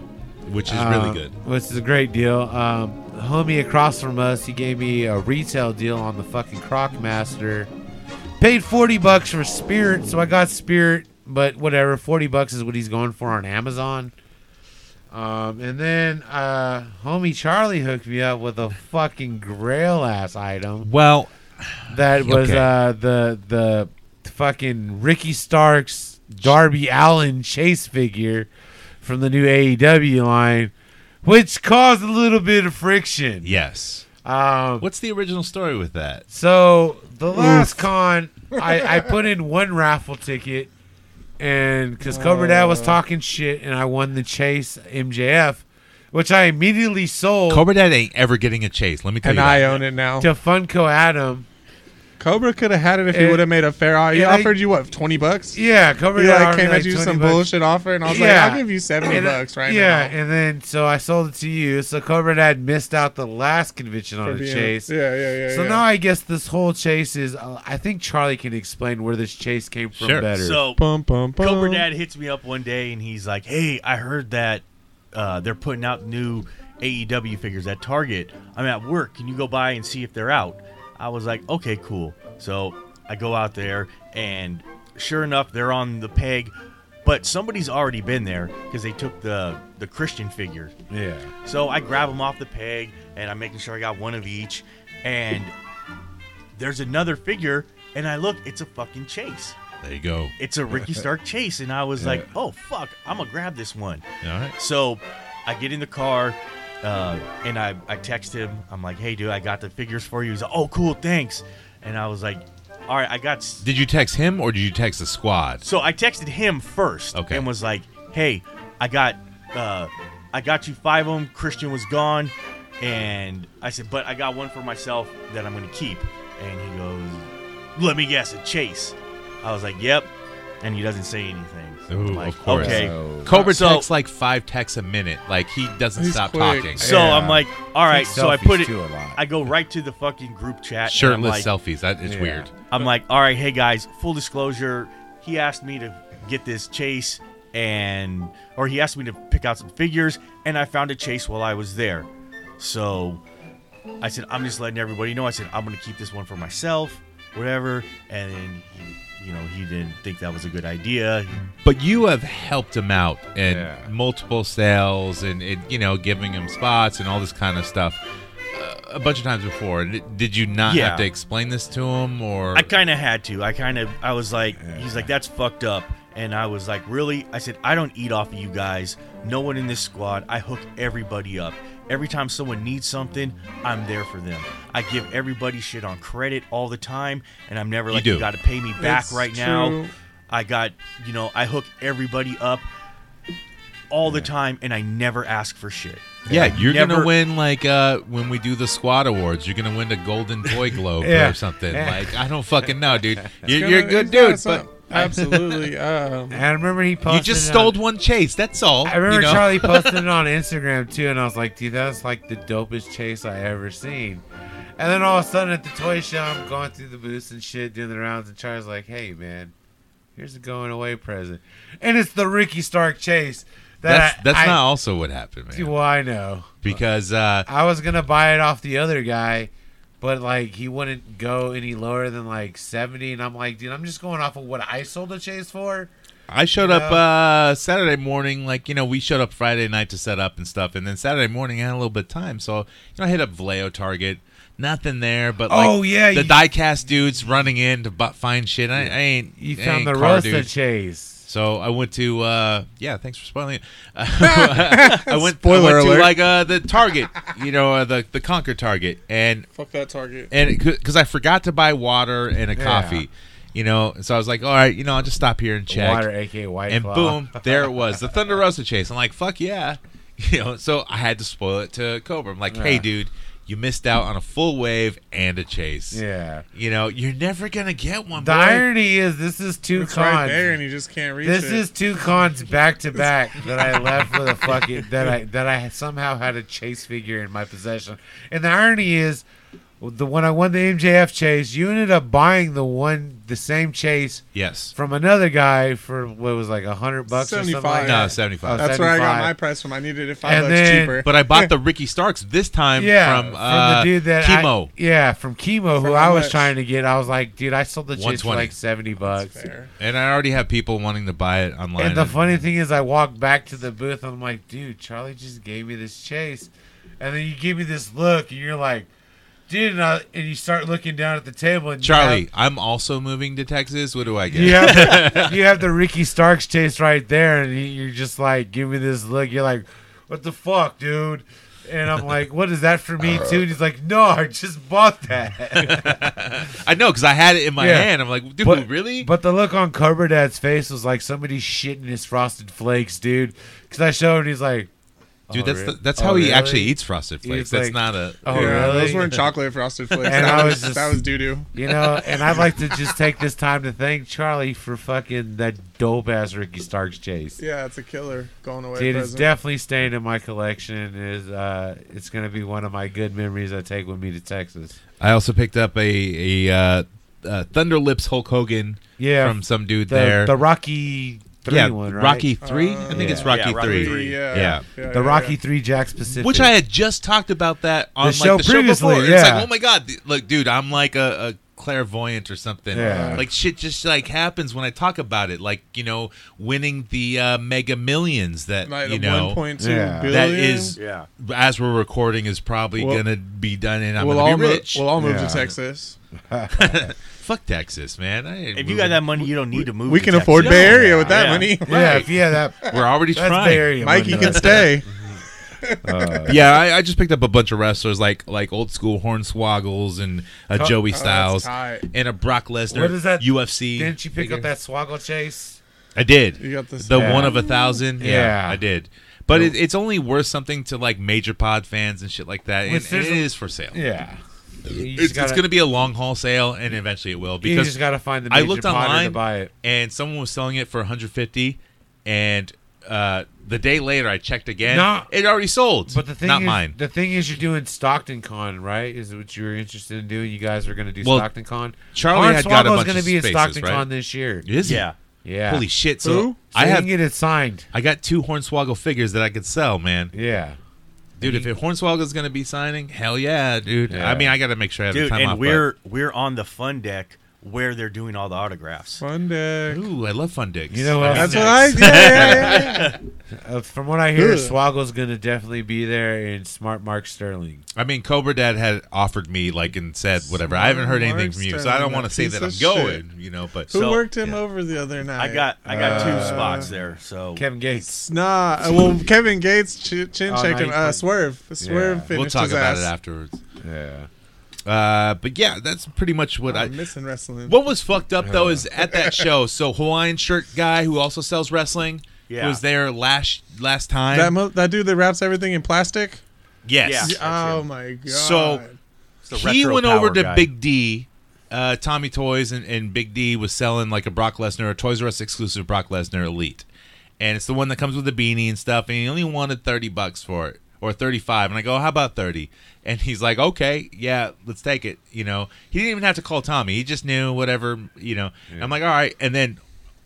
Speaker 3: which is
Speaker 4: Uh,
Speaker 3: really good.
Speaker 4: Which is a great deal. Um, the homie across from us, he gave me a retail deal on the fucking Croc Master. Paid forty bucks for Spirit, so I got Spirit, but whatever. Forty bucks is what he's going for on Amazon. Um, and then uh, homie Charlie hooked me up with a fucking Grail ass item
Speaker 3: Well,
Speaker 4: that was
Speaker 3: Okay.
Speaker 4: uh, the the fucking Ricky Starks Darby Allen chase figure from the new AEW line, which caused a little bit of friction.
Speaker 3: yes.
Speaker 4: Um,
Speaker 3: What's the original story with that?
Speaker 4: so the last con, I, I put in one raffle ticket, and because Cobra Dad was talking shit, and I won the chase MJF, which I immediately sold
Speaker 3: Oh. Cobra Dad ain't ever getting a chase. Let me tell
Speaker 8: And
Speaker 3: you.
Speaker 8: I
Speaker 3: that.
Speaker 8: own it now.
Speaker 4: to Funko Adam.
Speaker 8: Cobra could have had it if he
Speaker 4: And-
Speaker 8: would have made a fair offer. He
Speaker 4: and I-
Speaker 8: offered you what, twenty bucks?
Speaker 4: Yeah, Cobra
Speaker 8: He like,
Speaker 4: offered me,
Speaker 8: came
Speaker 4: like,
Speaker 8: at you with
Speaker 4: 20
Speaker 8: some
Speaker 4: bucks.
Speaker 8: bullshit offer, and I was like, I'll give you seventy
Speaker 4: And, uh,
Speaker 8: bucks right
Speaker 4: yeah,
Speaker 8: now.
Speaker 4: and then so I sold it to you. So Cobra had missed out the last convention
Speaker 8: For
Speaker 4: on a
Speaker 8: being-
Speaker 4: chase.
Speaker 8: yeah, yeah, yeah,
Speaker 4: So
Speaker 8: yeah.
Speaker 4: now I guess this whole chase is. Uh, I think Charlie can explain where this chase came from better.
Speaker 7: So Cobra Dad hits me up one day and he's like, "Hey, I heard that uh, they're putting out new AEW figures at Target. I'm at work. Can you go by and see if they're out?" I was like, "Okay, cool." So I go out there and sure enough, they're on the peg, but somebody's already been there because they took the the Christian figure.
Speaker 4: Yeah.
Speaker 7: So I grab them off the peg and I'm making sure I got one of each and there's another figure and I look, it's a fucking chase.
Speaker 3: There you go.
Speaker 7: It's a Ricky Stark chase, and I was like, "Oh fuck, I'm gonna grab this one."
Speaker 3: All right.
Speaker 7: So, I get in the car, uh, and I I text him. I'm like, "Hey, dude, I got the figures for you." He's like, "Oh, cool, thanks." And I was like, "All right, I got." s-"
Speaker 3: Did you text him or did you text the squad?
Speaker 7: So I texted him first,
Speaker 3: Okay.
Speaker 7: and was like, "Hey, I got, uh, I got you five of them. Christian was gone, and I said, but I got one for myself that I'm gonna keep." And he goes, "Let me guess, a chase." I was like, "Yep," and he doesn't say anything.
Speaker 3: Ooh,
Speaker 7: I'm like,
Speaker 3: of course.
Speaker 7: Okay.
Speaker 3: Cobra
Speaker 7: So-
Speaker 3: texts like five texts a minute. Like he doesn't stop talking.
Speaker 7: So I'm like, all right.
Speaker 3: Takes
Speaker 7: So I
Speaker 3: selfies
Speaker 7: put it.
Speaker 3: too a lot.
Speaker 7: I go right to the fucking group chat. and
Speaker 3: Shirtless
Speaker 7: I'm like-
Speaker 3: selfies. That is weird.
Speaker 7: I'm like, all right, hey guys. Full disclosure, he asked me to get this chase, and or he asked me to pick out some figures, and I found a chase while I was there. So I said, I'm just letting everybody know. I said I'm gonna keep this one for myself, whatever. And then he, you know, he didn't think that was a good idea.
Speaker 3: But you have helped him out in multiple sales and, and you know giving him spots and all this kind of stuff uh, a bunch of times before. D- Did you not
Speaker 7: Yeah.
Speaker 3: have to explain this to him or
Speaker 7: I kind of had to. I kind of. I was like, he's like, that's fucked up. And I was like, really? I said, I don't eat off of you guys. No one in this squad. I hook everybody up. Every time someone needs something, I'm there for them. I give everybody shit on credit all the time, and I'm never
Speaker 3: You
Speaker 7: like, you,
Speaker 3: do.
Speaker 7: got to pay me back
Speaker 3: It's
Speaker 7: right
Speaker 3: true.
Speaker 7: now. I got, you know, I hook everybody up all the time, and I never ask for shit.
Speaker 3: Yeah, you're
Speaker 7: Never-
Speaker 3: gonna win like uh, when we do the squad awards. You're gonna win the Golden Boy Globe
Speaker 8: Yeah.
Speaker 3: or something.
Speaker 8: Yeah.
Speaker 3: Like I don't fucking know, dude. You're,
Speaker 8: gonna-
Speaker 3: you're a good
Speaker 8: it's gotta
Speaker 3: dude,
Speaker 8: sound-
Speaker 3: but
Speaker 8: absolutely. Um,
Speaker 4: and I remember he
Speaker 3: you
Speaker 4: posted.
Speaker 3: just
Speaker 4: it
Speaker 3: stole
Speaker 4: on-
Speaker 3: one chase. That's all.
Speaker 4: I
Speaker 3: you
Speaker 4: remember
Speaker 3: know?
Speaker 4: Charlie posted it on Instagram too, and I was like, dude, that's like the dopest chase I ever seen. And then all of a sudden at the toy show, I'm going through the booths and shit, doing the rounds, and Charlie's like, hey, man, here's a going away present. And it's the Ricky Stark chase. That
Speaker 3: that's
Speaker 4: I-
Speaker 3: that's
Speaker 4: I-
Speaker 3: not also what happened, man.
Speaker 4: Well, I know.
Speaker 3: Because uh,
Speaker 4: I was gonna buy it off the other guy, but like he wouldn't go any lower than like seventy, and I'm like, dude, I'm just going off of what I sold the chase for.
Speaker 3: I showed
Speaker 4: You
Speaker 3: up
Speaker 4: know?
Speaker 3: uh, Saturday morning, like you know, we showed up Friday night to set up and stuff, and then Saturday morning I had a little bit of time, so you know, I hit up Vallejo Target. Nothing there, but like,
Speaker 4: Oh, yeah,
Speaker 3: the
Speaker 4: you-
Speaker 3: diecast dudes running in to bu- find shit. I, I ain't
Speaker 4: You
Speaker 3: I
Speaker 4: found
Speaker 3: ain't
Speaker 4: the
Speaker 3: car
Speaker 4: Rosta
Speaker 3: dude.
Speaker 4: chase.
Speaker 3: So I went to uh, yeah, thanks for spoiling it. I went, I went
Speaker 8: Spoiler
Speaker 3: to
Speaker 8: alert.
Speaker 3: like uh, the Target, you know, uh, the the Conquer Target, and
Speaker 8: Fuck that Target.
Speaker 3: and because I forgot to buy water and a
Speaker 8: Yeah.
Speaker 3: coffee, you know, so I was like, all right, you know, I'll just stop here and check.
Speaker 4: Water, aka White
Speaker 3: and
Speaker 4: Claw.
Speaker 3: boom, there it was, the Thunder Rosa chase. I'm like, fuck yeah, you know. So I had to spoil it to Cobra. I'm like, hey,
Speaker 4: Yeah.
Speaker 3: dude, you missed out on a full wave and a chase.
Speaker 4: Yeah.
Speaker 3: you know, you're never gonna get one.
Speaker 4: The
Speaker 3: boy.
Speaker 4: irony is, this is two
Speaker 8: It's
Speaker 4: cons.
Speaker 8: right there, and you just can't reach
Speaker 4: this
Speaker 8: it.
Speaker 4: is two cons back to back that I left with a fucking that I that I somehow had a chase figure in my possession. And the irony is, the when I won the MJF chase, you ended up buying the one the same chase.
Speaker 3: Yes.
Speaker 4: From another guy for what was like a hundred bucks. Seventy five.
Speaker 3: No,
Speaker 4: Oh,
Speaker 3: 75.
Speaker 8: That's where I got my price from. I needed it five
Speaker 4: And
Speaker 8: bucks
Speaker 4: then-
Speaker 8: cheaper.
Speaker 3: But I bought the Ricky Starks this time
Speaker 4: Yeah,
Speaker 3: from, uh,
Speaker 4: the dude that I-
Speaker 3: Chemo.
Speaker 4: yeah, from chemo, who
Speaker 8: how
Speaker 4: I was
Speaker 8: much?
Speaker 4: trying to get. I was like, dude, I sold the chase for
Speaker 3: 120.
Speaker 4: like seventy bucks.
Speaker 3: and I already have people wanting to buy it online.
Speaker 4: And the funny thing is, I walked back to the booth. and I'm like, dude, Charlie just gave me this chase, and then you give me this look, and you're like, dude, and, I, and you start looking down at the table. And you
Speaker 3: Charlie, I'm also moving to Texas. What do I get?
Speaker 4: have- you have, the, you have the Ricky Starks chase right there, and you- you're just like, give me this look. You're like, what the fuck, dude? And I'm like, what is that for me too? And he's like, no, I just bought that.
Speaker 3: I know because I had it in my
Speaker 4: Yeah.
Speaker 3: hand. I'm like, dude,
Speaker 4: But-
Speaker 3: really?
Speaker 4: But the look on Cobra Dad's face was like somebody shitting his frosted flakes, dude. Because I showed him, he's like,
Speaker 3: Dude,
Speaker 4: Oh,
Speaker 3: that's
Speaker 4: really?
Speaker 3: the, that's
Speaker 4: Oh,
Speaker 3: how he
Speaker 4: really?
Speaker 3: actually eats frosted flakes.
Speaker 4: He's
Speaker 3: that's
Speaker 4: like-
Speaker 3: not a.
Speaker 4: Oh,
Speaker 8: Yeah,
Speaker 4: really?
Speaker 8: those weren't chocolate Frosted Flakes.
Speaker 4: And
Speaker 8: That
Speaker 4: I
Speaker 8: was-
Speaker 4: was just,
Speaker 8: that was doo-doo.
Speaker 4: You know, and I'd like to just take this time to thank Charlie for fucking that dope ass Ricky Starks chase.
Speaker 8: Yeah, it's a killer going away.
Speaker 4: Dude, it's
Speaker 8: present.
Speaker 4: definitely staying in my collection. Is uh, it's gonna be one of my good memories I take with me to Texas.
Speaker 3: I also picked up a a uh, uh, Thunder Lips Hulk Hogan.
Speaker 4: Yeah,
Speaker 3: from some dude
Speaker 4: the-
Speaker 3: there.
Speaker 4: the Rocky III
Speaker 3: yeah,
Speaker 4: one, right?
Speaker 3: Rocky three. I think
Speaker 4: Uh, Yeah.
Speaker 3: it's Rocky
Speaker 4: Yeah, Rocky
Speaker 3: three.
Speaker 4: III, yeah.
Speaker 3: yeah.
Speaker 4: The Yeah, yeah, Rocky yeah. III Jack Pacific.
Speaker 3: Which I had just talked about that on
Speaker 4: The
Speaker 3: like
Speaker 4: show
Speaker 3: the show
Speaker 4: previously,
Speaker 3: before. It's
Speaker 4: yeah.
Speaker 3: like, oh my god, th- look, dude, I'm like a. a clairvoyant or something
Speaker 4: Yeah.
Speaker 3: like shit just like happens when i talk about it like you know winning the uh mega millions that
Speaker 8: Like
Speaker 3: you
Speaker 8: the
Speaker 3: know
Speaker 8: 1.2
Speaker 3: that
Speaker 8: billion?
Speaker 3: is
Speaker 8: Yeah.
Speaker 3: as we're recording is probably
Speaker 8: Well-
Speaker 3: gonna be done and i'm
Speaker 8: We'll
Speaker 3: gonna
Speaker 8: all
Speaker 3: be
Speaker 8: move-
Speaker 3: rich
Speaker 8: we'll all move to Yeah. Texas.
Speaker 3: fuck texas man I ain't
Speaker 7: If you
Speaker 3: moving-
Speaker 7: got that money, you don't need to move.
Speaker 8: we
Speaker 7: to
Speaker 8: can
Speaker 7: Texas.
Speaker 8: afford Bay
Speaker 7: No.
Speaker 8: Area with that money.
Speaker 7: Right.
Speaker 3: We're already trying.
Speaker 8: Mikey can stay.
Speaker 3: Uh, yeah, I, I just picked up a bunch of wrestlers like like old school Hornswoggles and a
Speaker 4: Oh, oh,
Speaker 3: Joey
Speaker 4: that's
Speaker 3: Styles
Speaker 4: tight.
Speaker 3: and a Brock Lesnar.
Speaker 4: What is that
Speaker 3: UFC?
Speaker 4: Didn't you pick up that Swaggle chase?
Speaker 3: I did.
Speaker 4: You got this-
Speaker 3: the
Speaker 4: Yeah.
Speaker 3: one of a thousand. Yeah,
Speaker 4: Yeah.
Speaker 3: I did. But it, it's only worth something to like major pod fans and shit like that. And,
Speaker 4: Which
Speaker 3: and
Speaker 4: there's
Speaker 3: it
Speaker 4: a-
Speaker 3: is for sale.
Speaker 4: Yeah. You just
Speaker 3: It's, it's
Speaker 4: gotta-
Speaker 3: going to be a long haul sale, and eventually it will.
Speaker 4: You
Speaker 3: Because
Speaker 4: just gotta find the
Speaker 3: I
Speaker 4: major
Speaker 3: looked
Speaker 4: podder to
Speaker 3: online,
Speaker 4: buy it.
Speaker 3: and someone was selling it for 150, and uh, the day later I checked again.
Speaker 4: No.
Speaker 3: it already sold. But
Speaker 4: the thing
Speaker 3: not
Speaker 4: is,
Speaker 3: mine.
Speaker 4: The thing is, you're doing Stockton Con, right? Is what you were interested in doing? You guys were going to do
Speaker 3: Well,
Speaker 4: Stockton Con.
Speaker 3: Charlie had got a
Speaker 4: Hornswoggle's
Speaker 3: bunch
Speaker 4: gonna
Speaker 3: of
Speaker 4: be at
Speaker 3: spaces,
Speaker 4: Stockton
Speaker 3: right?
Speaker 4: Con this year.
Speaker 3: Is he?
Speaker 4: yeah, yeah.
Speaker 3: Holy shit! So
Speaker 4: I
Speaker 3: I
Speaker 4: have
Speaker 3: have
Speaker 4: get it signed.
Speaker 3: I got two Hornswoggle figures that I could sell, man.
Speaker 4: Yeah.
Speaker 3: Dude, if Hornswoggle's gonna be signing, hell yeah, dude.
Speaker 7: Yeah.
Speaker 3: I mean, I gotta make sure I have
Speaker 7: Dude,
Speaker 3: the time
Speaker 7: and
Speaker 3: off. but-
Speaker 7: we're we're on the fun deck where they're doing all the autographs.
Speaker 8: Fun deck.
Speaker 3: Ooh, I love fun dicks.
Speaker 4: You know what?
Speaker 7: That's what I- yeah, yeah,
Speaker 4: Uh, from what I hear,
Speaker 7: Ugh.
Speaker 4: Swaggle's going to definitely be there in Smart Mark Sterling.
Speaker 3: I mean, Cobra Dad had offered me like and said whatever. I haven't heard anything from you, so I don't want to say that I'm going. You know, but
Speaker 8: who worked him over the other night?
Speaker 7: I got I got two spots there. So
Speaker 4: Kevin Gates.
Speaker 8: Nah, uh, well, Kevin Gates ch- chin
Speaker 7: Oh, no,
Speaker 8: checking.
Speaker 7: he's
Speaker 8: uh,
Speaker 7: playing.
Speaker 8: Swerve, Swerve
Speaker 3: Yeah.
Speaker 8: finished
Speaker 3: We'll talk
Speaker 8: his
Speaker 3: about
Speaker 8: ass.
Speaker 3: it afterwards.
Speaker 4: Yeah.
Speaker 3: Uh, but yeah, that's pretty much what
Speaker 8: I'm
Speaker 3: I
Speaker 8: missing wrestling.
Speaker 3: What was fucked up though is at that show. So Hawaiian shirt guy who also sells wrestling
Speaker 8: Yeah.
Speaker 3: was there last last time.
Speaker 8: That mo- that dude that wraps everything in plastic.
Speaker 3: Yes.
Speaker 8: oh my god.
Speaker 3: So
Speaker 8: It's the
Speaker 3: he
Speaker 8: retro
Speaker 3: went over
Speaker 8: power
Speaker 3: to
Speaker 8: guy.
Speaker 3: Big D, uh, Tommy Toys, and, and Big D was selling like a Brock Lesnar, a Toys R Us exclusive Brock Lesnar Elite, and it's the one that comes with the beanie and stuff. And he only wanted thirty bucks for it or thirty five. And I go, how about thirty? And he's like, okay, yeah, let's take it. You know, he didn't even have to call Tommy. He just knew whatever. You know, And I'm like, all right. And then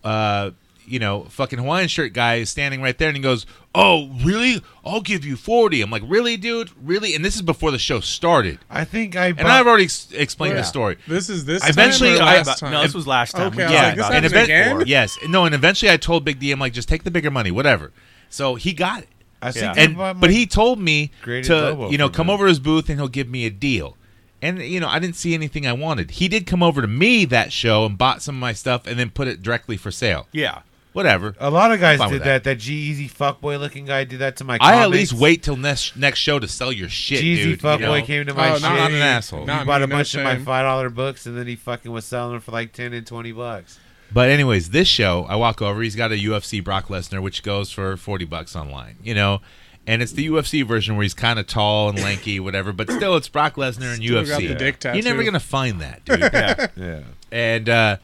Speaker 3: uh, you know, fucking Hawaiian shirt guy is standing right there and he goes, Oh, really? I'll give you 40. I'm like, Really, dude? Really? And this is before the show started.
Speaker 4: I think I.
Speaker 3: and I've already ex- explained
Speaker 8: Yeah.
Speaker 3: the story.
Speaker 8: This is this
Speaker 3: Eventually,
Speaker 8: time or
Speaker 3: I.
Speaker 8: last time? No, this was last time. Okay, I was
Speaker 3: yeah.
Speaker 8: like, this
Speaker 3: and
Speaker 8: happened
Speaker 3: event-
Speaker 8: again?
Speaker 3: Yes. No, and eventually I told Big D, I'm like, Just take the bigger money, whatever. So he got it.
Speaker 4: I was
Speaker 3: yeah.
Speaker 4: thinking
Speaker 3: and,
Speaker 4: about my
Speaker 3: But he told me
Speaker 4: graded
Speaker 3: to,
Speaker 4: elbow
Speaker 3: you know,
Speaker 4: for
Speaker 3: come over to his booth and he'll give me a deal. And you know, I didn't see anything I wanted. He did come over to me that show and bought some of my stuff and then put it directly for sale.
Speaker 7: Yeah.
Speaker 3: Whatever.
Speaker 4: A lot of guys
Speaker 3: Fine with
Speaker 4: did that. That, G Easy fuckboy looking guy did that to my.
Speaker 3: I at
Speaker 4: comics.
Speaker 3: least wait till next next show to sell your shit,
Speaker 4: Jeezy
Speaker 3: dude.
Speaker 4: fuckboy
Speaker 3: you know?
Speaker 4: came to my
Speaker 3: oh,
Speaker 4: shit.
Speaker 3: Not an asshole.
Speaker 4: He bought a bunch of my five dollar books, and then he fucking was selling them for like ten and twenty bucks.
Speaker 3: But anyways, this show, I walk over. He's got a UFC Brock Lesnar, which goes for forty bucks online. You know. And it's the UFC version where he's kind of tall and lanky, whatever. But still, it's Brock Lesnar and
Speaker 8: Still
Speaker 3: UFC.
Speaker 8: got the dick tattoo.
Speaker 3: You're never gonna find that, dude.
Speaker 8: Yeah.
Speaker 4: Yeah.
Speaker 3: And uh,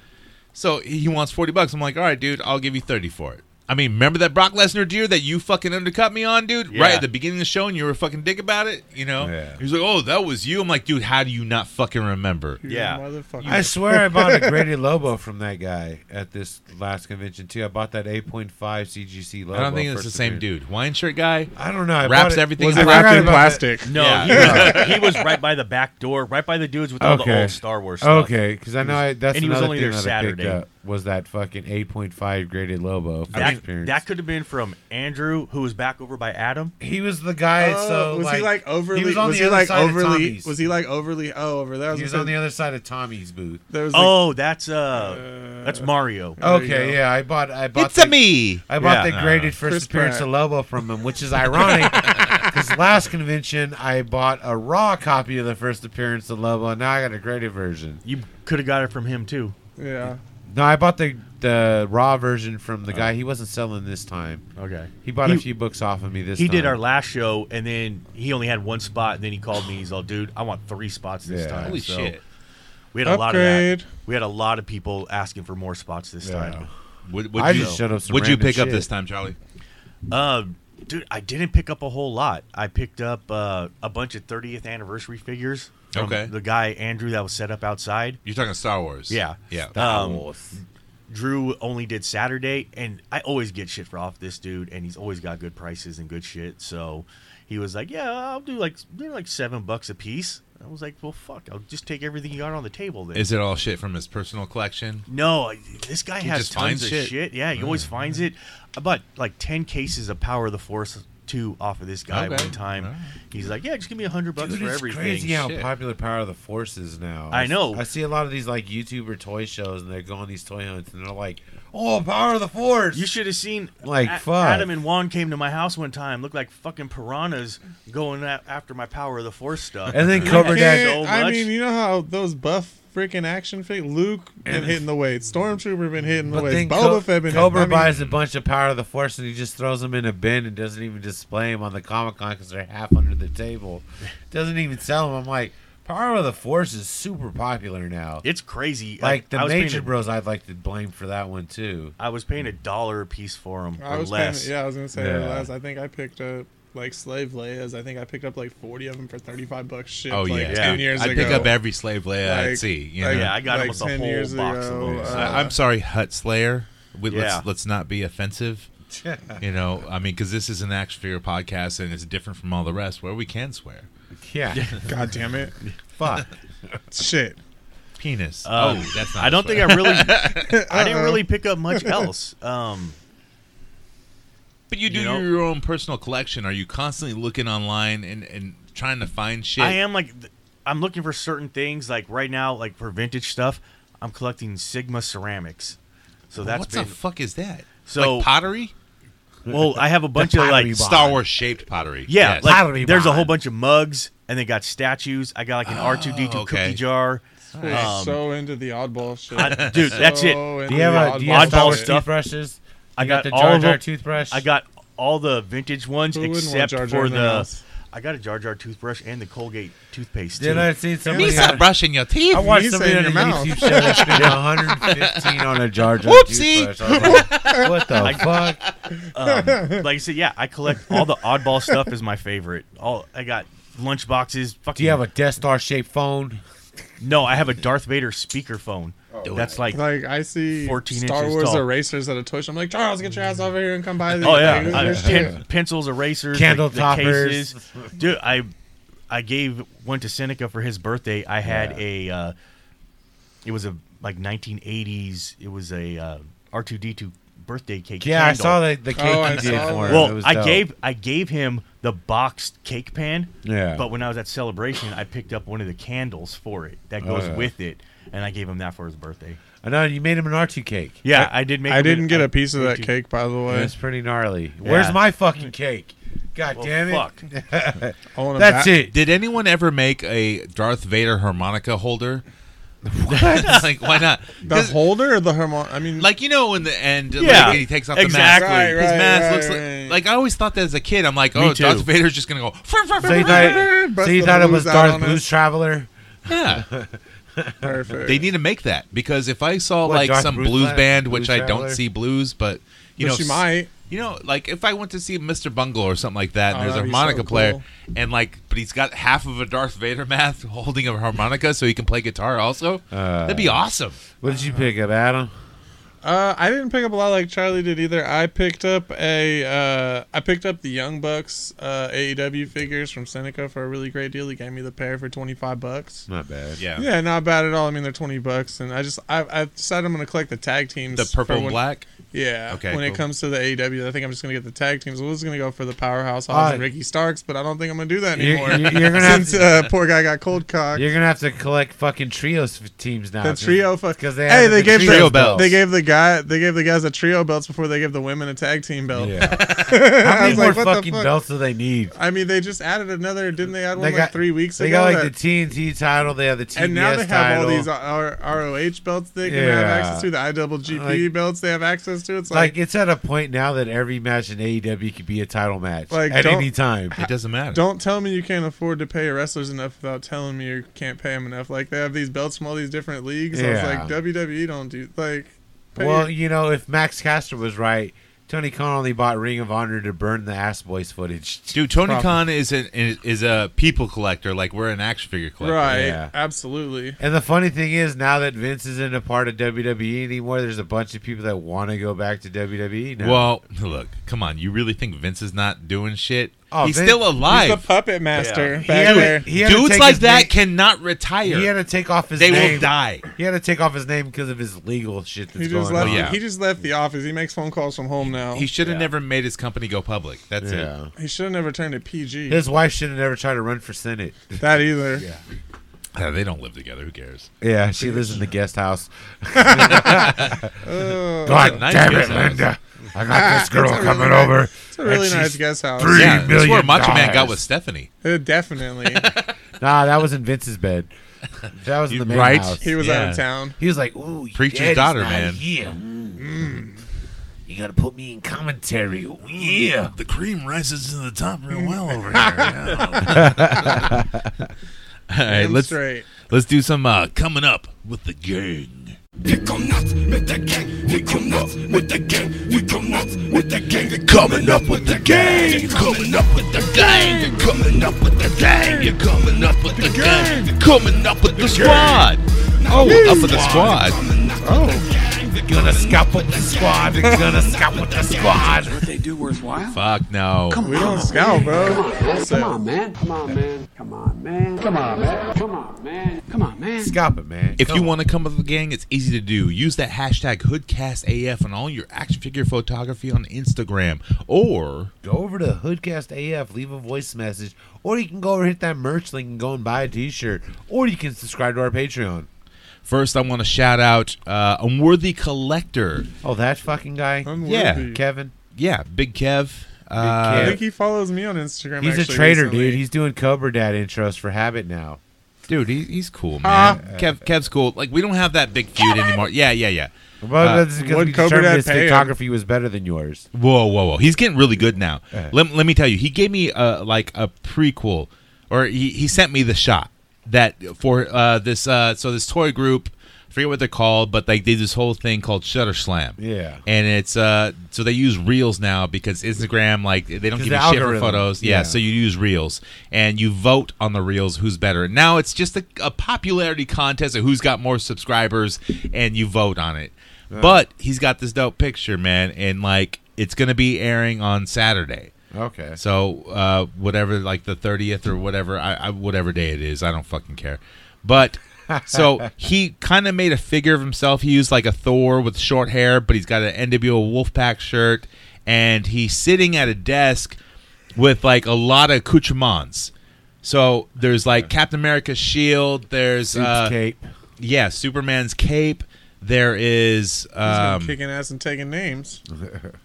Speaker 3: so he wants forty bucks. I'm like, all right, dude, I'll give you thirty for it. I mean, remember that Brock Lesnar deer that you fucking undercut me on, dude?
Speaker 7: Yeah.
Speaker 3: Right at the beginning of the show, and you were a fucking dick about it. You know? He's like, oh, that was you. I'm like, dude, how do you not fucking remember?
Speaker 4: I swear I bought a graded Lobo from that guy at this last convention too. I bought that 8.5 CGC Lobo.
Speaker 3: I don't think it's the
Speaker 4: first
Speaker 3: same
Speaker 4: appearance.
Speaker 3: dude. Wine shirt guy.
Speaker 4: I don't know. I bought
Speaker 3: wraps
Speaker 4: it-
Speaker 3: everything.
Speaker 4: was
Speaker 3: up.
Speaker 4: it wrapped I forgot in about plastic? that.
Speaker 7: No,
Speaker 4: Yeah.
Speaker 7: he, was, he was right by the back door, right by the dudes with all the old Star Wars stuff.
Speaker 4: Okay, because I
Speaker 7: He
Speaker 4: know
Speaker 7: was-
Speaker 4: I, that's
Speaker 7: and he was
Speaker 4: another
Speaker 7: only there
Speaker 4: thing that I
Speaker 7: Saturday.
Speaker 4: picked up was that fucking 8.5 graded Lobo. first
Speaker 7: That,
Speaker 4: appearance.
Speaker 7: that could have been from Andrew, who was back over by Adam.
Speaker 4: He was the guy.
Speaker 8: Oh,
Speaker 4: so
Speaker 8: was he like overly?
Speaker 4: He was on the other
Speaker 8: like
Speaker 4: side of
Speaker 8: overly?
Speaker 4: Tommy's.
Speaker 8: was he like overly? Oh, over there.
Speaker 4: He was on the other side of Tommy's booth.
Speaker 8: There was like,
Speaker 7: Oh, that's uh, that's Mario.
Speaker 4: Okay, yeah, I bought. I bought.
Speaker 7: It's a
Speaker 4: the-
Speaker 7: me.
Speaker 4: I bought
Speaker 7: Yeah.
Speaker 4: the graded first
Speaker 7: Chris
Speaker 4: appearance
Speaker 7: Pratt.
Speaker 4: of Lobo from him, which is ironic because last convention I bought a raw copy of the first appearance of Lobo, and now I got a graded version.
Speaker 7: You could have got it from him too.
Speaker 8: Yeah.
Speaker 4: No, I bought the the raw version from the guy. He wasn't selling this time.
Speaker 7: Oh. Okay.
Speaker 4: He bought a
Speaker 7: He-
Speaker 4: few books off of me this
Speaker 7: he
Speaker 4: time.
Speaker 7: did our last show, and then he only had one spot, and then he called me. He's all, "Dude, I want three spots this
Speaker 4: Yeah.
Speaker 7: time."
Speaker 4: Holy
Speaker 7: So
Speaker 4: shit.
Speaker 7: We had a lot of that.
Speaker 4: Upgrade.
Speaker 7: We had a lot of people asking for more spots this
Speaker 3: Yeah.
Speaker 7: time.
Speaker 3: What- what'd I you- just showed up some what'd you random pick up shit. this time, Charlie?
Speaker 7: Uh, dude, I didn't pick up a whole lot. I picked up uh, a bunch of 30th anniversary figures. from
Speaker 3: Okay.
Speaker 7: The guy Andrew that was set up outside.
Speaker 3: You're talking Star Wars.
Speaker 7: Yeah.
Speaker 3: Yeah. Star
Speaker 7: Um, Drew only did Saturday, and I always get shit for off this dude, and he's always got good prices and good shit. So he was like, "Yeah, I'll do like they're like seven bucks a piece." I was like, "Well, fuck, I'll just take everything you got on the table." Then
Speaker 3: Is it all shit from his personal collection?
Speaker 7: No, I- this guy
Speaker 3: He
Speaker 7: has
Speaker 3: just
Speaker 7: tons
Speaker 3: finds
Speaker 7: of shit.
Speaker 3: shit.
Speaker 7: Yeah, he always
Speaker 3: Mm.
Speaker 7: finds it. I bought like ten cases of Power of the Force two off of this guy
Speaker 4: Okay.
Speaker 7: one time. He's like, "Yeah, just give me a hundred bucks
Speaker 4: Dude,
Speaker 7: for
Speaker 4: it's
Speaker 7: everything."
Speaker 4: crazy how
Speaker 7: Shit.
Speaker 4: popular Power of the Force is now.
Speaker 7: I
Speaker 4: s-
Speaker 7: know.
Speaker 4: I see a lot of these like YouTuber toy shows, and they go on these toy hunts, and they're like, "Oh, Power of the Force!"
Speaker 7: You should have seen
Speaker 4: Like,
Speaker 7: A-
Speaker 4: fuck.
Speaker 7: Adam and Juan came to my house one time, looked like fucking piranhas going a- after my Power of the Force stuff.
Speaker 4: And then
Speaker 7: I got
Speaker 4: Cobra Dad-
Speaker 7: so
Speaker 8: I
Speaker 7: much.
Speaker 8: mean, you know how those buff freaking action fig Luke been hitting the weights, Stormtrooper been hitting the
Speaker 4: But
Speaker 8: weights,
Speaker 4: then
Speaker 8: Boba
Speaker 4: Co-
Speaker 8: Fett been
Speaker 4: Cobra
Speaker 8: hitting. I mean,
Speaker 4: buys a bunch of Power of the Force, and he just throws them in a bin and doesn't even display them on the Comic Con because they're half under the table. Doesn't even sell them. I'm like, Power of the Force is super popular now.
Speaker 7: It's crazy.
Speaker 4: Like
Speaker 7: I
Speaker 4: the
Speaker 7: was paying
Speaker 4: Major
Speaker 7: a-
Speaker 4: Bros, I'd like to blame for that one too.
Speaker 7: I was paying a dollar a piece for them
Speaker 8: I
Speaker 7: or
Speaker 8: was
Speaker 7: less.
Speaker 8: Paying, yeah, I was gonna say
Speaker 4: Yeah.
Speaker 8: less. I think I picked up like slave Leia's. I think I picked up like forty of them for thirty five bucks. Shipped,
Speaker 3: Oh,
Speaker 8: like,
Speaker 3: yeah.
Speaker 8: ten
Speaker 3: Yeah.
Speaker 8: years
Speaker 3: I'd
Speaker 8: ago.
Speaker 3: pick up every slave Leia I'd see, you know? Yeah, I got almost a
Speaker 8: 10
Speaker 3: whole
Speaker 8: years
Speaker 3: box
Speaker 8: ago,
Speaker 3: of those.
Speaker 8: uh,
Speaker 3: I- I'm sorry, Hut Slayer. We,
Speaker 8: Yeah.
Speaker 3: Let's let's not be offensive. you know, I mean, because this is an action figure podcast and it's different from all the rest where we can swear.
Speaker 4: Yeah.
Speaker 8: God damn it.
Speaker 4: Fuck.
Speaker 8: Shit.
Speaker 3: Penis.
Speaker 7: Um,
Speaker 3: oh, that's not.
Speaker 7: I
Speaker 3: a
Speaker 7: don't think
Speaker 3: swear.
Speaker 7: I really. I didn't really pick up much else. Um,
Speaker 3: But you do
Speaker 7: you know?
Speaker 3: your own personal collection. Are you constantly looking online and, and trying to find shit?
Speaker 7: I am like, th- I'm looking for certain things. Like right now, like for vintage stuff, I'm collecting Sigma ceramics. So that's
Speaker 3: what
Speaker 7: been,
Speaker 3: the fuck is that?
Speaker 7: So
Speaker 3: Like pottery.
Speaker 7: Well, I have a
Speaker 3: The
Speaker 7: bunch of
Speaker 3: pottery
Speaker 7: like
Speaker 3: barn. Star Wars shaped pottery.
Speaker 7: Yeah,
Speaker 3: Yes.
Speaker 7: like,
Speaker 3: Pottery
Speaker 7: there's a
Speaker 3: barn.
Speaker 7: whole bunch of mugs, and they got statues. I got like an
Speaker 8: Oh,
Speaker 7: R2D2
Speaker 8: okay.
Speaker 7: cookie jar.
Speaker 8: We're
Speaker 7: Um,
Speaker 8: so into the oddball shit,
Speaker 7: I- dude, that's it.
Speaker 8: So into the Oh, oddball shit.
Speaker 4: toothbrushes?
Speaker 7: I
Speaker 4: You
Speaker 7: got,
Speaker 4: got the
Speaker 7: all
Speaker 4: Jar
Speaker 7: of
Speaker 4: Jar
Speaker 7: them.
Speaker 4: toothbrush?
Speaker 7: I got all the vintage ones
Speaker 4: Who wouldn't want
Speaker 7: except
Speaker 4: Jar Jar
Speaker 7: for
Speaker 4: in
Speaker 7: the.
Speaker 4: their house?
Speaker 7: I got a Jar Jar toothbrush and the Colgate toothpaste.
Speaker 4: Did
Speaker 7: too.
Speaker 4: I see somebody? on- I watched somebody on a YouTube show that spent 115 on a Jar Jar
Speaker 7: Whoopsie.
Speaker 4: toothbrush. I was like, what the
Speaker 7: I-
Speaker 4: fuck?
Speaker 7: Um, like I said, yeah, I collect all the oddball stuff. Is my favorite. All I got lunch boxes. Fucking.
Speaker 4: Do you have a Death Star shaped phone?
Speaker 7: No, I have a Darth Vader speaker phone. That's like
Speaker 8: like I see
Speaker 7: 14
Speaker 8: Star
Speaker 7: inches
Speaker 8: Wars
Speaker 7: tall.
Speaker 8: erasers at a toy shop. I'm like, Charles, get your ass over here and come buy these.
Speaker 7: Oh yeah,
Speaker 8: Like, this
Speaker 7: I-
Speaker 8: is your
Speaker 7: pen-
Speaker 8: shit.
Speaker 7: pencils, erasers,
Speaker 8: Candle
Speaker 7: the, the
Speaker 8: toppers.
Speaker 7: cases. Dude, I I gave one to Seneca for his birthday. I had a uh, it was a like 1980s. It was a uh, R2D2 birthday cake.
Speaker 4: Yeah, I
Speaker 7: candle.
Speaker 4: saw the- the cake Oh, you I did saw for that. him. It
Speaker 7: Well,
Speaker 4: was
Speaker 7: I
Speaker 4: dope.
Speaker 7: gave I gave him the boxed cake pan.
Speaker 4: Yeah.
Speaker 7: But when I was at celebration, I picked up one of the candles for it that
Speaker 4: Oh,
Speaker 7: goes
Speaker 4: yeah.
Speaker 7: with it, and I gave him that for his birthday.
Speaker 4: I know you made him an R2 cake.
Speaker 7: Yeah, I did make
Speaker 8: I
Speaker 7: him
Speaker 8: didn't get
Speaker 7: I
Speaker 8: a piece of
Speaker 7: made
Speaker 8: that
Speaker 7: two-
Speaker 8: cake, by the way.
Speaker 4: That's pretty gnarly.
Speaker 8: Yeah.
Speaker 4: Where's my fucking cake? God
Speaker 7: Well,
Speaker 4: damn it!
Speaker 7: fuck.
Speaker 4: That's it.
Speaker 3: Did anyone ever make a Darth Vader harmonica holder? like why not?
Speaker 8: The holder or the harmon? I mean,
Speaker 3: like you know, in the end,
Speaker 8: Yeah,
Speaker 3: like, he takes off the mask.
Speaker 8: exactly. Right,
Speaker 3: His
Speaker 8: right,
Speaker 3: mask
Speaker 8: right,
Speaker 3: looks
Speaker 8: right.
Speaker 3: like, like I always thought that as a kid. I'm like,
Speaker 4: Me
Speaker 3: oh,
Speaker 4: too.
Speaker 3: Darth Vader's just gonna go.
Speaker 4: So you thought, so you thought it was Darth Blues Traveler?
Speaker 3: Yeah.
Speaker 8: Perfect.
Speaker 3: They need to make that because if I saw
Speaker 4: What,
Speaker 3: like
Speaker 4: Darth
Speaker 3: some
Speaker 4: Bruce
Speaker 3: blues
Speaker 4: Banner?
Speaker 3: band, which
Speaker 4: Blues
Speaker 3: I don't
Speaker 4: Traveler?
Speaker 3: see blues, but you
Speaker 4: But
Speaker 3: know,
Speaker 4: you
Speaker 3: s-
Speaker 4: might.
Speaker 3: You know, like if I went to see Mr. Bungle or something like that, and
Speaker 4: Oh,
Speaker 3: there's a
Speaker 4: that'd be
Speaker 3: harmonica
Speaker 4: so
Speaker 3: player,
Speaker 4: cool.
Speaker 3: and like, but he's got half of a Darth Vader mask holding a harmonica, so he can play guitar also. That'd be awesome.
Speaker 4: What did you pick up, Adam?
Speaker 8: Uh, I didn't pick up a lot like Charlie did either. I picked up a uh, I picked up the Young Bucks uh, AEW figures from Seneca for a really great deal. He gave me the pair for twenty five bucks.
Speaker 4: Not bad.
Speaker 3: Yeah.
Speaker 8: Yeah, not bad at all. I mean, they're twenty bucks, and I just I, I decided I'm gonna collect the tag teams.
Speaker 3: The purple
Speaker 8: for
Speaker 3: and
Speaker 8: when-
Speaker 3: black?
Speaker 8: Yeah.
Speaker 3: Okay,
Speaker 8: When it
Speaker 3: cool.
Speaker 8: comes to the AEW, I think I'm just gonna get the tag teams. I was gonna go for the powerhouse Hobbs
Speaker 4: Alright.
Speaker 8: and Ricky Starks, but I don't think I'm gonna do that
Speaker 4: You're-
Speaker 8: anymore.
Speaker 4: you're- you're gonna have
Speaker 8: Since,
Speaker 4: to-
Speaker 8: uh, poor guy got cold cocked.
Speaker 4: You're gonna have to collect fucking trios f- teams now.
Speaker 8: The trio
Speaker 4: because
Speaker 8: because
Speaker 4: they
Speaker 8: hey
Speaker 4: added
Speaker 8: they
Speaker 4: the
Speaker 8: gave
Speaker 4: trio
Speaker 8: the,
Speaker 4: belts.
Speaker 8: they gave the guy they gave the guys a trio belts before they gave the women a tag team belt.
Speaker 4: Yeah.
Speaker 8: I
Speaker 4: How many
Speaker 8: was
Speaker 4: more
Speaker 8: like, what the
Speaker 4: fucking
Speaker 8: fuck?
Speaker 4: belts do they need?
Speaker 8: I mean, they just added another. Didn't they add one
Speaker 4: They
Speaker 8: like
Speaker 4: got-
Speaker 8: three weeks
Speaker 4: They
Speaker 8: ago?
Speaker 4: got like
Speaker 8: that-
Speaker 4: the TNT title. They have the TBS
Speaker 8: and now they have
Speaker 4: title.
Speaker 8: all these R- ROH belts they can have
Speaker 4: Yeah.
Speaker 8: access to. The IWGP
Speaker 4: Like-
Speaker 8: belts they have access to. It's
Speaker 4: like
Speaker 8: like,
Speaker 4: it's at a point now that every match in AEW could be a title match
Speaker 8: Like,
Speaker 4: at
Speaker 8: don't-
Speaker 4: any time.
Speaker 3: It doesn't matter.
Speaker 8: don't tell me you can't afford to pay your wrestlers enough without telling me you can't pay them enough. Like they have these belts from all these different leagues. So it's
Speaker 4: Yeah.
Speaker 8: like WWE don't do like. pay your-
Speaker 4: Well, you know, if Max Caster was right, Tony Khan only bought Ring of Honor to burn the Ass Boys footage.
Speaker 3: Dude, Tony
Speaker 4: Probably.
Speaker 3: Khan is an is a people collector. Like we're an action figure collector.
Speaker 8: right,
Speaker 4: yeah.
Speaker 8: absolutely.
Speaker 4: And the funny thing is, now that Vince isn't a part of WWE anymore, there's a bunch of people that want to go back to WWE now.
Speaker 3: Well, look, come on. You really think Vince is not doing shit?
Speaker 4: Oh,
Speaker 3: he's
Speaker 4: Vince-
Speaker 3: still alive.
Speaker 8: He's the puppet master
Speaker 3: Yeah.
Speaker 8: back there.
Speaker 4: he had to
Speaker 3: Dudes
Speaker 4: take
Speaker 3: like
Speaker 4: his
Speaker 3: that
Speaker 4: name-
Speaker 3: cannot retire.
Speaker 4: he had to take off his
Speaker 3: They
Speaker 4: name.
Speaker 3: will die.
Speaker 4: He had to take off his name because of his legal shit that's
Speaker 8: He
Speaker 4: going
Speaker 8: just left.
Speaker 4: on.
Speaker 3: Yeah.
Speaker 8: He just left the office. He makes phone calls from home now.
Speaker 3: He
Speaker 8: He,
Speaker 3: should have never made his company go public. That's
Speaker 4: Yeah.
Speaker 3: it.
Speaker 8: should have never turned to PG.
Speaker 4: His wife should have never tried to run for Senate.
Speaker 8: that either.
Speaker 3: Uh, they don't live together. Who cares?
Speaker 4: Yeah, she lives in the guest house.
Speaker 8: Uh,
Speaker 4: God
Speaker 3: Nice
Speaker 4: damn
Speaker 3: guest
Speaker 4: it,
Speaker 3: house.
Speaker 4: Linda. I got this
Speaker 8: It's a
Speaker 4: girl
Speaker 8: really
Speaker 4: coming
Speaker 8: nice-
Speaker 4: over.
Speaker 8: It's a really
Speaker 4: and
Speaker 8: nice
Speaker 4: she's
Speaker 8: guest house.
Speaker 4: Three
Speaker 3: yeah, that's where
Speaker 4: million
Speaker 3: Macho Man got
Speaker 4: dollars.
Speaker 3: with Stephanie.
Speaker 8: Uh, definitely.
Speaker 4: Nah, that was in Vince's bed. That was in the main
Speaker 3: right?
Speaker 4: house.
Speaker 8: he was out of
Speaker 3: Yeah.
Speaker 8: town.
Speaker 4: He was like, "Ooh, your
Speaker 3: Preacher's
Speaker 4: daddy's
Speaker 3: daughter,
Speaker 4: not
Speaker 3: man.
Speaker 4: Here. Mm. You gotta put me in commentary. Ooh, yeah.
Speaker 3: The cream rises to the top real well over here. All right,
Speaker 8: Damn
Speaker 3: let's
Speaker 8: straight.
Speaker 3: let's do some uh, coming up with the gang.
Speaker 10: We come nuts with the gang. We come nuts with the gang. We come nuts with the gang. You're coming up with the gang. You're coming up with the gang. You're coming up with the gang. You're coming up with the gang. You're coming up with the
Speaker 3: Squad. Oh, up with the squad. Oh.
Speaker 4: Gonna scalp with the squad. Gonna scalp with the squad.
Speaker 12: They do worthwhile.
Speaker 3: Fuck no.
Speaker 8: We don't scout, bro.
Speaker 12: Come on, man. Come on, man. Come on, man. Come on, man. Come on, man. Come on, man.
Speaker 4: Scalp it, man.
Speaker 3: If you want to come up with a gang, it's easy to do. Use that hashtag HoodcastAF on all your action figure photography on Instagram. Or
Speaker 4: Go over to Hoodcast AF, leave a voice message, or you can go over and hit that merch link and go and buy a T-shirt, or you can subscribe to our Patreon.
Speaker 3: first, I want to shout out uh, Unworthy Collector.
Speaker 4: Oh, that fucking guy,
Speaker 8: Unworthy.
Speaker 3: Yeah.
Speaker 4: Kevin.
Speaker 3: Yeah, Big Kev.
Speaker 8: I
Speaker 3: Uh,
Speaker 8: think he follows me on Instagram.
Speaker 4: He's a
Speaker 8: actually,
Speaker 4: trader,
Speaker 8: recently.
Speaker 4: dude. He's doing Cobra Dad intros for Habit now.
Speaker 3: dude, he, he's cool, man. Kev, Kev's cool. Like we don't have that big feud anymore. Yeah, yeah, yeah.
Speaker 4: Well, that's because
Speaker 8: would
Speaker 4: we
Speaker 8: Uh, Cobra
Speaker 4: determined
Speaker 8: Dad
Speaker 4: his
Speaker 8: pay him?
Speaker 4: photography was better than yours.
Speaker 3: Whoa, whoa, whoa! He's getting really good now.
Speaker 4: Uh-huh.
Speaker 3: Let, let me tell you, he gave me uh, like a prequel, or he, he sent me the shot that for uh, this uh, so this toy group, I forget what they're called, but they did this whole thing called Shutter Slam.
Speaker 4: Yeah.
Speaker 3: and it's uh so they use reels now because Instagram like they don't give
Speaker 4: 'Cause the
Speaker 3: you shit for
Speaker 4: algorithm.
Speaker 3: photos. Yeah,
Speaker 4: Yeah.
Speaker 3: so you use reels and you vote on the reels who's better. Now it's just a, a popularity contest of who's got more subscribers, and you vote on it. But he's got this dope picture, man, and like it's gonna be airing on Saturday.
Speaker 4: Okay.
Speaker 3: So uh, whatever, like the thirtieth or whatever, I, I whatever day it is, I don't fucking care. But so he kind of made a figure of himself. He used like a Thor with short hair, but he's got an NWO Wolfpack shirt, and he's sitting at a desk with like a lot of accoutrements. So there's like Captain America's shield. There's
Speaker 4: Dude's
Speaker 3: uh,
Speaker 4: cape.
Speaker 3: yeah, Superman's cape. There is
Speaker 8: He's been
Speaker 3: um, Oh,
Speaker 8: kicking ass and taking names.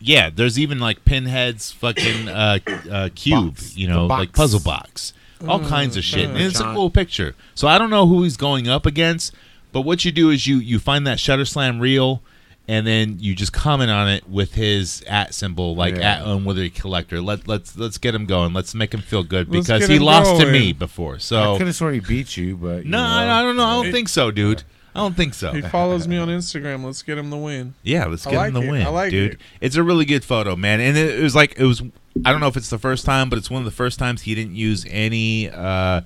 Speaker 3: yeah, there's even like Pinhead's fucking uh, uh, cube,
Speaker 4: Box.
Speaker 3: you know,
Speaker 4: The
Speaker 3: like
Speaker 4: box. Mm,
Speaker 3: puzzle box, all kinds of shit. and it's a
Speaker 4: John.
Speaker 3: cool picture. So I don't know who he's going up against, but what you do is you you find that Shutter Slam reel, and then you just comment on it with his at symbol, like
Speaker 4: Yeah.
Speaker 3: at Unworthy Collector. Let let's let's get him going. Let's make him feel good
Speaker 8: Let's
Speaker 3: because
Speaker 8: get
Speaker 3: he
Speaker 8: him
Speaker 3: lost to
Speaker 8: going.
Speaker 3: me before.
Speaker 4: I
Speaker 3: So
Speaker 4: could
Speaker 3: no,
Speaker 4: have sworn he beat you, but you know.
Speaker 3: oh. I, I don't know. I don't think so, dude. I don't think so.
Speaker 8: He follows me on Instagram. Let's get him the win.
Speaker 3: Yeah, let's
Speaker 8: I
Speaker 3: get him
Speaker 8: like
Speaker 3: the
Speaker 8: it.
Speaker 3: win,
Speaker 8: I like
Speaker 3: dude.
Speaker 8: it.
Speaker 3: It's a really good photo, man. And it, it was like it was. I don't know if it's the first time, but it's one of the first times he didn't use any uh,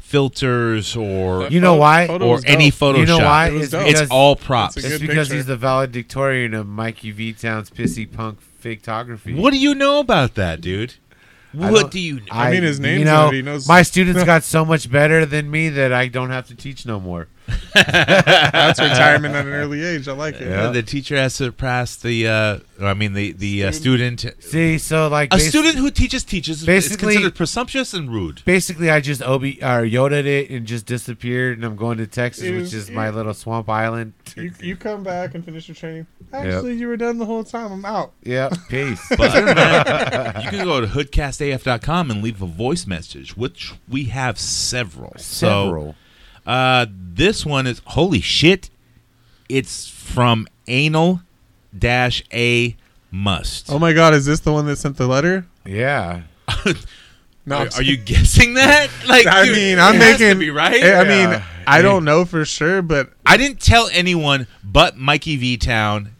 Speaker 3: filters or
Speaker 4: You know why?
Speaker 8: Photo
Speaker 3: or
Speaker 8: was dope.
Speaker 3: any Photoshop.
Speaker 4: You know why?
Speaker 8: It was
Speaker 4: It's,
Speaker 8: dope.
Speaker 3: It's
Speaker 4: because-
Speaker 3: all props.
Speaker 8: It's a
Speaker 4: It's
Speaker 8: good
Speaker 4: because
Speaker 8: picture.
Speaker 4: he's the valedictorian of Mikey V Town's pissy punk photography.
Speaker 3: What do you know about that, dude? What do you know?
Speaker 8: I mean, his name's
Speaker 4: You
Speaker 8: on
Speaker 4: know,
Speaker 8: it, he knows-
Speaker 4: my students got so much better than me that I don't have to teach no more.
Speaker 8: That's retirement at an early age. I like it.
Speaker 3: Uh, The teacher has surpassed the. Uh, I mean, the the uh, student.
Speaker 4: See, so like
Speaker 3: a
Speaker 4: basi-
Speaker 3: student who teaches teaches is
Speaker 4: basically-
Speaker 3: considered presumptuous and rude.
Speaker 4: Basically, I just Obi or Yoda it and just disappeared, and I'm going to Texas, which is my little swamp island.
Speaker 8: You, you come back and finish your training.
Speaker 4: Yep.
Speaker 8: Actually, you were done the whole time. I'm out.
Speaker 4: Yeah, peace.
Speaker 3: But you can go to hoodcastaf.com and leave a voice message, which we have several.
Speaker 4: Several.
Speaker 3: So, uh, this one is holy shit. It's from anal dash a must.
Speaker 8: Oh my god, is this the one that sent the letter?
Speaker 4: Yeah.
Speaker 8: no, I'm
Speaker 3: are, are you guessing that? Like,
Speaker 8: I
Speaker 3: dude,
Speaker 8: mean, I'm
Speaker 3: it has to
Speaker 8: making
Speaker 3: be right.
Speaker 8: I mean, I don't know for sure, but
Speaker 3: I didn't tell anyone but Mikey V Town,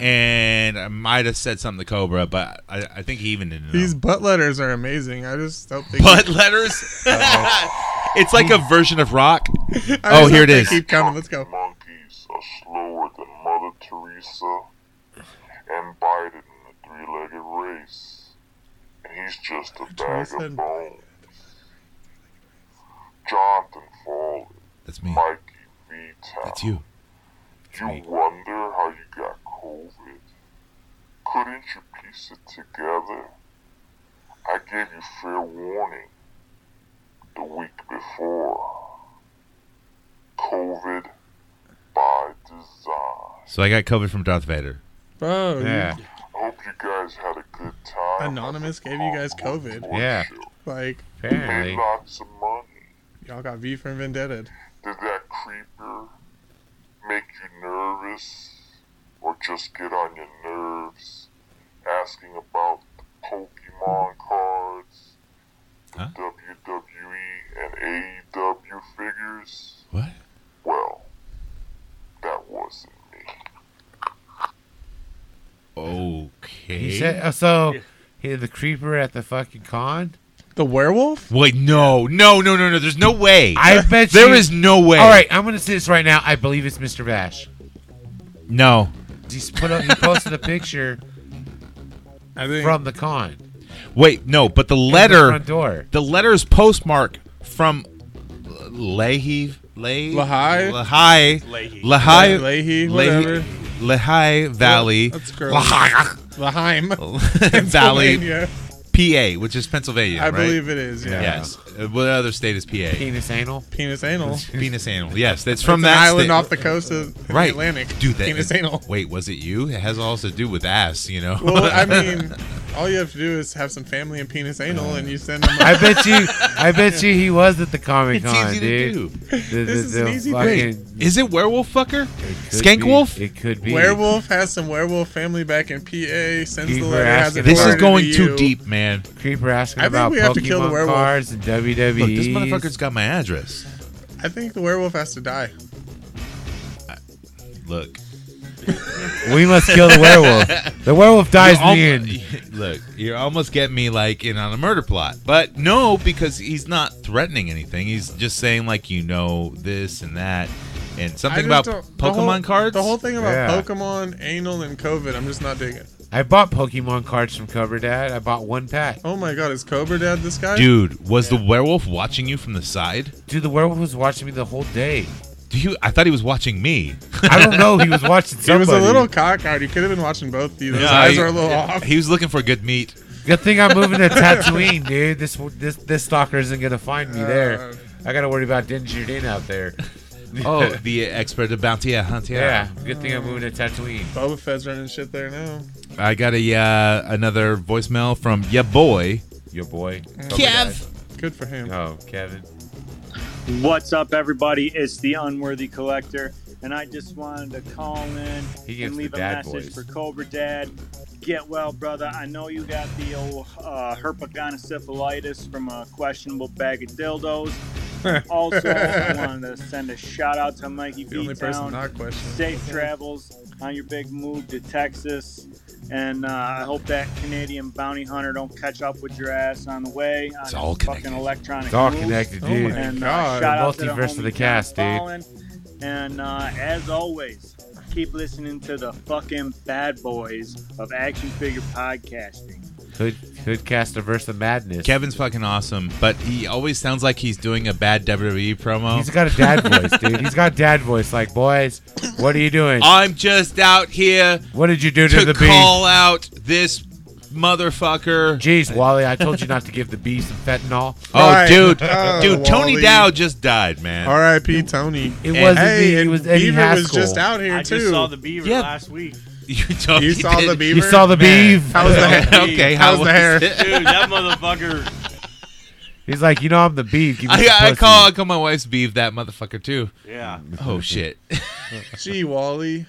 Speaker 3: and I might have said something to Cobra, but I, I think he even didn't. Know.
Speaker 8: these butt letters are amazing. I just don't think
Speaker 3: Butt letters. it's like a version of rock.
Speaker 8: I
Speaker 3: Oh,
Speaker 8: just
Speaker 3: here it
Speaker 8: hope they
Speaker 3: is.
Speaker 8: Keep coming. Let's go.
Speaker 13: slower than Mother Teresa and Biden in a three-legged race, and he's just a bag
Speaker 8: Teresa and-
Speaker 13: of bones. Jonathan Fawley,
Speaker 3: That's me.
Speaker 13: Mikey V. Town.
Speaker 3: That's you.
Speaker 13: You wonder how you got COVID? Couldn't you piece it together? I gave you fair warning the week before. COVID by design.
Speaker 3: So I got covered from Darth Vader.
Speaker 8: Bro, you-
Speaker 3: Yeah.
Speaker 13: I hope you guys had a good time.
Speaker 8: Anonymous gave you guys COVID.
Speaker 3: Yeah.
Speaker 8: Like,
Speaker 13: Made lots of money.
Speaker 8: y'all got V for Vendetta.
Speaker 13: Did that creeper make you nervous or just get on your nerves asking about the Pokemon cards, the WWE and AEW figures?
Speaker 3: What?
Speaker 13: Well, that wasn't me.
Speaker 3: Okay.
Speaker 4: He said uh, so. He, the creeper at the fucking con.
Speaker 8: The werewolf?
Speaker 3: Wait, no, no, no, no, no. There's no way.
Speaker 4: I bet
Speaker 3: There
Speaker 4: you-
Speaker 3: is no way.
Speaker 4: All right, I'm gonna say this right now. I believe it's Mr. Vash.
Speaker 3: No.
Speaker 4: He's put up. He posted a picture from the con.
Speaker 3: Wait, no. But the
Speaker 4: the
Speaker 3: letter.
Speaker 4: front door.
Speaker 3: The letter is postmarked from Leahy. Leahy.
Speaker 8: Lehigh?
Speaker 3: Lehi.
Speaker 8: Leahy.
Speaker 3: Lehigh.
Speaker 8: Leahy,
Speaker 3: Lehi-
Speaker 8: whatever.
Speaker 3: Lehigh Valley.
Speaker 8: That's gross.
Speaker 3: Lehigh
Speaker 8: Laheim.
Speaker 3: Valley.
Speaker 8: Pennsylvania.
Speaker 3: PA, which is Pennsylvania.
Speaker 8: I
Speaker 3: right?
Speaker 8: believe it is, yeah.
Speaker 3: Yes. Uh, What other state is PA?
Speaker 4: Penis anal.
Speaker 8: Penis anal.
Speaker 3: Penis anal. Yes, that's from
Speaker 8: It's an
Speaker 3: that
Speaker 8: island
Speaker 3: state.
Speaker 8: off the coast of
Speaker 3: right.
Speaker 8: the Atlantic.
Speaker 3: Dude, that
Speaker 8: Penis anal.
Speaker 3: Wait, was it you? It has all to do with ass, you know.
Speaker 8: Well, I mean, all you have to do is have some family and penis anal, and you send them.
Speaker 4: I bet you. I bet you he was at the Comic
Speaker 8: It's
Speaker 4: Con,
Speaker 8: easy to
Speaker 4: dude.
Speaker 8: do. This is an easy thing.
Speaker 3: Is it werewolf fucker?
Speaker 4: could
Speaker 3: Skank
Speaker 4: be.
Speaker 3: wolf?
Speaker 4: It could
Speaker 8: Werewolf has some werewolf family back in PA. Sends the
Speaker 4: Creeper
Speaker 8: letter. Has
Speaker 4: asking
Speaker 8: it
Speaker 3: This is
Speaker 8: forwarded
Speaker 3: going
Speaker 8: to
Speaker 3: too
Speaker 8: you.
Speaker 3: deep, man.
Speaker 4: Creeper asking
Speaker 8: I think
Speaker 4: about
Speaker 8: we have to kill the
Speaker 4: Pokemon
Speaker 8: werewolf.
Speaker 4: cards and WWE.
Speaker 3: Look, this motherfucker's got my address.
Speaker 8: I think the werewolf has to die.
Speaker 3: Look.
Speaker 4: We must kill the werewolf. The werewolf dies
Speaker 3: You're
Speaker 4: me
Speaker 3: almo-
Speaker 4: in.
Speaker 3: Look, you're almost getting me like in on a murder plot, but no, because he's not threatening anything. He's just saying like you know this and that, and something
Speaker 8: I
Speaker 3: about
Speaker 8: just don't- the
Speaker 3: Pokemon
Speaker 8: whole-
Speaker 3: cards.
Speaker 8: The whole thing about
Speaker 4: Yeah.
Speaker 8: Pokemon, anal, and COVID, I'm just not digging.
Speaker 4: I bought Pokemon cards from Cover Dad. I bought one pack.
Speaker 8: Oh my god, is Cobra Dad this guy?
Speaker 3: Dude, was the werewolf watching you from the side?
Speaker 4: Dude, the werewolf was watching me the whole day.
Speaker 3: Do you? I thought he was watching me.
Speaker 4: I don't know. He was watching
Speaker 8: He
Speaker 4: somebody.
Speaker 8: was a little cockeyed. He could have been watching both of you. Those
Speaker 3: Yeah,
Speaker 8: eyes
Speaker 3: he-
Speaker 8: are a little off.
Speaker 3: He was looking for good meat.
Speaker 4: Good thing I'm moving to Tatooine, dude. This this this stalker isn't gonna find me there. I gotta worry about Din Djarin out there.
Speaker 3: Oh, the expert of bounty uh. hunter.
Speaker 4: yeah. Good thing I'm moving to Tatooine.
Speaker 8: Boba Fett's running shit there now.
Speaker 3: I got a uh, another voicemail from ya boy.
Speaker 4: Your boy.
Speaker 8: Good for him.
Speaker 4: Oh, Kevin.
Speaker 14: What's up, everybody? It's the Unworthy Collector, and I just wanted to call in
Speaker 4: He gives
Speaker 14: and
Speaker 4: the
Speaker 14: leave a
Speaker 4: dad
Speaker 14: message
Speaker 4: voice.
Speaker 14: for Cobra Dad. Get well, brother. I know you got the old uh, herpagonosyphilitis from a questionable bag of dildos. also, I wanted to send a shout out to Mikey
Speaker 8: The only
Speaker 14: V
Speaker 8: person
Speaker 14: Town.
Speaker 8: not questioning.
Speaker 14: Safe travels on your big move to Texas, and uh, I hope that Canadian bounty hunter don't catch up with your ass on the way. On
Speaker 4: It's all
Speaker 14: his Fucking electronic
Speaker 4: It's all
Speaker 8: Oh,
Speaker 14: moves.
Speaker 4: connected, dude.
Speaker 14: And, uh,
Speaker 4: God.
Speaker 14: shout out
Speaker 4: Multiverse
Speaker 14: to the
Speaker 4: of the
Speaker 14: homie
Speaker 4: cast,
Speaker 14: John
Speaker 4: dude.
Speaker 14: Fallon. And uh, as always, keep listening to the fucking bad boys of action figure podcasting.
Speaker 4: Hood, Hoodcast versus the madness.
Speaker 3: Kevin's fucking awesome, but he always sounds like he's doing a bad WWE promo.
Speaker 4: He's got a dad voice, dude. He's got dad voice. Like, boys, what are you doing?
Speaker 3: I'm just out here.
Speaker 4: What did you do to,
Speaker 3: to
Speaker 4: the
Speaker 3: call out this motherfucker?
Speaker 4: Jeez, Wally, I told you not to give the bee some fentanyl.
Speaker 3: Oh, dude, dude, Tony Dow just died, man.
Speaker 8: R.I.P. Tony.
Speaker 4: It wasn't me, it
Speaker 8: and
Speaker 4: was Eddie
Speaker 8: Beaver was
Speaker 4: Haskell.
Speaker 8: just out here
Speaker 7: I
Speaker 8: too.
Speaker 7: just saw the beaver last week.
Speaker 3: You,
Speaker 8: You saw the beaver.
Speaker 4: You saw the
Speaker 8: Man.
Speaker 4: beef.
Speaker 8: How was the hair?
Speaker 3: Okay, how
Speaker 8: how's
Speaker 3: was
Speaker 8: the hair?
Speaker 3: it?
Speaker 7: Dude, that motherfucker.
Speaker 4: He's like, you know, I'm the beef. Give me some
Speaker 3: I, I
Speaker 4: pussy.
Speaker 3: call I call my wife's beef that motherfucker too.
Speaker 7: Yeah.
Speaker 3: Oh shit,
Speaker 8: Gee, Wally.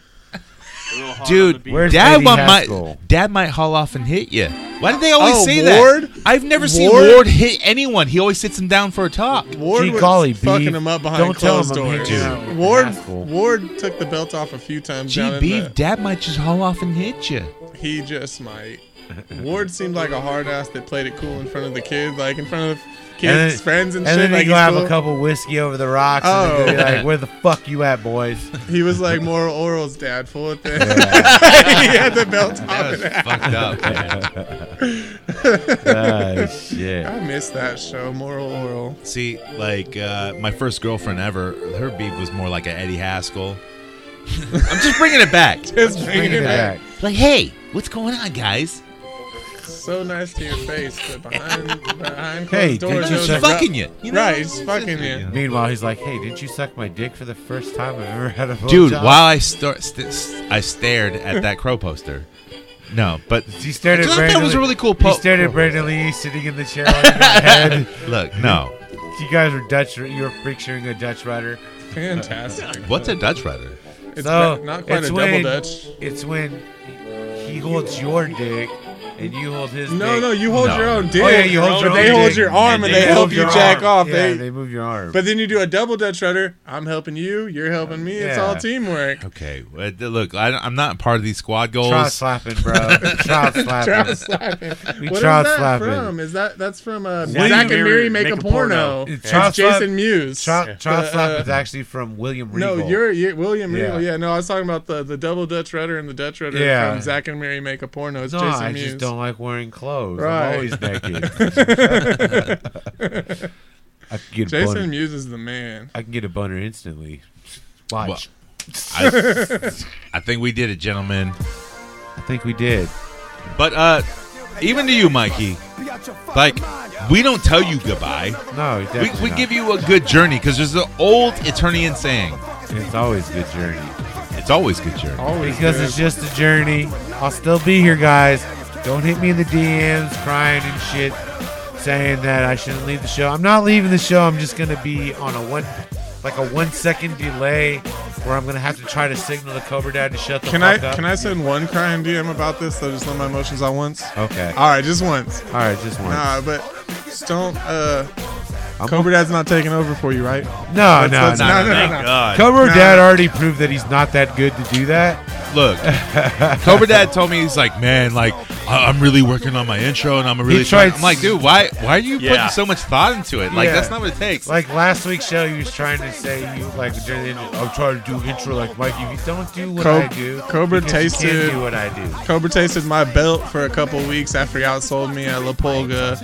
Speaker 3: dude,
Speaker 4: Where's
Speaker 3: dad
Speaker 4: Eddie
Speaker 3: might
Speaker 4: Haskell?
Speaker 3: dad might haul off and hit you. Why did they always
Speaker 8: Oh,
Speaker 3: say
Speaker 8: Ward?
Speaker 3: that? I've never seen
Speaker 8: Ward?
Speaker 3: Ward hit anyone. He always sits him down for a talk.
Speaker 8: Ward
Speaker 4: Gee
Speaker 8: was
Speaker 4: golly, B.
Speaker 8: fucking him up behind
Speaker 4: Don't tell
Speaker 8: closed
Speaker 4: him I'm here,
Speaker 8: doors.
Speaker 4: dude.
Speaker 8: Ward
Speaker 4: Asshole.
Speaker 8: Ward took the belt off a few times. down
Speaker 3: Gee,
Speaker 8: in
Speaker 3: beef, dad might just haul off and hit you.
Speaker 8: the- he just might. Ward seemed like a hard ass that played it cool in front of the kids, like in front of kids' friends and,
Speaker 4: and
Speaker 8: shit.
Speaker 4: then
Speaker 8: like
Speaker 4: he go
Speaker 8: he's
Speaker 4: have
Speaker 8: cool.
Speaker 4: a couple whiskey over the rocks and then
Speaker 8: Oh.
Speaker 4: go be like, where the fuck you at, boys?
Speaker 8: He was like Moro Oral's dad full of things. he had the belt
Speaker 3: That
Speaker 8: off.
Speaker 3: was fucked
Speaker 8: and
Speaker 3: up. Man.
Speaker 4: oh, shit.
Speaker 8: I miss that show, Moro Oral.
Speaker 3: See, like uh, my first girlfriend ever, her beef was more like an Eddie Haskell. I'm just bringing it back.
Speaker 8: Just bringing it back.
Speaker 3: Like, hey, what's going on, guys?
Speaker 8: So nice to your face, but behind behind closed
Speaker 4: Hey, did
Speaker 8: doors,
Speaker 4: you
Speaker 8: it was
Speaker 4: suck-
Speaker 8: ru-
Speaker 3: fucking you, you know?
Speaker 8: right, he's fucking you.
Speaker 4: Meanwhile, he's like, hey, didn't you suck my dick for the first time I've ever had a blowjob?
Speaker 3: Dude, while I star- st- st- I stared at that crow poster. No, but
Speaker 4: He stared at
Speaker 3: I thought
Speaker 4: Brandon
Speaker 3: that was a
Speaker 4: Lee-
Speaker 3: really cool
Speaker 4: He
Speaker 3: po-
Speaker 4: stared
Speaker 8: Oh.
Speaker 4: at Brandon Lee sitting in the chair on his head.
Speaker 3: look, no.
Speaker 4: You guys were Dutch. You were picturing a Dutch rider.
Speaker 8: Fantastic.
Speaker 3: What's a Dutch rider?
Speaker 8: It's
Speaker 4: So,
Speaker 8: not- not quite
Speaker 4: it's
Speaker 8: a
Speaker 4: when-
Speaker 8: double dutch.
Speaker 4: It's when he holds your dick and you hold his dick.
Speaker 8: No, no, you hold
Speaker 3: No.
Speaker 8: your own dick.
Speaker 4: Oh, yeah, you hold
Speaker 8: but
Speaker 4: your
Speaker 8: they
Speaker 4: own
Speaker 8: hold
Speaker 4: dick.
Speaker 8: your arm
Speaker 3: And
Speaker 8: and
Speaker 3: they
Speaker 8: they,
Speaker 4: move
Speaker 8: help
Speaker 4: your
Speaker 8: you jack
Speaker 4: arm.
Speaker 8: off.
Speaker 4: Yeah,
Speaker 8: they,
Speaker 4: they, move your arm.
Speaker 8: but then you do a double dutch rudder. I'm helping you. You're helping me. It's
Speaker 4: Yeah.
Speaker 8: all teamwork.
Speaker 3: Okay, well, th- look, I, am not part of these squad goals.
Speaker 4: Trout slapping, bro. Trout slapping.
Speaker 8: Trout slapping.
Speaker 4: We
Speaker 8: What is
Speaker 4: trout
Speaker 8: that
Speaker 4: slapping.
Speaker 8: from? Is that that's from uh,
Speaker 4: Zach
Speaker 8: Zach
Speaker 4: and
Speaker 8: and Mary make, a porno?
Speaker 4: It's
Speaker 8: It's
Speaker 4: trout slap-
Speaker 8: Jason Mewes.
Speaker 4: Trout, trout
Speaker 8: Uh,
Speaker 4: slap is actually from William Regal.
Speaker 8: No, you're, you William
Speaker 4: Yeah.
Speaker 8: Regal. Yeah, no, I was talking about the, the double Dutch rudder and the Dutch rudder
Speaker 4: Yeah.
Speaker 8: from Zach and Mary make a porno. It's
Speaker 4: No,
Speaker 8: Jason
Speaker 4: I
Speaker 8: Mewes.
Speaker 4: just don't like wearing clothes.
Speaker 8: Right.
Speaker 4: I'm always naked. I can get a
Speaker 8: Jason
Speaker 4: boner.
Speaker 8: Mewes is the man.
Speaker 4: I can get a boner instantly. Watch.
Speaker 3: Well, I, I think we did it, gentlemen.
Speaker 4: I think we did.
Speaker 3: But uh, even to you, Mikey, like we don't tell you goodbye.
Speaker 4: No,
Speaker 3: We,
Speaker 4: definitely
Speaker 3: we
Speaker 4: not.
Speaker 3: give you a good journey because there's an old Eternian saying.
Speaker 4: It's always a good journey.
Speaker 3: It's always good journey.
Speaker 8: Always
Speaker 4: Because
Speaker 8: good.
Speaker 4: it's just a journey. I'll still be here, guys. Don't hit me in the DMs crying and shit, saying that I shouldn't leave the show. I'm not leaving the show. I'm just gonna be on a one, like a one second delay, where I'm gonna have to try to signal the Cobra Dad to shut the
Speaker 8: Can I
Speaker 4: fuck up.
Speaker 8: can I send one crying DM about this? So just let my emotions out once.
Speaker 4: Okay. All
Speaker 8: All right, just once.
Speaker 4: right, just one.
Speaker 8: Nah, but just don't. Uh,
Speaker 4: I'm-
Speaker 8: Cobra Dad's not taking over for you, right?
Speaker 4: no,
Speaker 8: That's-
Speaker 4: no,
Speaker 8: that's-
Speaker 4: no.
Speaker 8: no, no,
Speaker 3: Thank
Speaker 8: no.
Speaker 3: God.
Speaker 4: Cobra
Speaker 8: Nah.
Speaker 4: Dad already proved that he's not that good to do that.
Speaker 3: Look, Cobra Dad told me he's like, man, like I- I'm really working on my intro and I'm really
Speaker 4: He
Speaker 3: trying.
Speaker 4: tried-
Speaker 3: I'm like, dude, why why are you
Speaker 7: Yeah.
Speaker 3: putting so much thought into it? Like
Speaker 4: Yeah.
Speaker 3: that's not what it takes.
Speaker 4: Like last week's show, he was trying to say you like during the intro, I'm trying to do intro like Mike. If you don't do what
Speaker 8: Co-
Speaker 4: I do,
Speaker 8: Cobra
Speaker 4: because you
Speaker 8: tasted-
Speaker 4: can't do what I do.
Speaker 8: Cobra tasted my belt for a couple weeks after he outsold me at La Polga.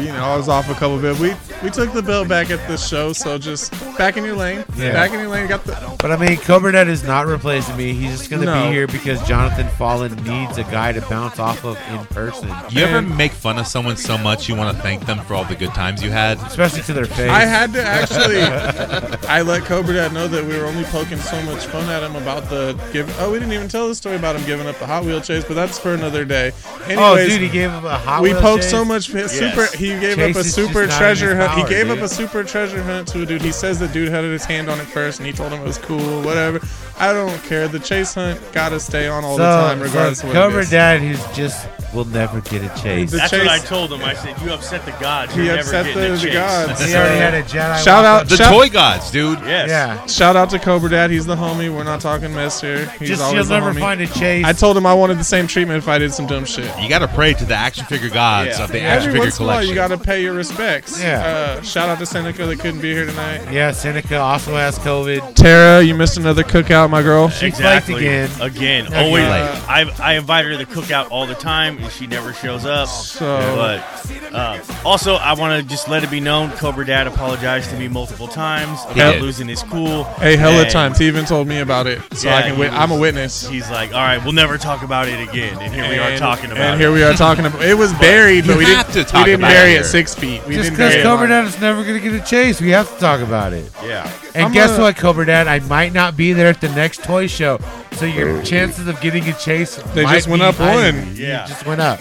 Speaker 8: You know, I was off a couple bit. We we took the belt back at the show, so just back in your lane.
Speaker 4: Yeah.
Speaker 8: Back in your lane. Got the
Speaker 4: But I mean, Cobernet is not replacing me. He's just going to
Speaker 8: No.
Speaker 4: be here because Jonathan Fallen needs a guy to bounce off of in person,
Speaker 3: you ever
Speaker 8: man.
Speaker 3: make fun of someone so much you want to thank them for all the good times you had?
Speaker 4: especially to their face.
Speaker 8: I had to actually. I let Cobra Dad know that we were only poking so much fun at him about the give. Oh, we didn't even tell the story about him giving up the Hot Wheel chase, but that's for another day. Anyways,
Speaker 4: oh, dude, he gave him a hot.
Speaker 8: we
Speaker 4: wheel
Speaker 8: poked
Speaker 4: chase.
Speaker 8: so much fi- super. He gave up
Speaker 4: Chase
Speaker 8: a
Speaker 4: is just
Speaker 8: super
Speaker 4: not in
Speaker 8: treasure
Speaker 4: his
Speaker 8: hunt. he
Speaker 4: power,
Speaker 8: gave
Speaker 4: dude.
Speaker 8: up a super treasure hunt to a dude. He says the dude had his hand on it first, and he told him it was cool, whatever. I don't care. The chase hunt gotta stay on all
Speaker 4: so,
Speaker 8: the time, regardless
Speaker 4: so
Speaker 8: of what
Speaker 4: cover
Speaker 8: it is.
Speaker 4: dad who's just will never get a chase.
Speaker 7: That's what I told him. I said, "You upset the gods.
Speaker 8: He
Speaker 7: You're never
Speaker 8: upset
Speaker 7: getting a
Speaker 8: the, the
Speaker 7: chase."
Speaker 8: gods.
Speaker 4: He already had a Jedi
Speaker 8: Shout out
Speaker 3: The
Speaker 8: shout-
Speaker 3: toy gods, dude.
Speaker 7: Yes.
Speaker 4: Yeah.
Speaker 8: Shout out to Cobra Dad. He's the homie. We're not talking mess here. He's
Speaker 4: Just-
Speaker 8: always
Speaker 4: you'll
Speaker 8: the
Speaker 4: never
Speaker 8: homie.
Speaker 4: find a chase.
Speaker 8: I told him I wanted the same treatment if I did some dumb shit.
Speaker 3: You gotta pray to the action figure gods of the action
Speaker 8: Every
Speaker 3: figure
Speaker 8: once in a while,
Speaker 3: collection.
Speaker 8: you gotta pay your respects.
Speaker 4: Yeah.
Speaker 8: Uh, shout out to Seneca that couldn't be here tonight.
Speaker 4: Yeah, Seneca also has COVID.
Speaker 8: Tara, you missed another cookout, my girl.
Speaker 4: She
Speaker 7: Exactly.
Speaker 4: flaked again.
Speaker 7: Again.
Speaker 4: Again.
Speaker 7: Always.
Speaker 4: Uh,
Speaker 7: I I invite her to cook out all the time, and she never shows up.
Speaker 8: So-
Speaker 7: But uh, also, I want to just let it be known, Cobra Dad apologized to me multiple times
Speaker 8: He
Speaker 7: about
Speaker 8: did.
Speaker 7: losing his cool.
Speaker 8: Hey, hella
Speaker 7: and-
Speaker 8: times. He even told me about it, so I
Speaker 7: Yeah,
Speaker 8: can.
Speaker 7: he
Speaker 8: Wit- I'm a
Speaker 7: was-
Speaker 8: witness.
Speaker 7: He's like, all right, we'll never talk about it again, and here we are
Speaker 8: And-
Speaker 7: talking about it.
Speaker 8: And here we are talking about. It was buried, but we didn't. we didn't bury it at six feet. We
Speaker 4: Just
Speaker 8: didn't bury
Speaker 4: because
Speaker 8: it.
Speaker 4: Cobra Dad is never going to get a chase, we have to talk about it.
Speaker 7: Yeah.
Speaker 4: And
Speaker 8: I'm
Speaker 4: guess
Speaker 8: gonna-
Speaker 4: what, Cobra Dad? I might not be there at the next toy show, so your chances of getting a chase
Speaker 8: They
Speaker 4: might
Speaker 8: just went
Speaker 4: be
Speaker 8: up
Speaker 4: high.
Speaker 8: one.
Speaker 4: You
Speaker 8: Yeah.
Speaker 4: just went up.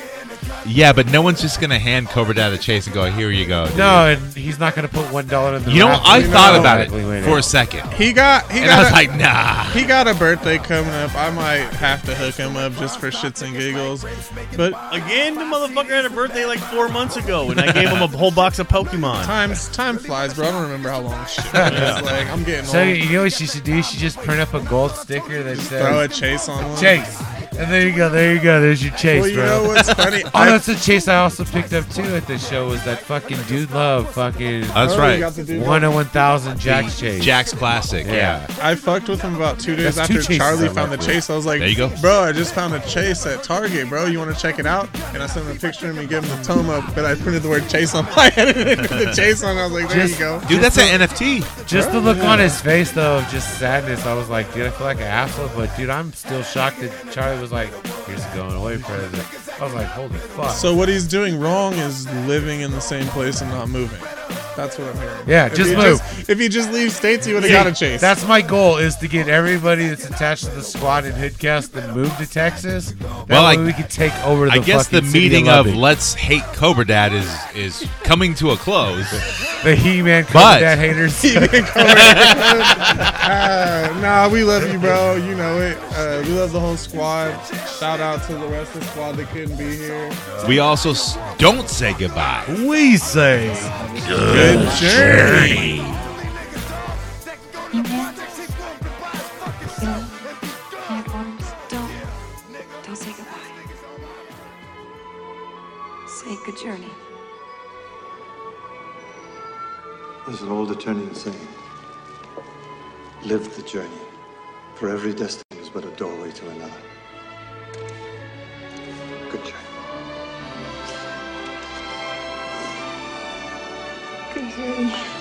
Speaker 3: yeah, but no one's just gonna hand Cobra Dad a chase and go, "Here you go." dude."
Speaker 4: No, and he's not going to put one dollar in the.
Speaker 3: You know,
Speaker 4: raffle.
Speaker 3: I thought about
Speaker 4: Exactly,
Speaker 3: it
Speaker 4: wait
Speaker 3: for a second.
Speaker 8: He got. He
Speaker 3: And
Speaker 8: got
Speaker 3: I was
Speaker 8: a-
Speaker 3: like, nah.
Speaker 8: He got a birthday coming up. I might have to hook him up just for shits and giggles. But
Speaker 7: Again, the motherfucker had a birthday like four months ago, and I gave him a whole box of Pokemon.
Speaker 8: times time flies, bro. I don't remember how long shit. was. like I'm getting
Speaker 4: So
Speaker 8: old.
Speaker 4: you know what she should do? You should just print up a gold sticker that says
Speaker 8: Throw a chase on one.
Speaker 4: Chase. And there you go, there you go, there's your chase,
Speaker 8: Well, you
Speaker 4: bro.
Speaker 8: know what's funny?
Speaker 4: oh,
Speaker 8: I-
Speaker 4: that's the chase I also picked up too at this show was that fucking dude love fucking.
Speaker 3: That's Oh, right. you got the Dude Love.
Speaker 4: 101,000 Jack's
Speaker 3: The
Speaker 4: chase.
Speaker 3: Jack's classic. Yeah.
Speaker 8: I fucked with him about two days
Speaker 4: That's two
Speaker 8: after
Speaker 4: chases
Speaker 8: Charlie
Speaker 4: I
Speaker 8: found the
Speaker 4: left
Speaker 8: chase. I was like,
Speaker 3: There you go.
Speaker 8: bro, I just found a chase at Target, bro. You want to check it out? And I sent him a picture of me giving him the tome up, but I printed the word chase on my head and the chase on. I was like, there
Speaker 4: Just-
Speaker 8: you go.
Speaker 3: Dude, that's an NFT.
Speaker 4: Just the look on his face though of just sadness. I was like, dude, I feel like an asshole, but dude, I'm still shocked that Charlie was like, here's a going away present. I was like, holy fuck.
Speaker 8: So what he's doing wrong is living in the same place and not moving. That's what I'm hearing.
Speaker 4: Yeah,
Speaker 8: If
Speaker 4: just
Speaker 8: he
Speaker 4: move.
Speaker 8: if he just leaves states, he would have
Speaker 4: Yeah,
Speaker 8: got a chase.
Speaker 4: That's my goal is to get everybody that's attached to the squad in Hoodcast to move to Texas. That
Speaker 3: Well,
Speaker 4: way
Speaker 3: I-
Speaker 4: we can take over the
Speaker 3: I guess the
Speaker 4: fucking city
Speaker 3: meeting of
Speaker 4: of Lubbock.
Speaker 3: "Let's Hate Cobra Dad" is is coming to a close.
Speaker 4: the He-Man
Speaker 3: but
Speaker 4: Cobra Dad haters.
Speaker 8: uh, nah, we love you, bro. You know it. Uh, we love the whole squad. Shout out to the rest of the squad that couldn't be here.
Speaker 3: we also s- don't say goodbye.
Speaker 4: We say
Speaker 8: Good journey.
Speaker 15: Don't, don't say goodbye. Say good journey.
Speaker 16: There's an old Eternian saying Live the journey, for every destiny is but a doorway to another. Good journey.
Speaker 15: Good journey.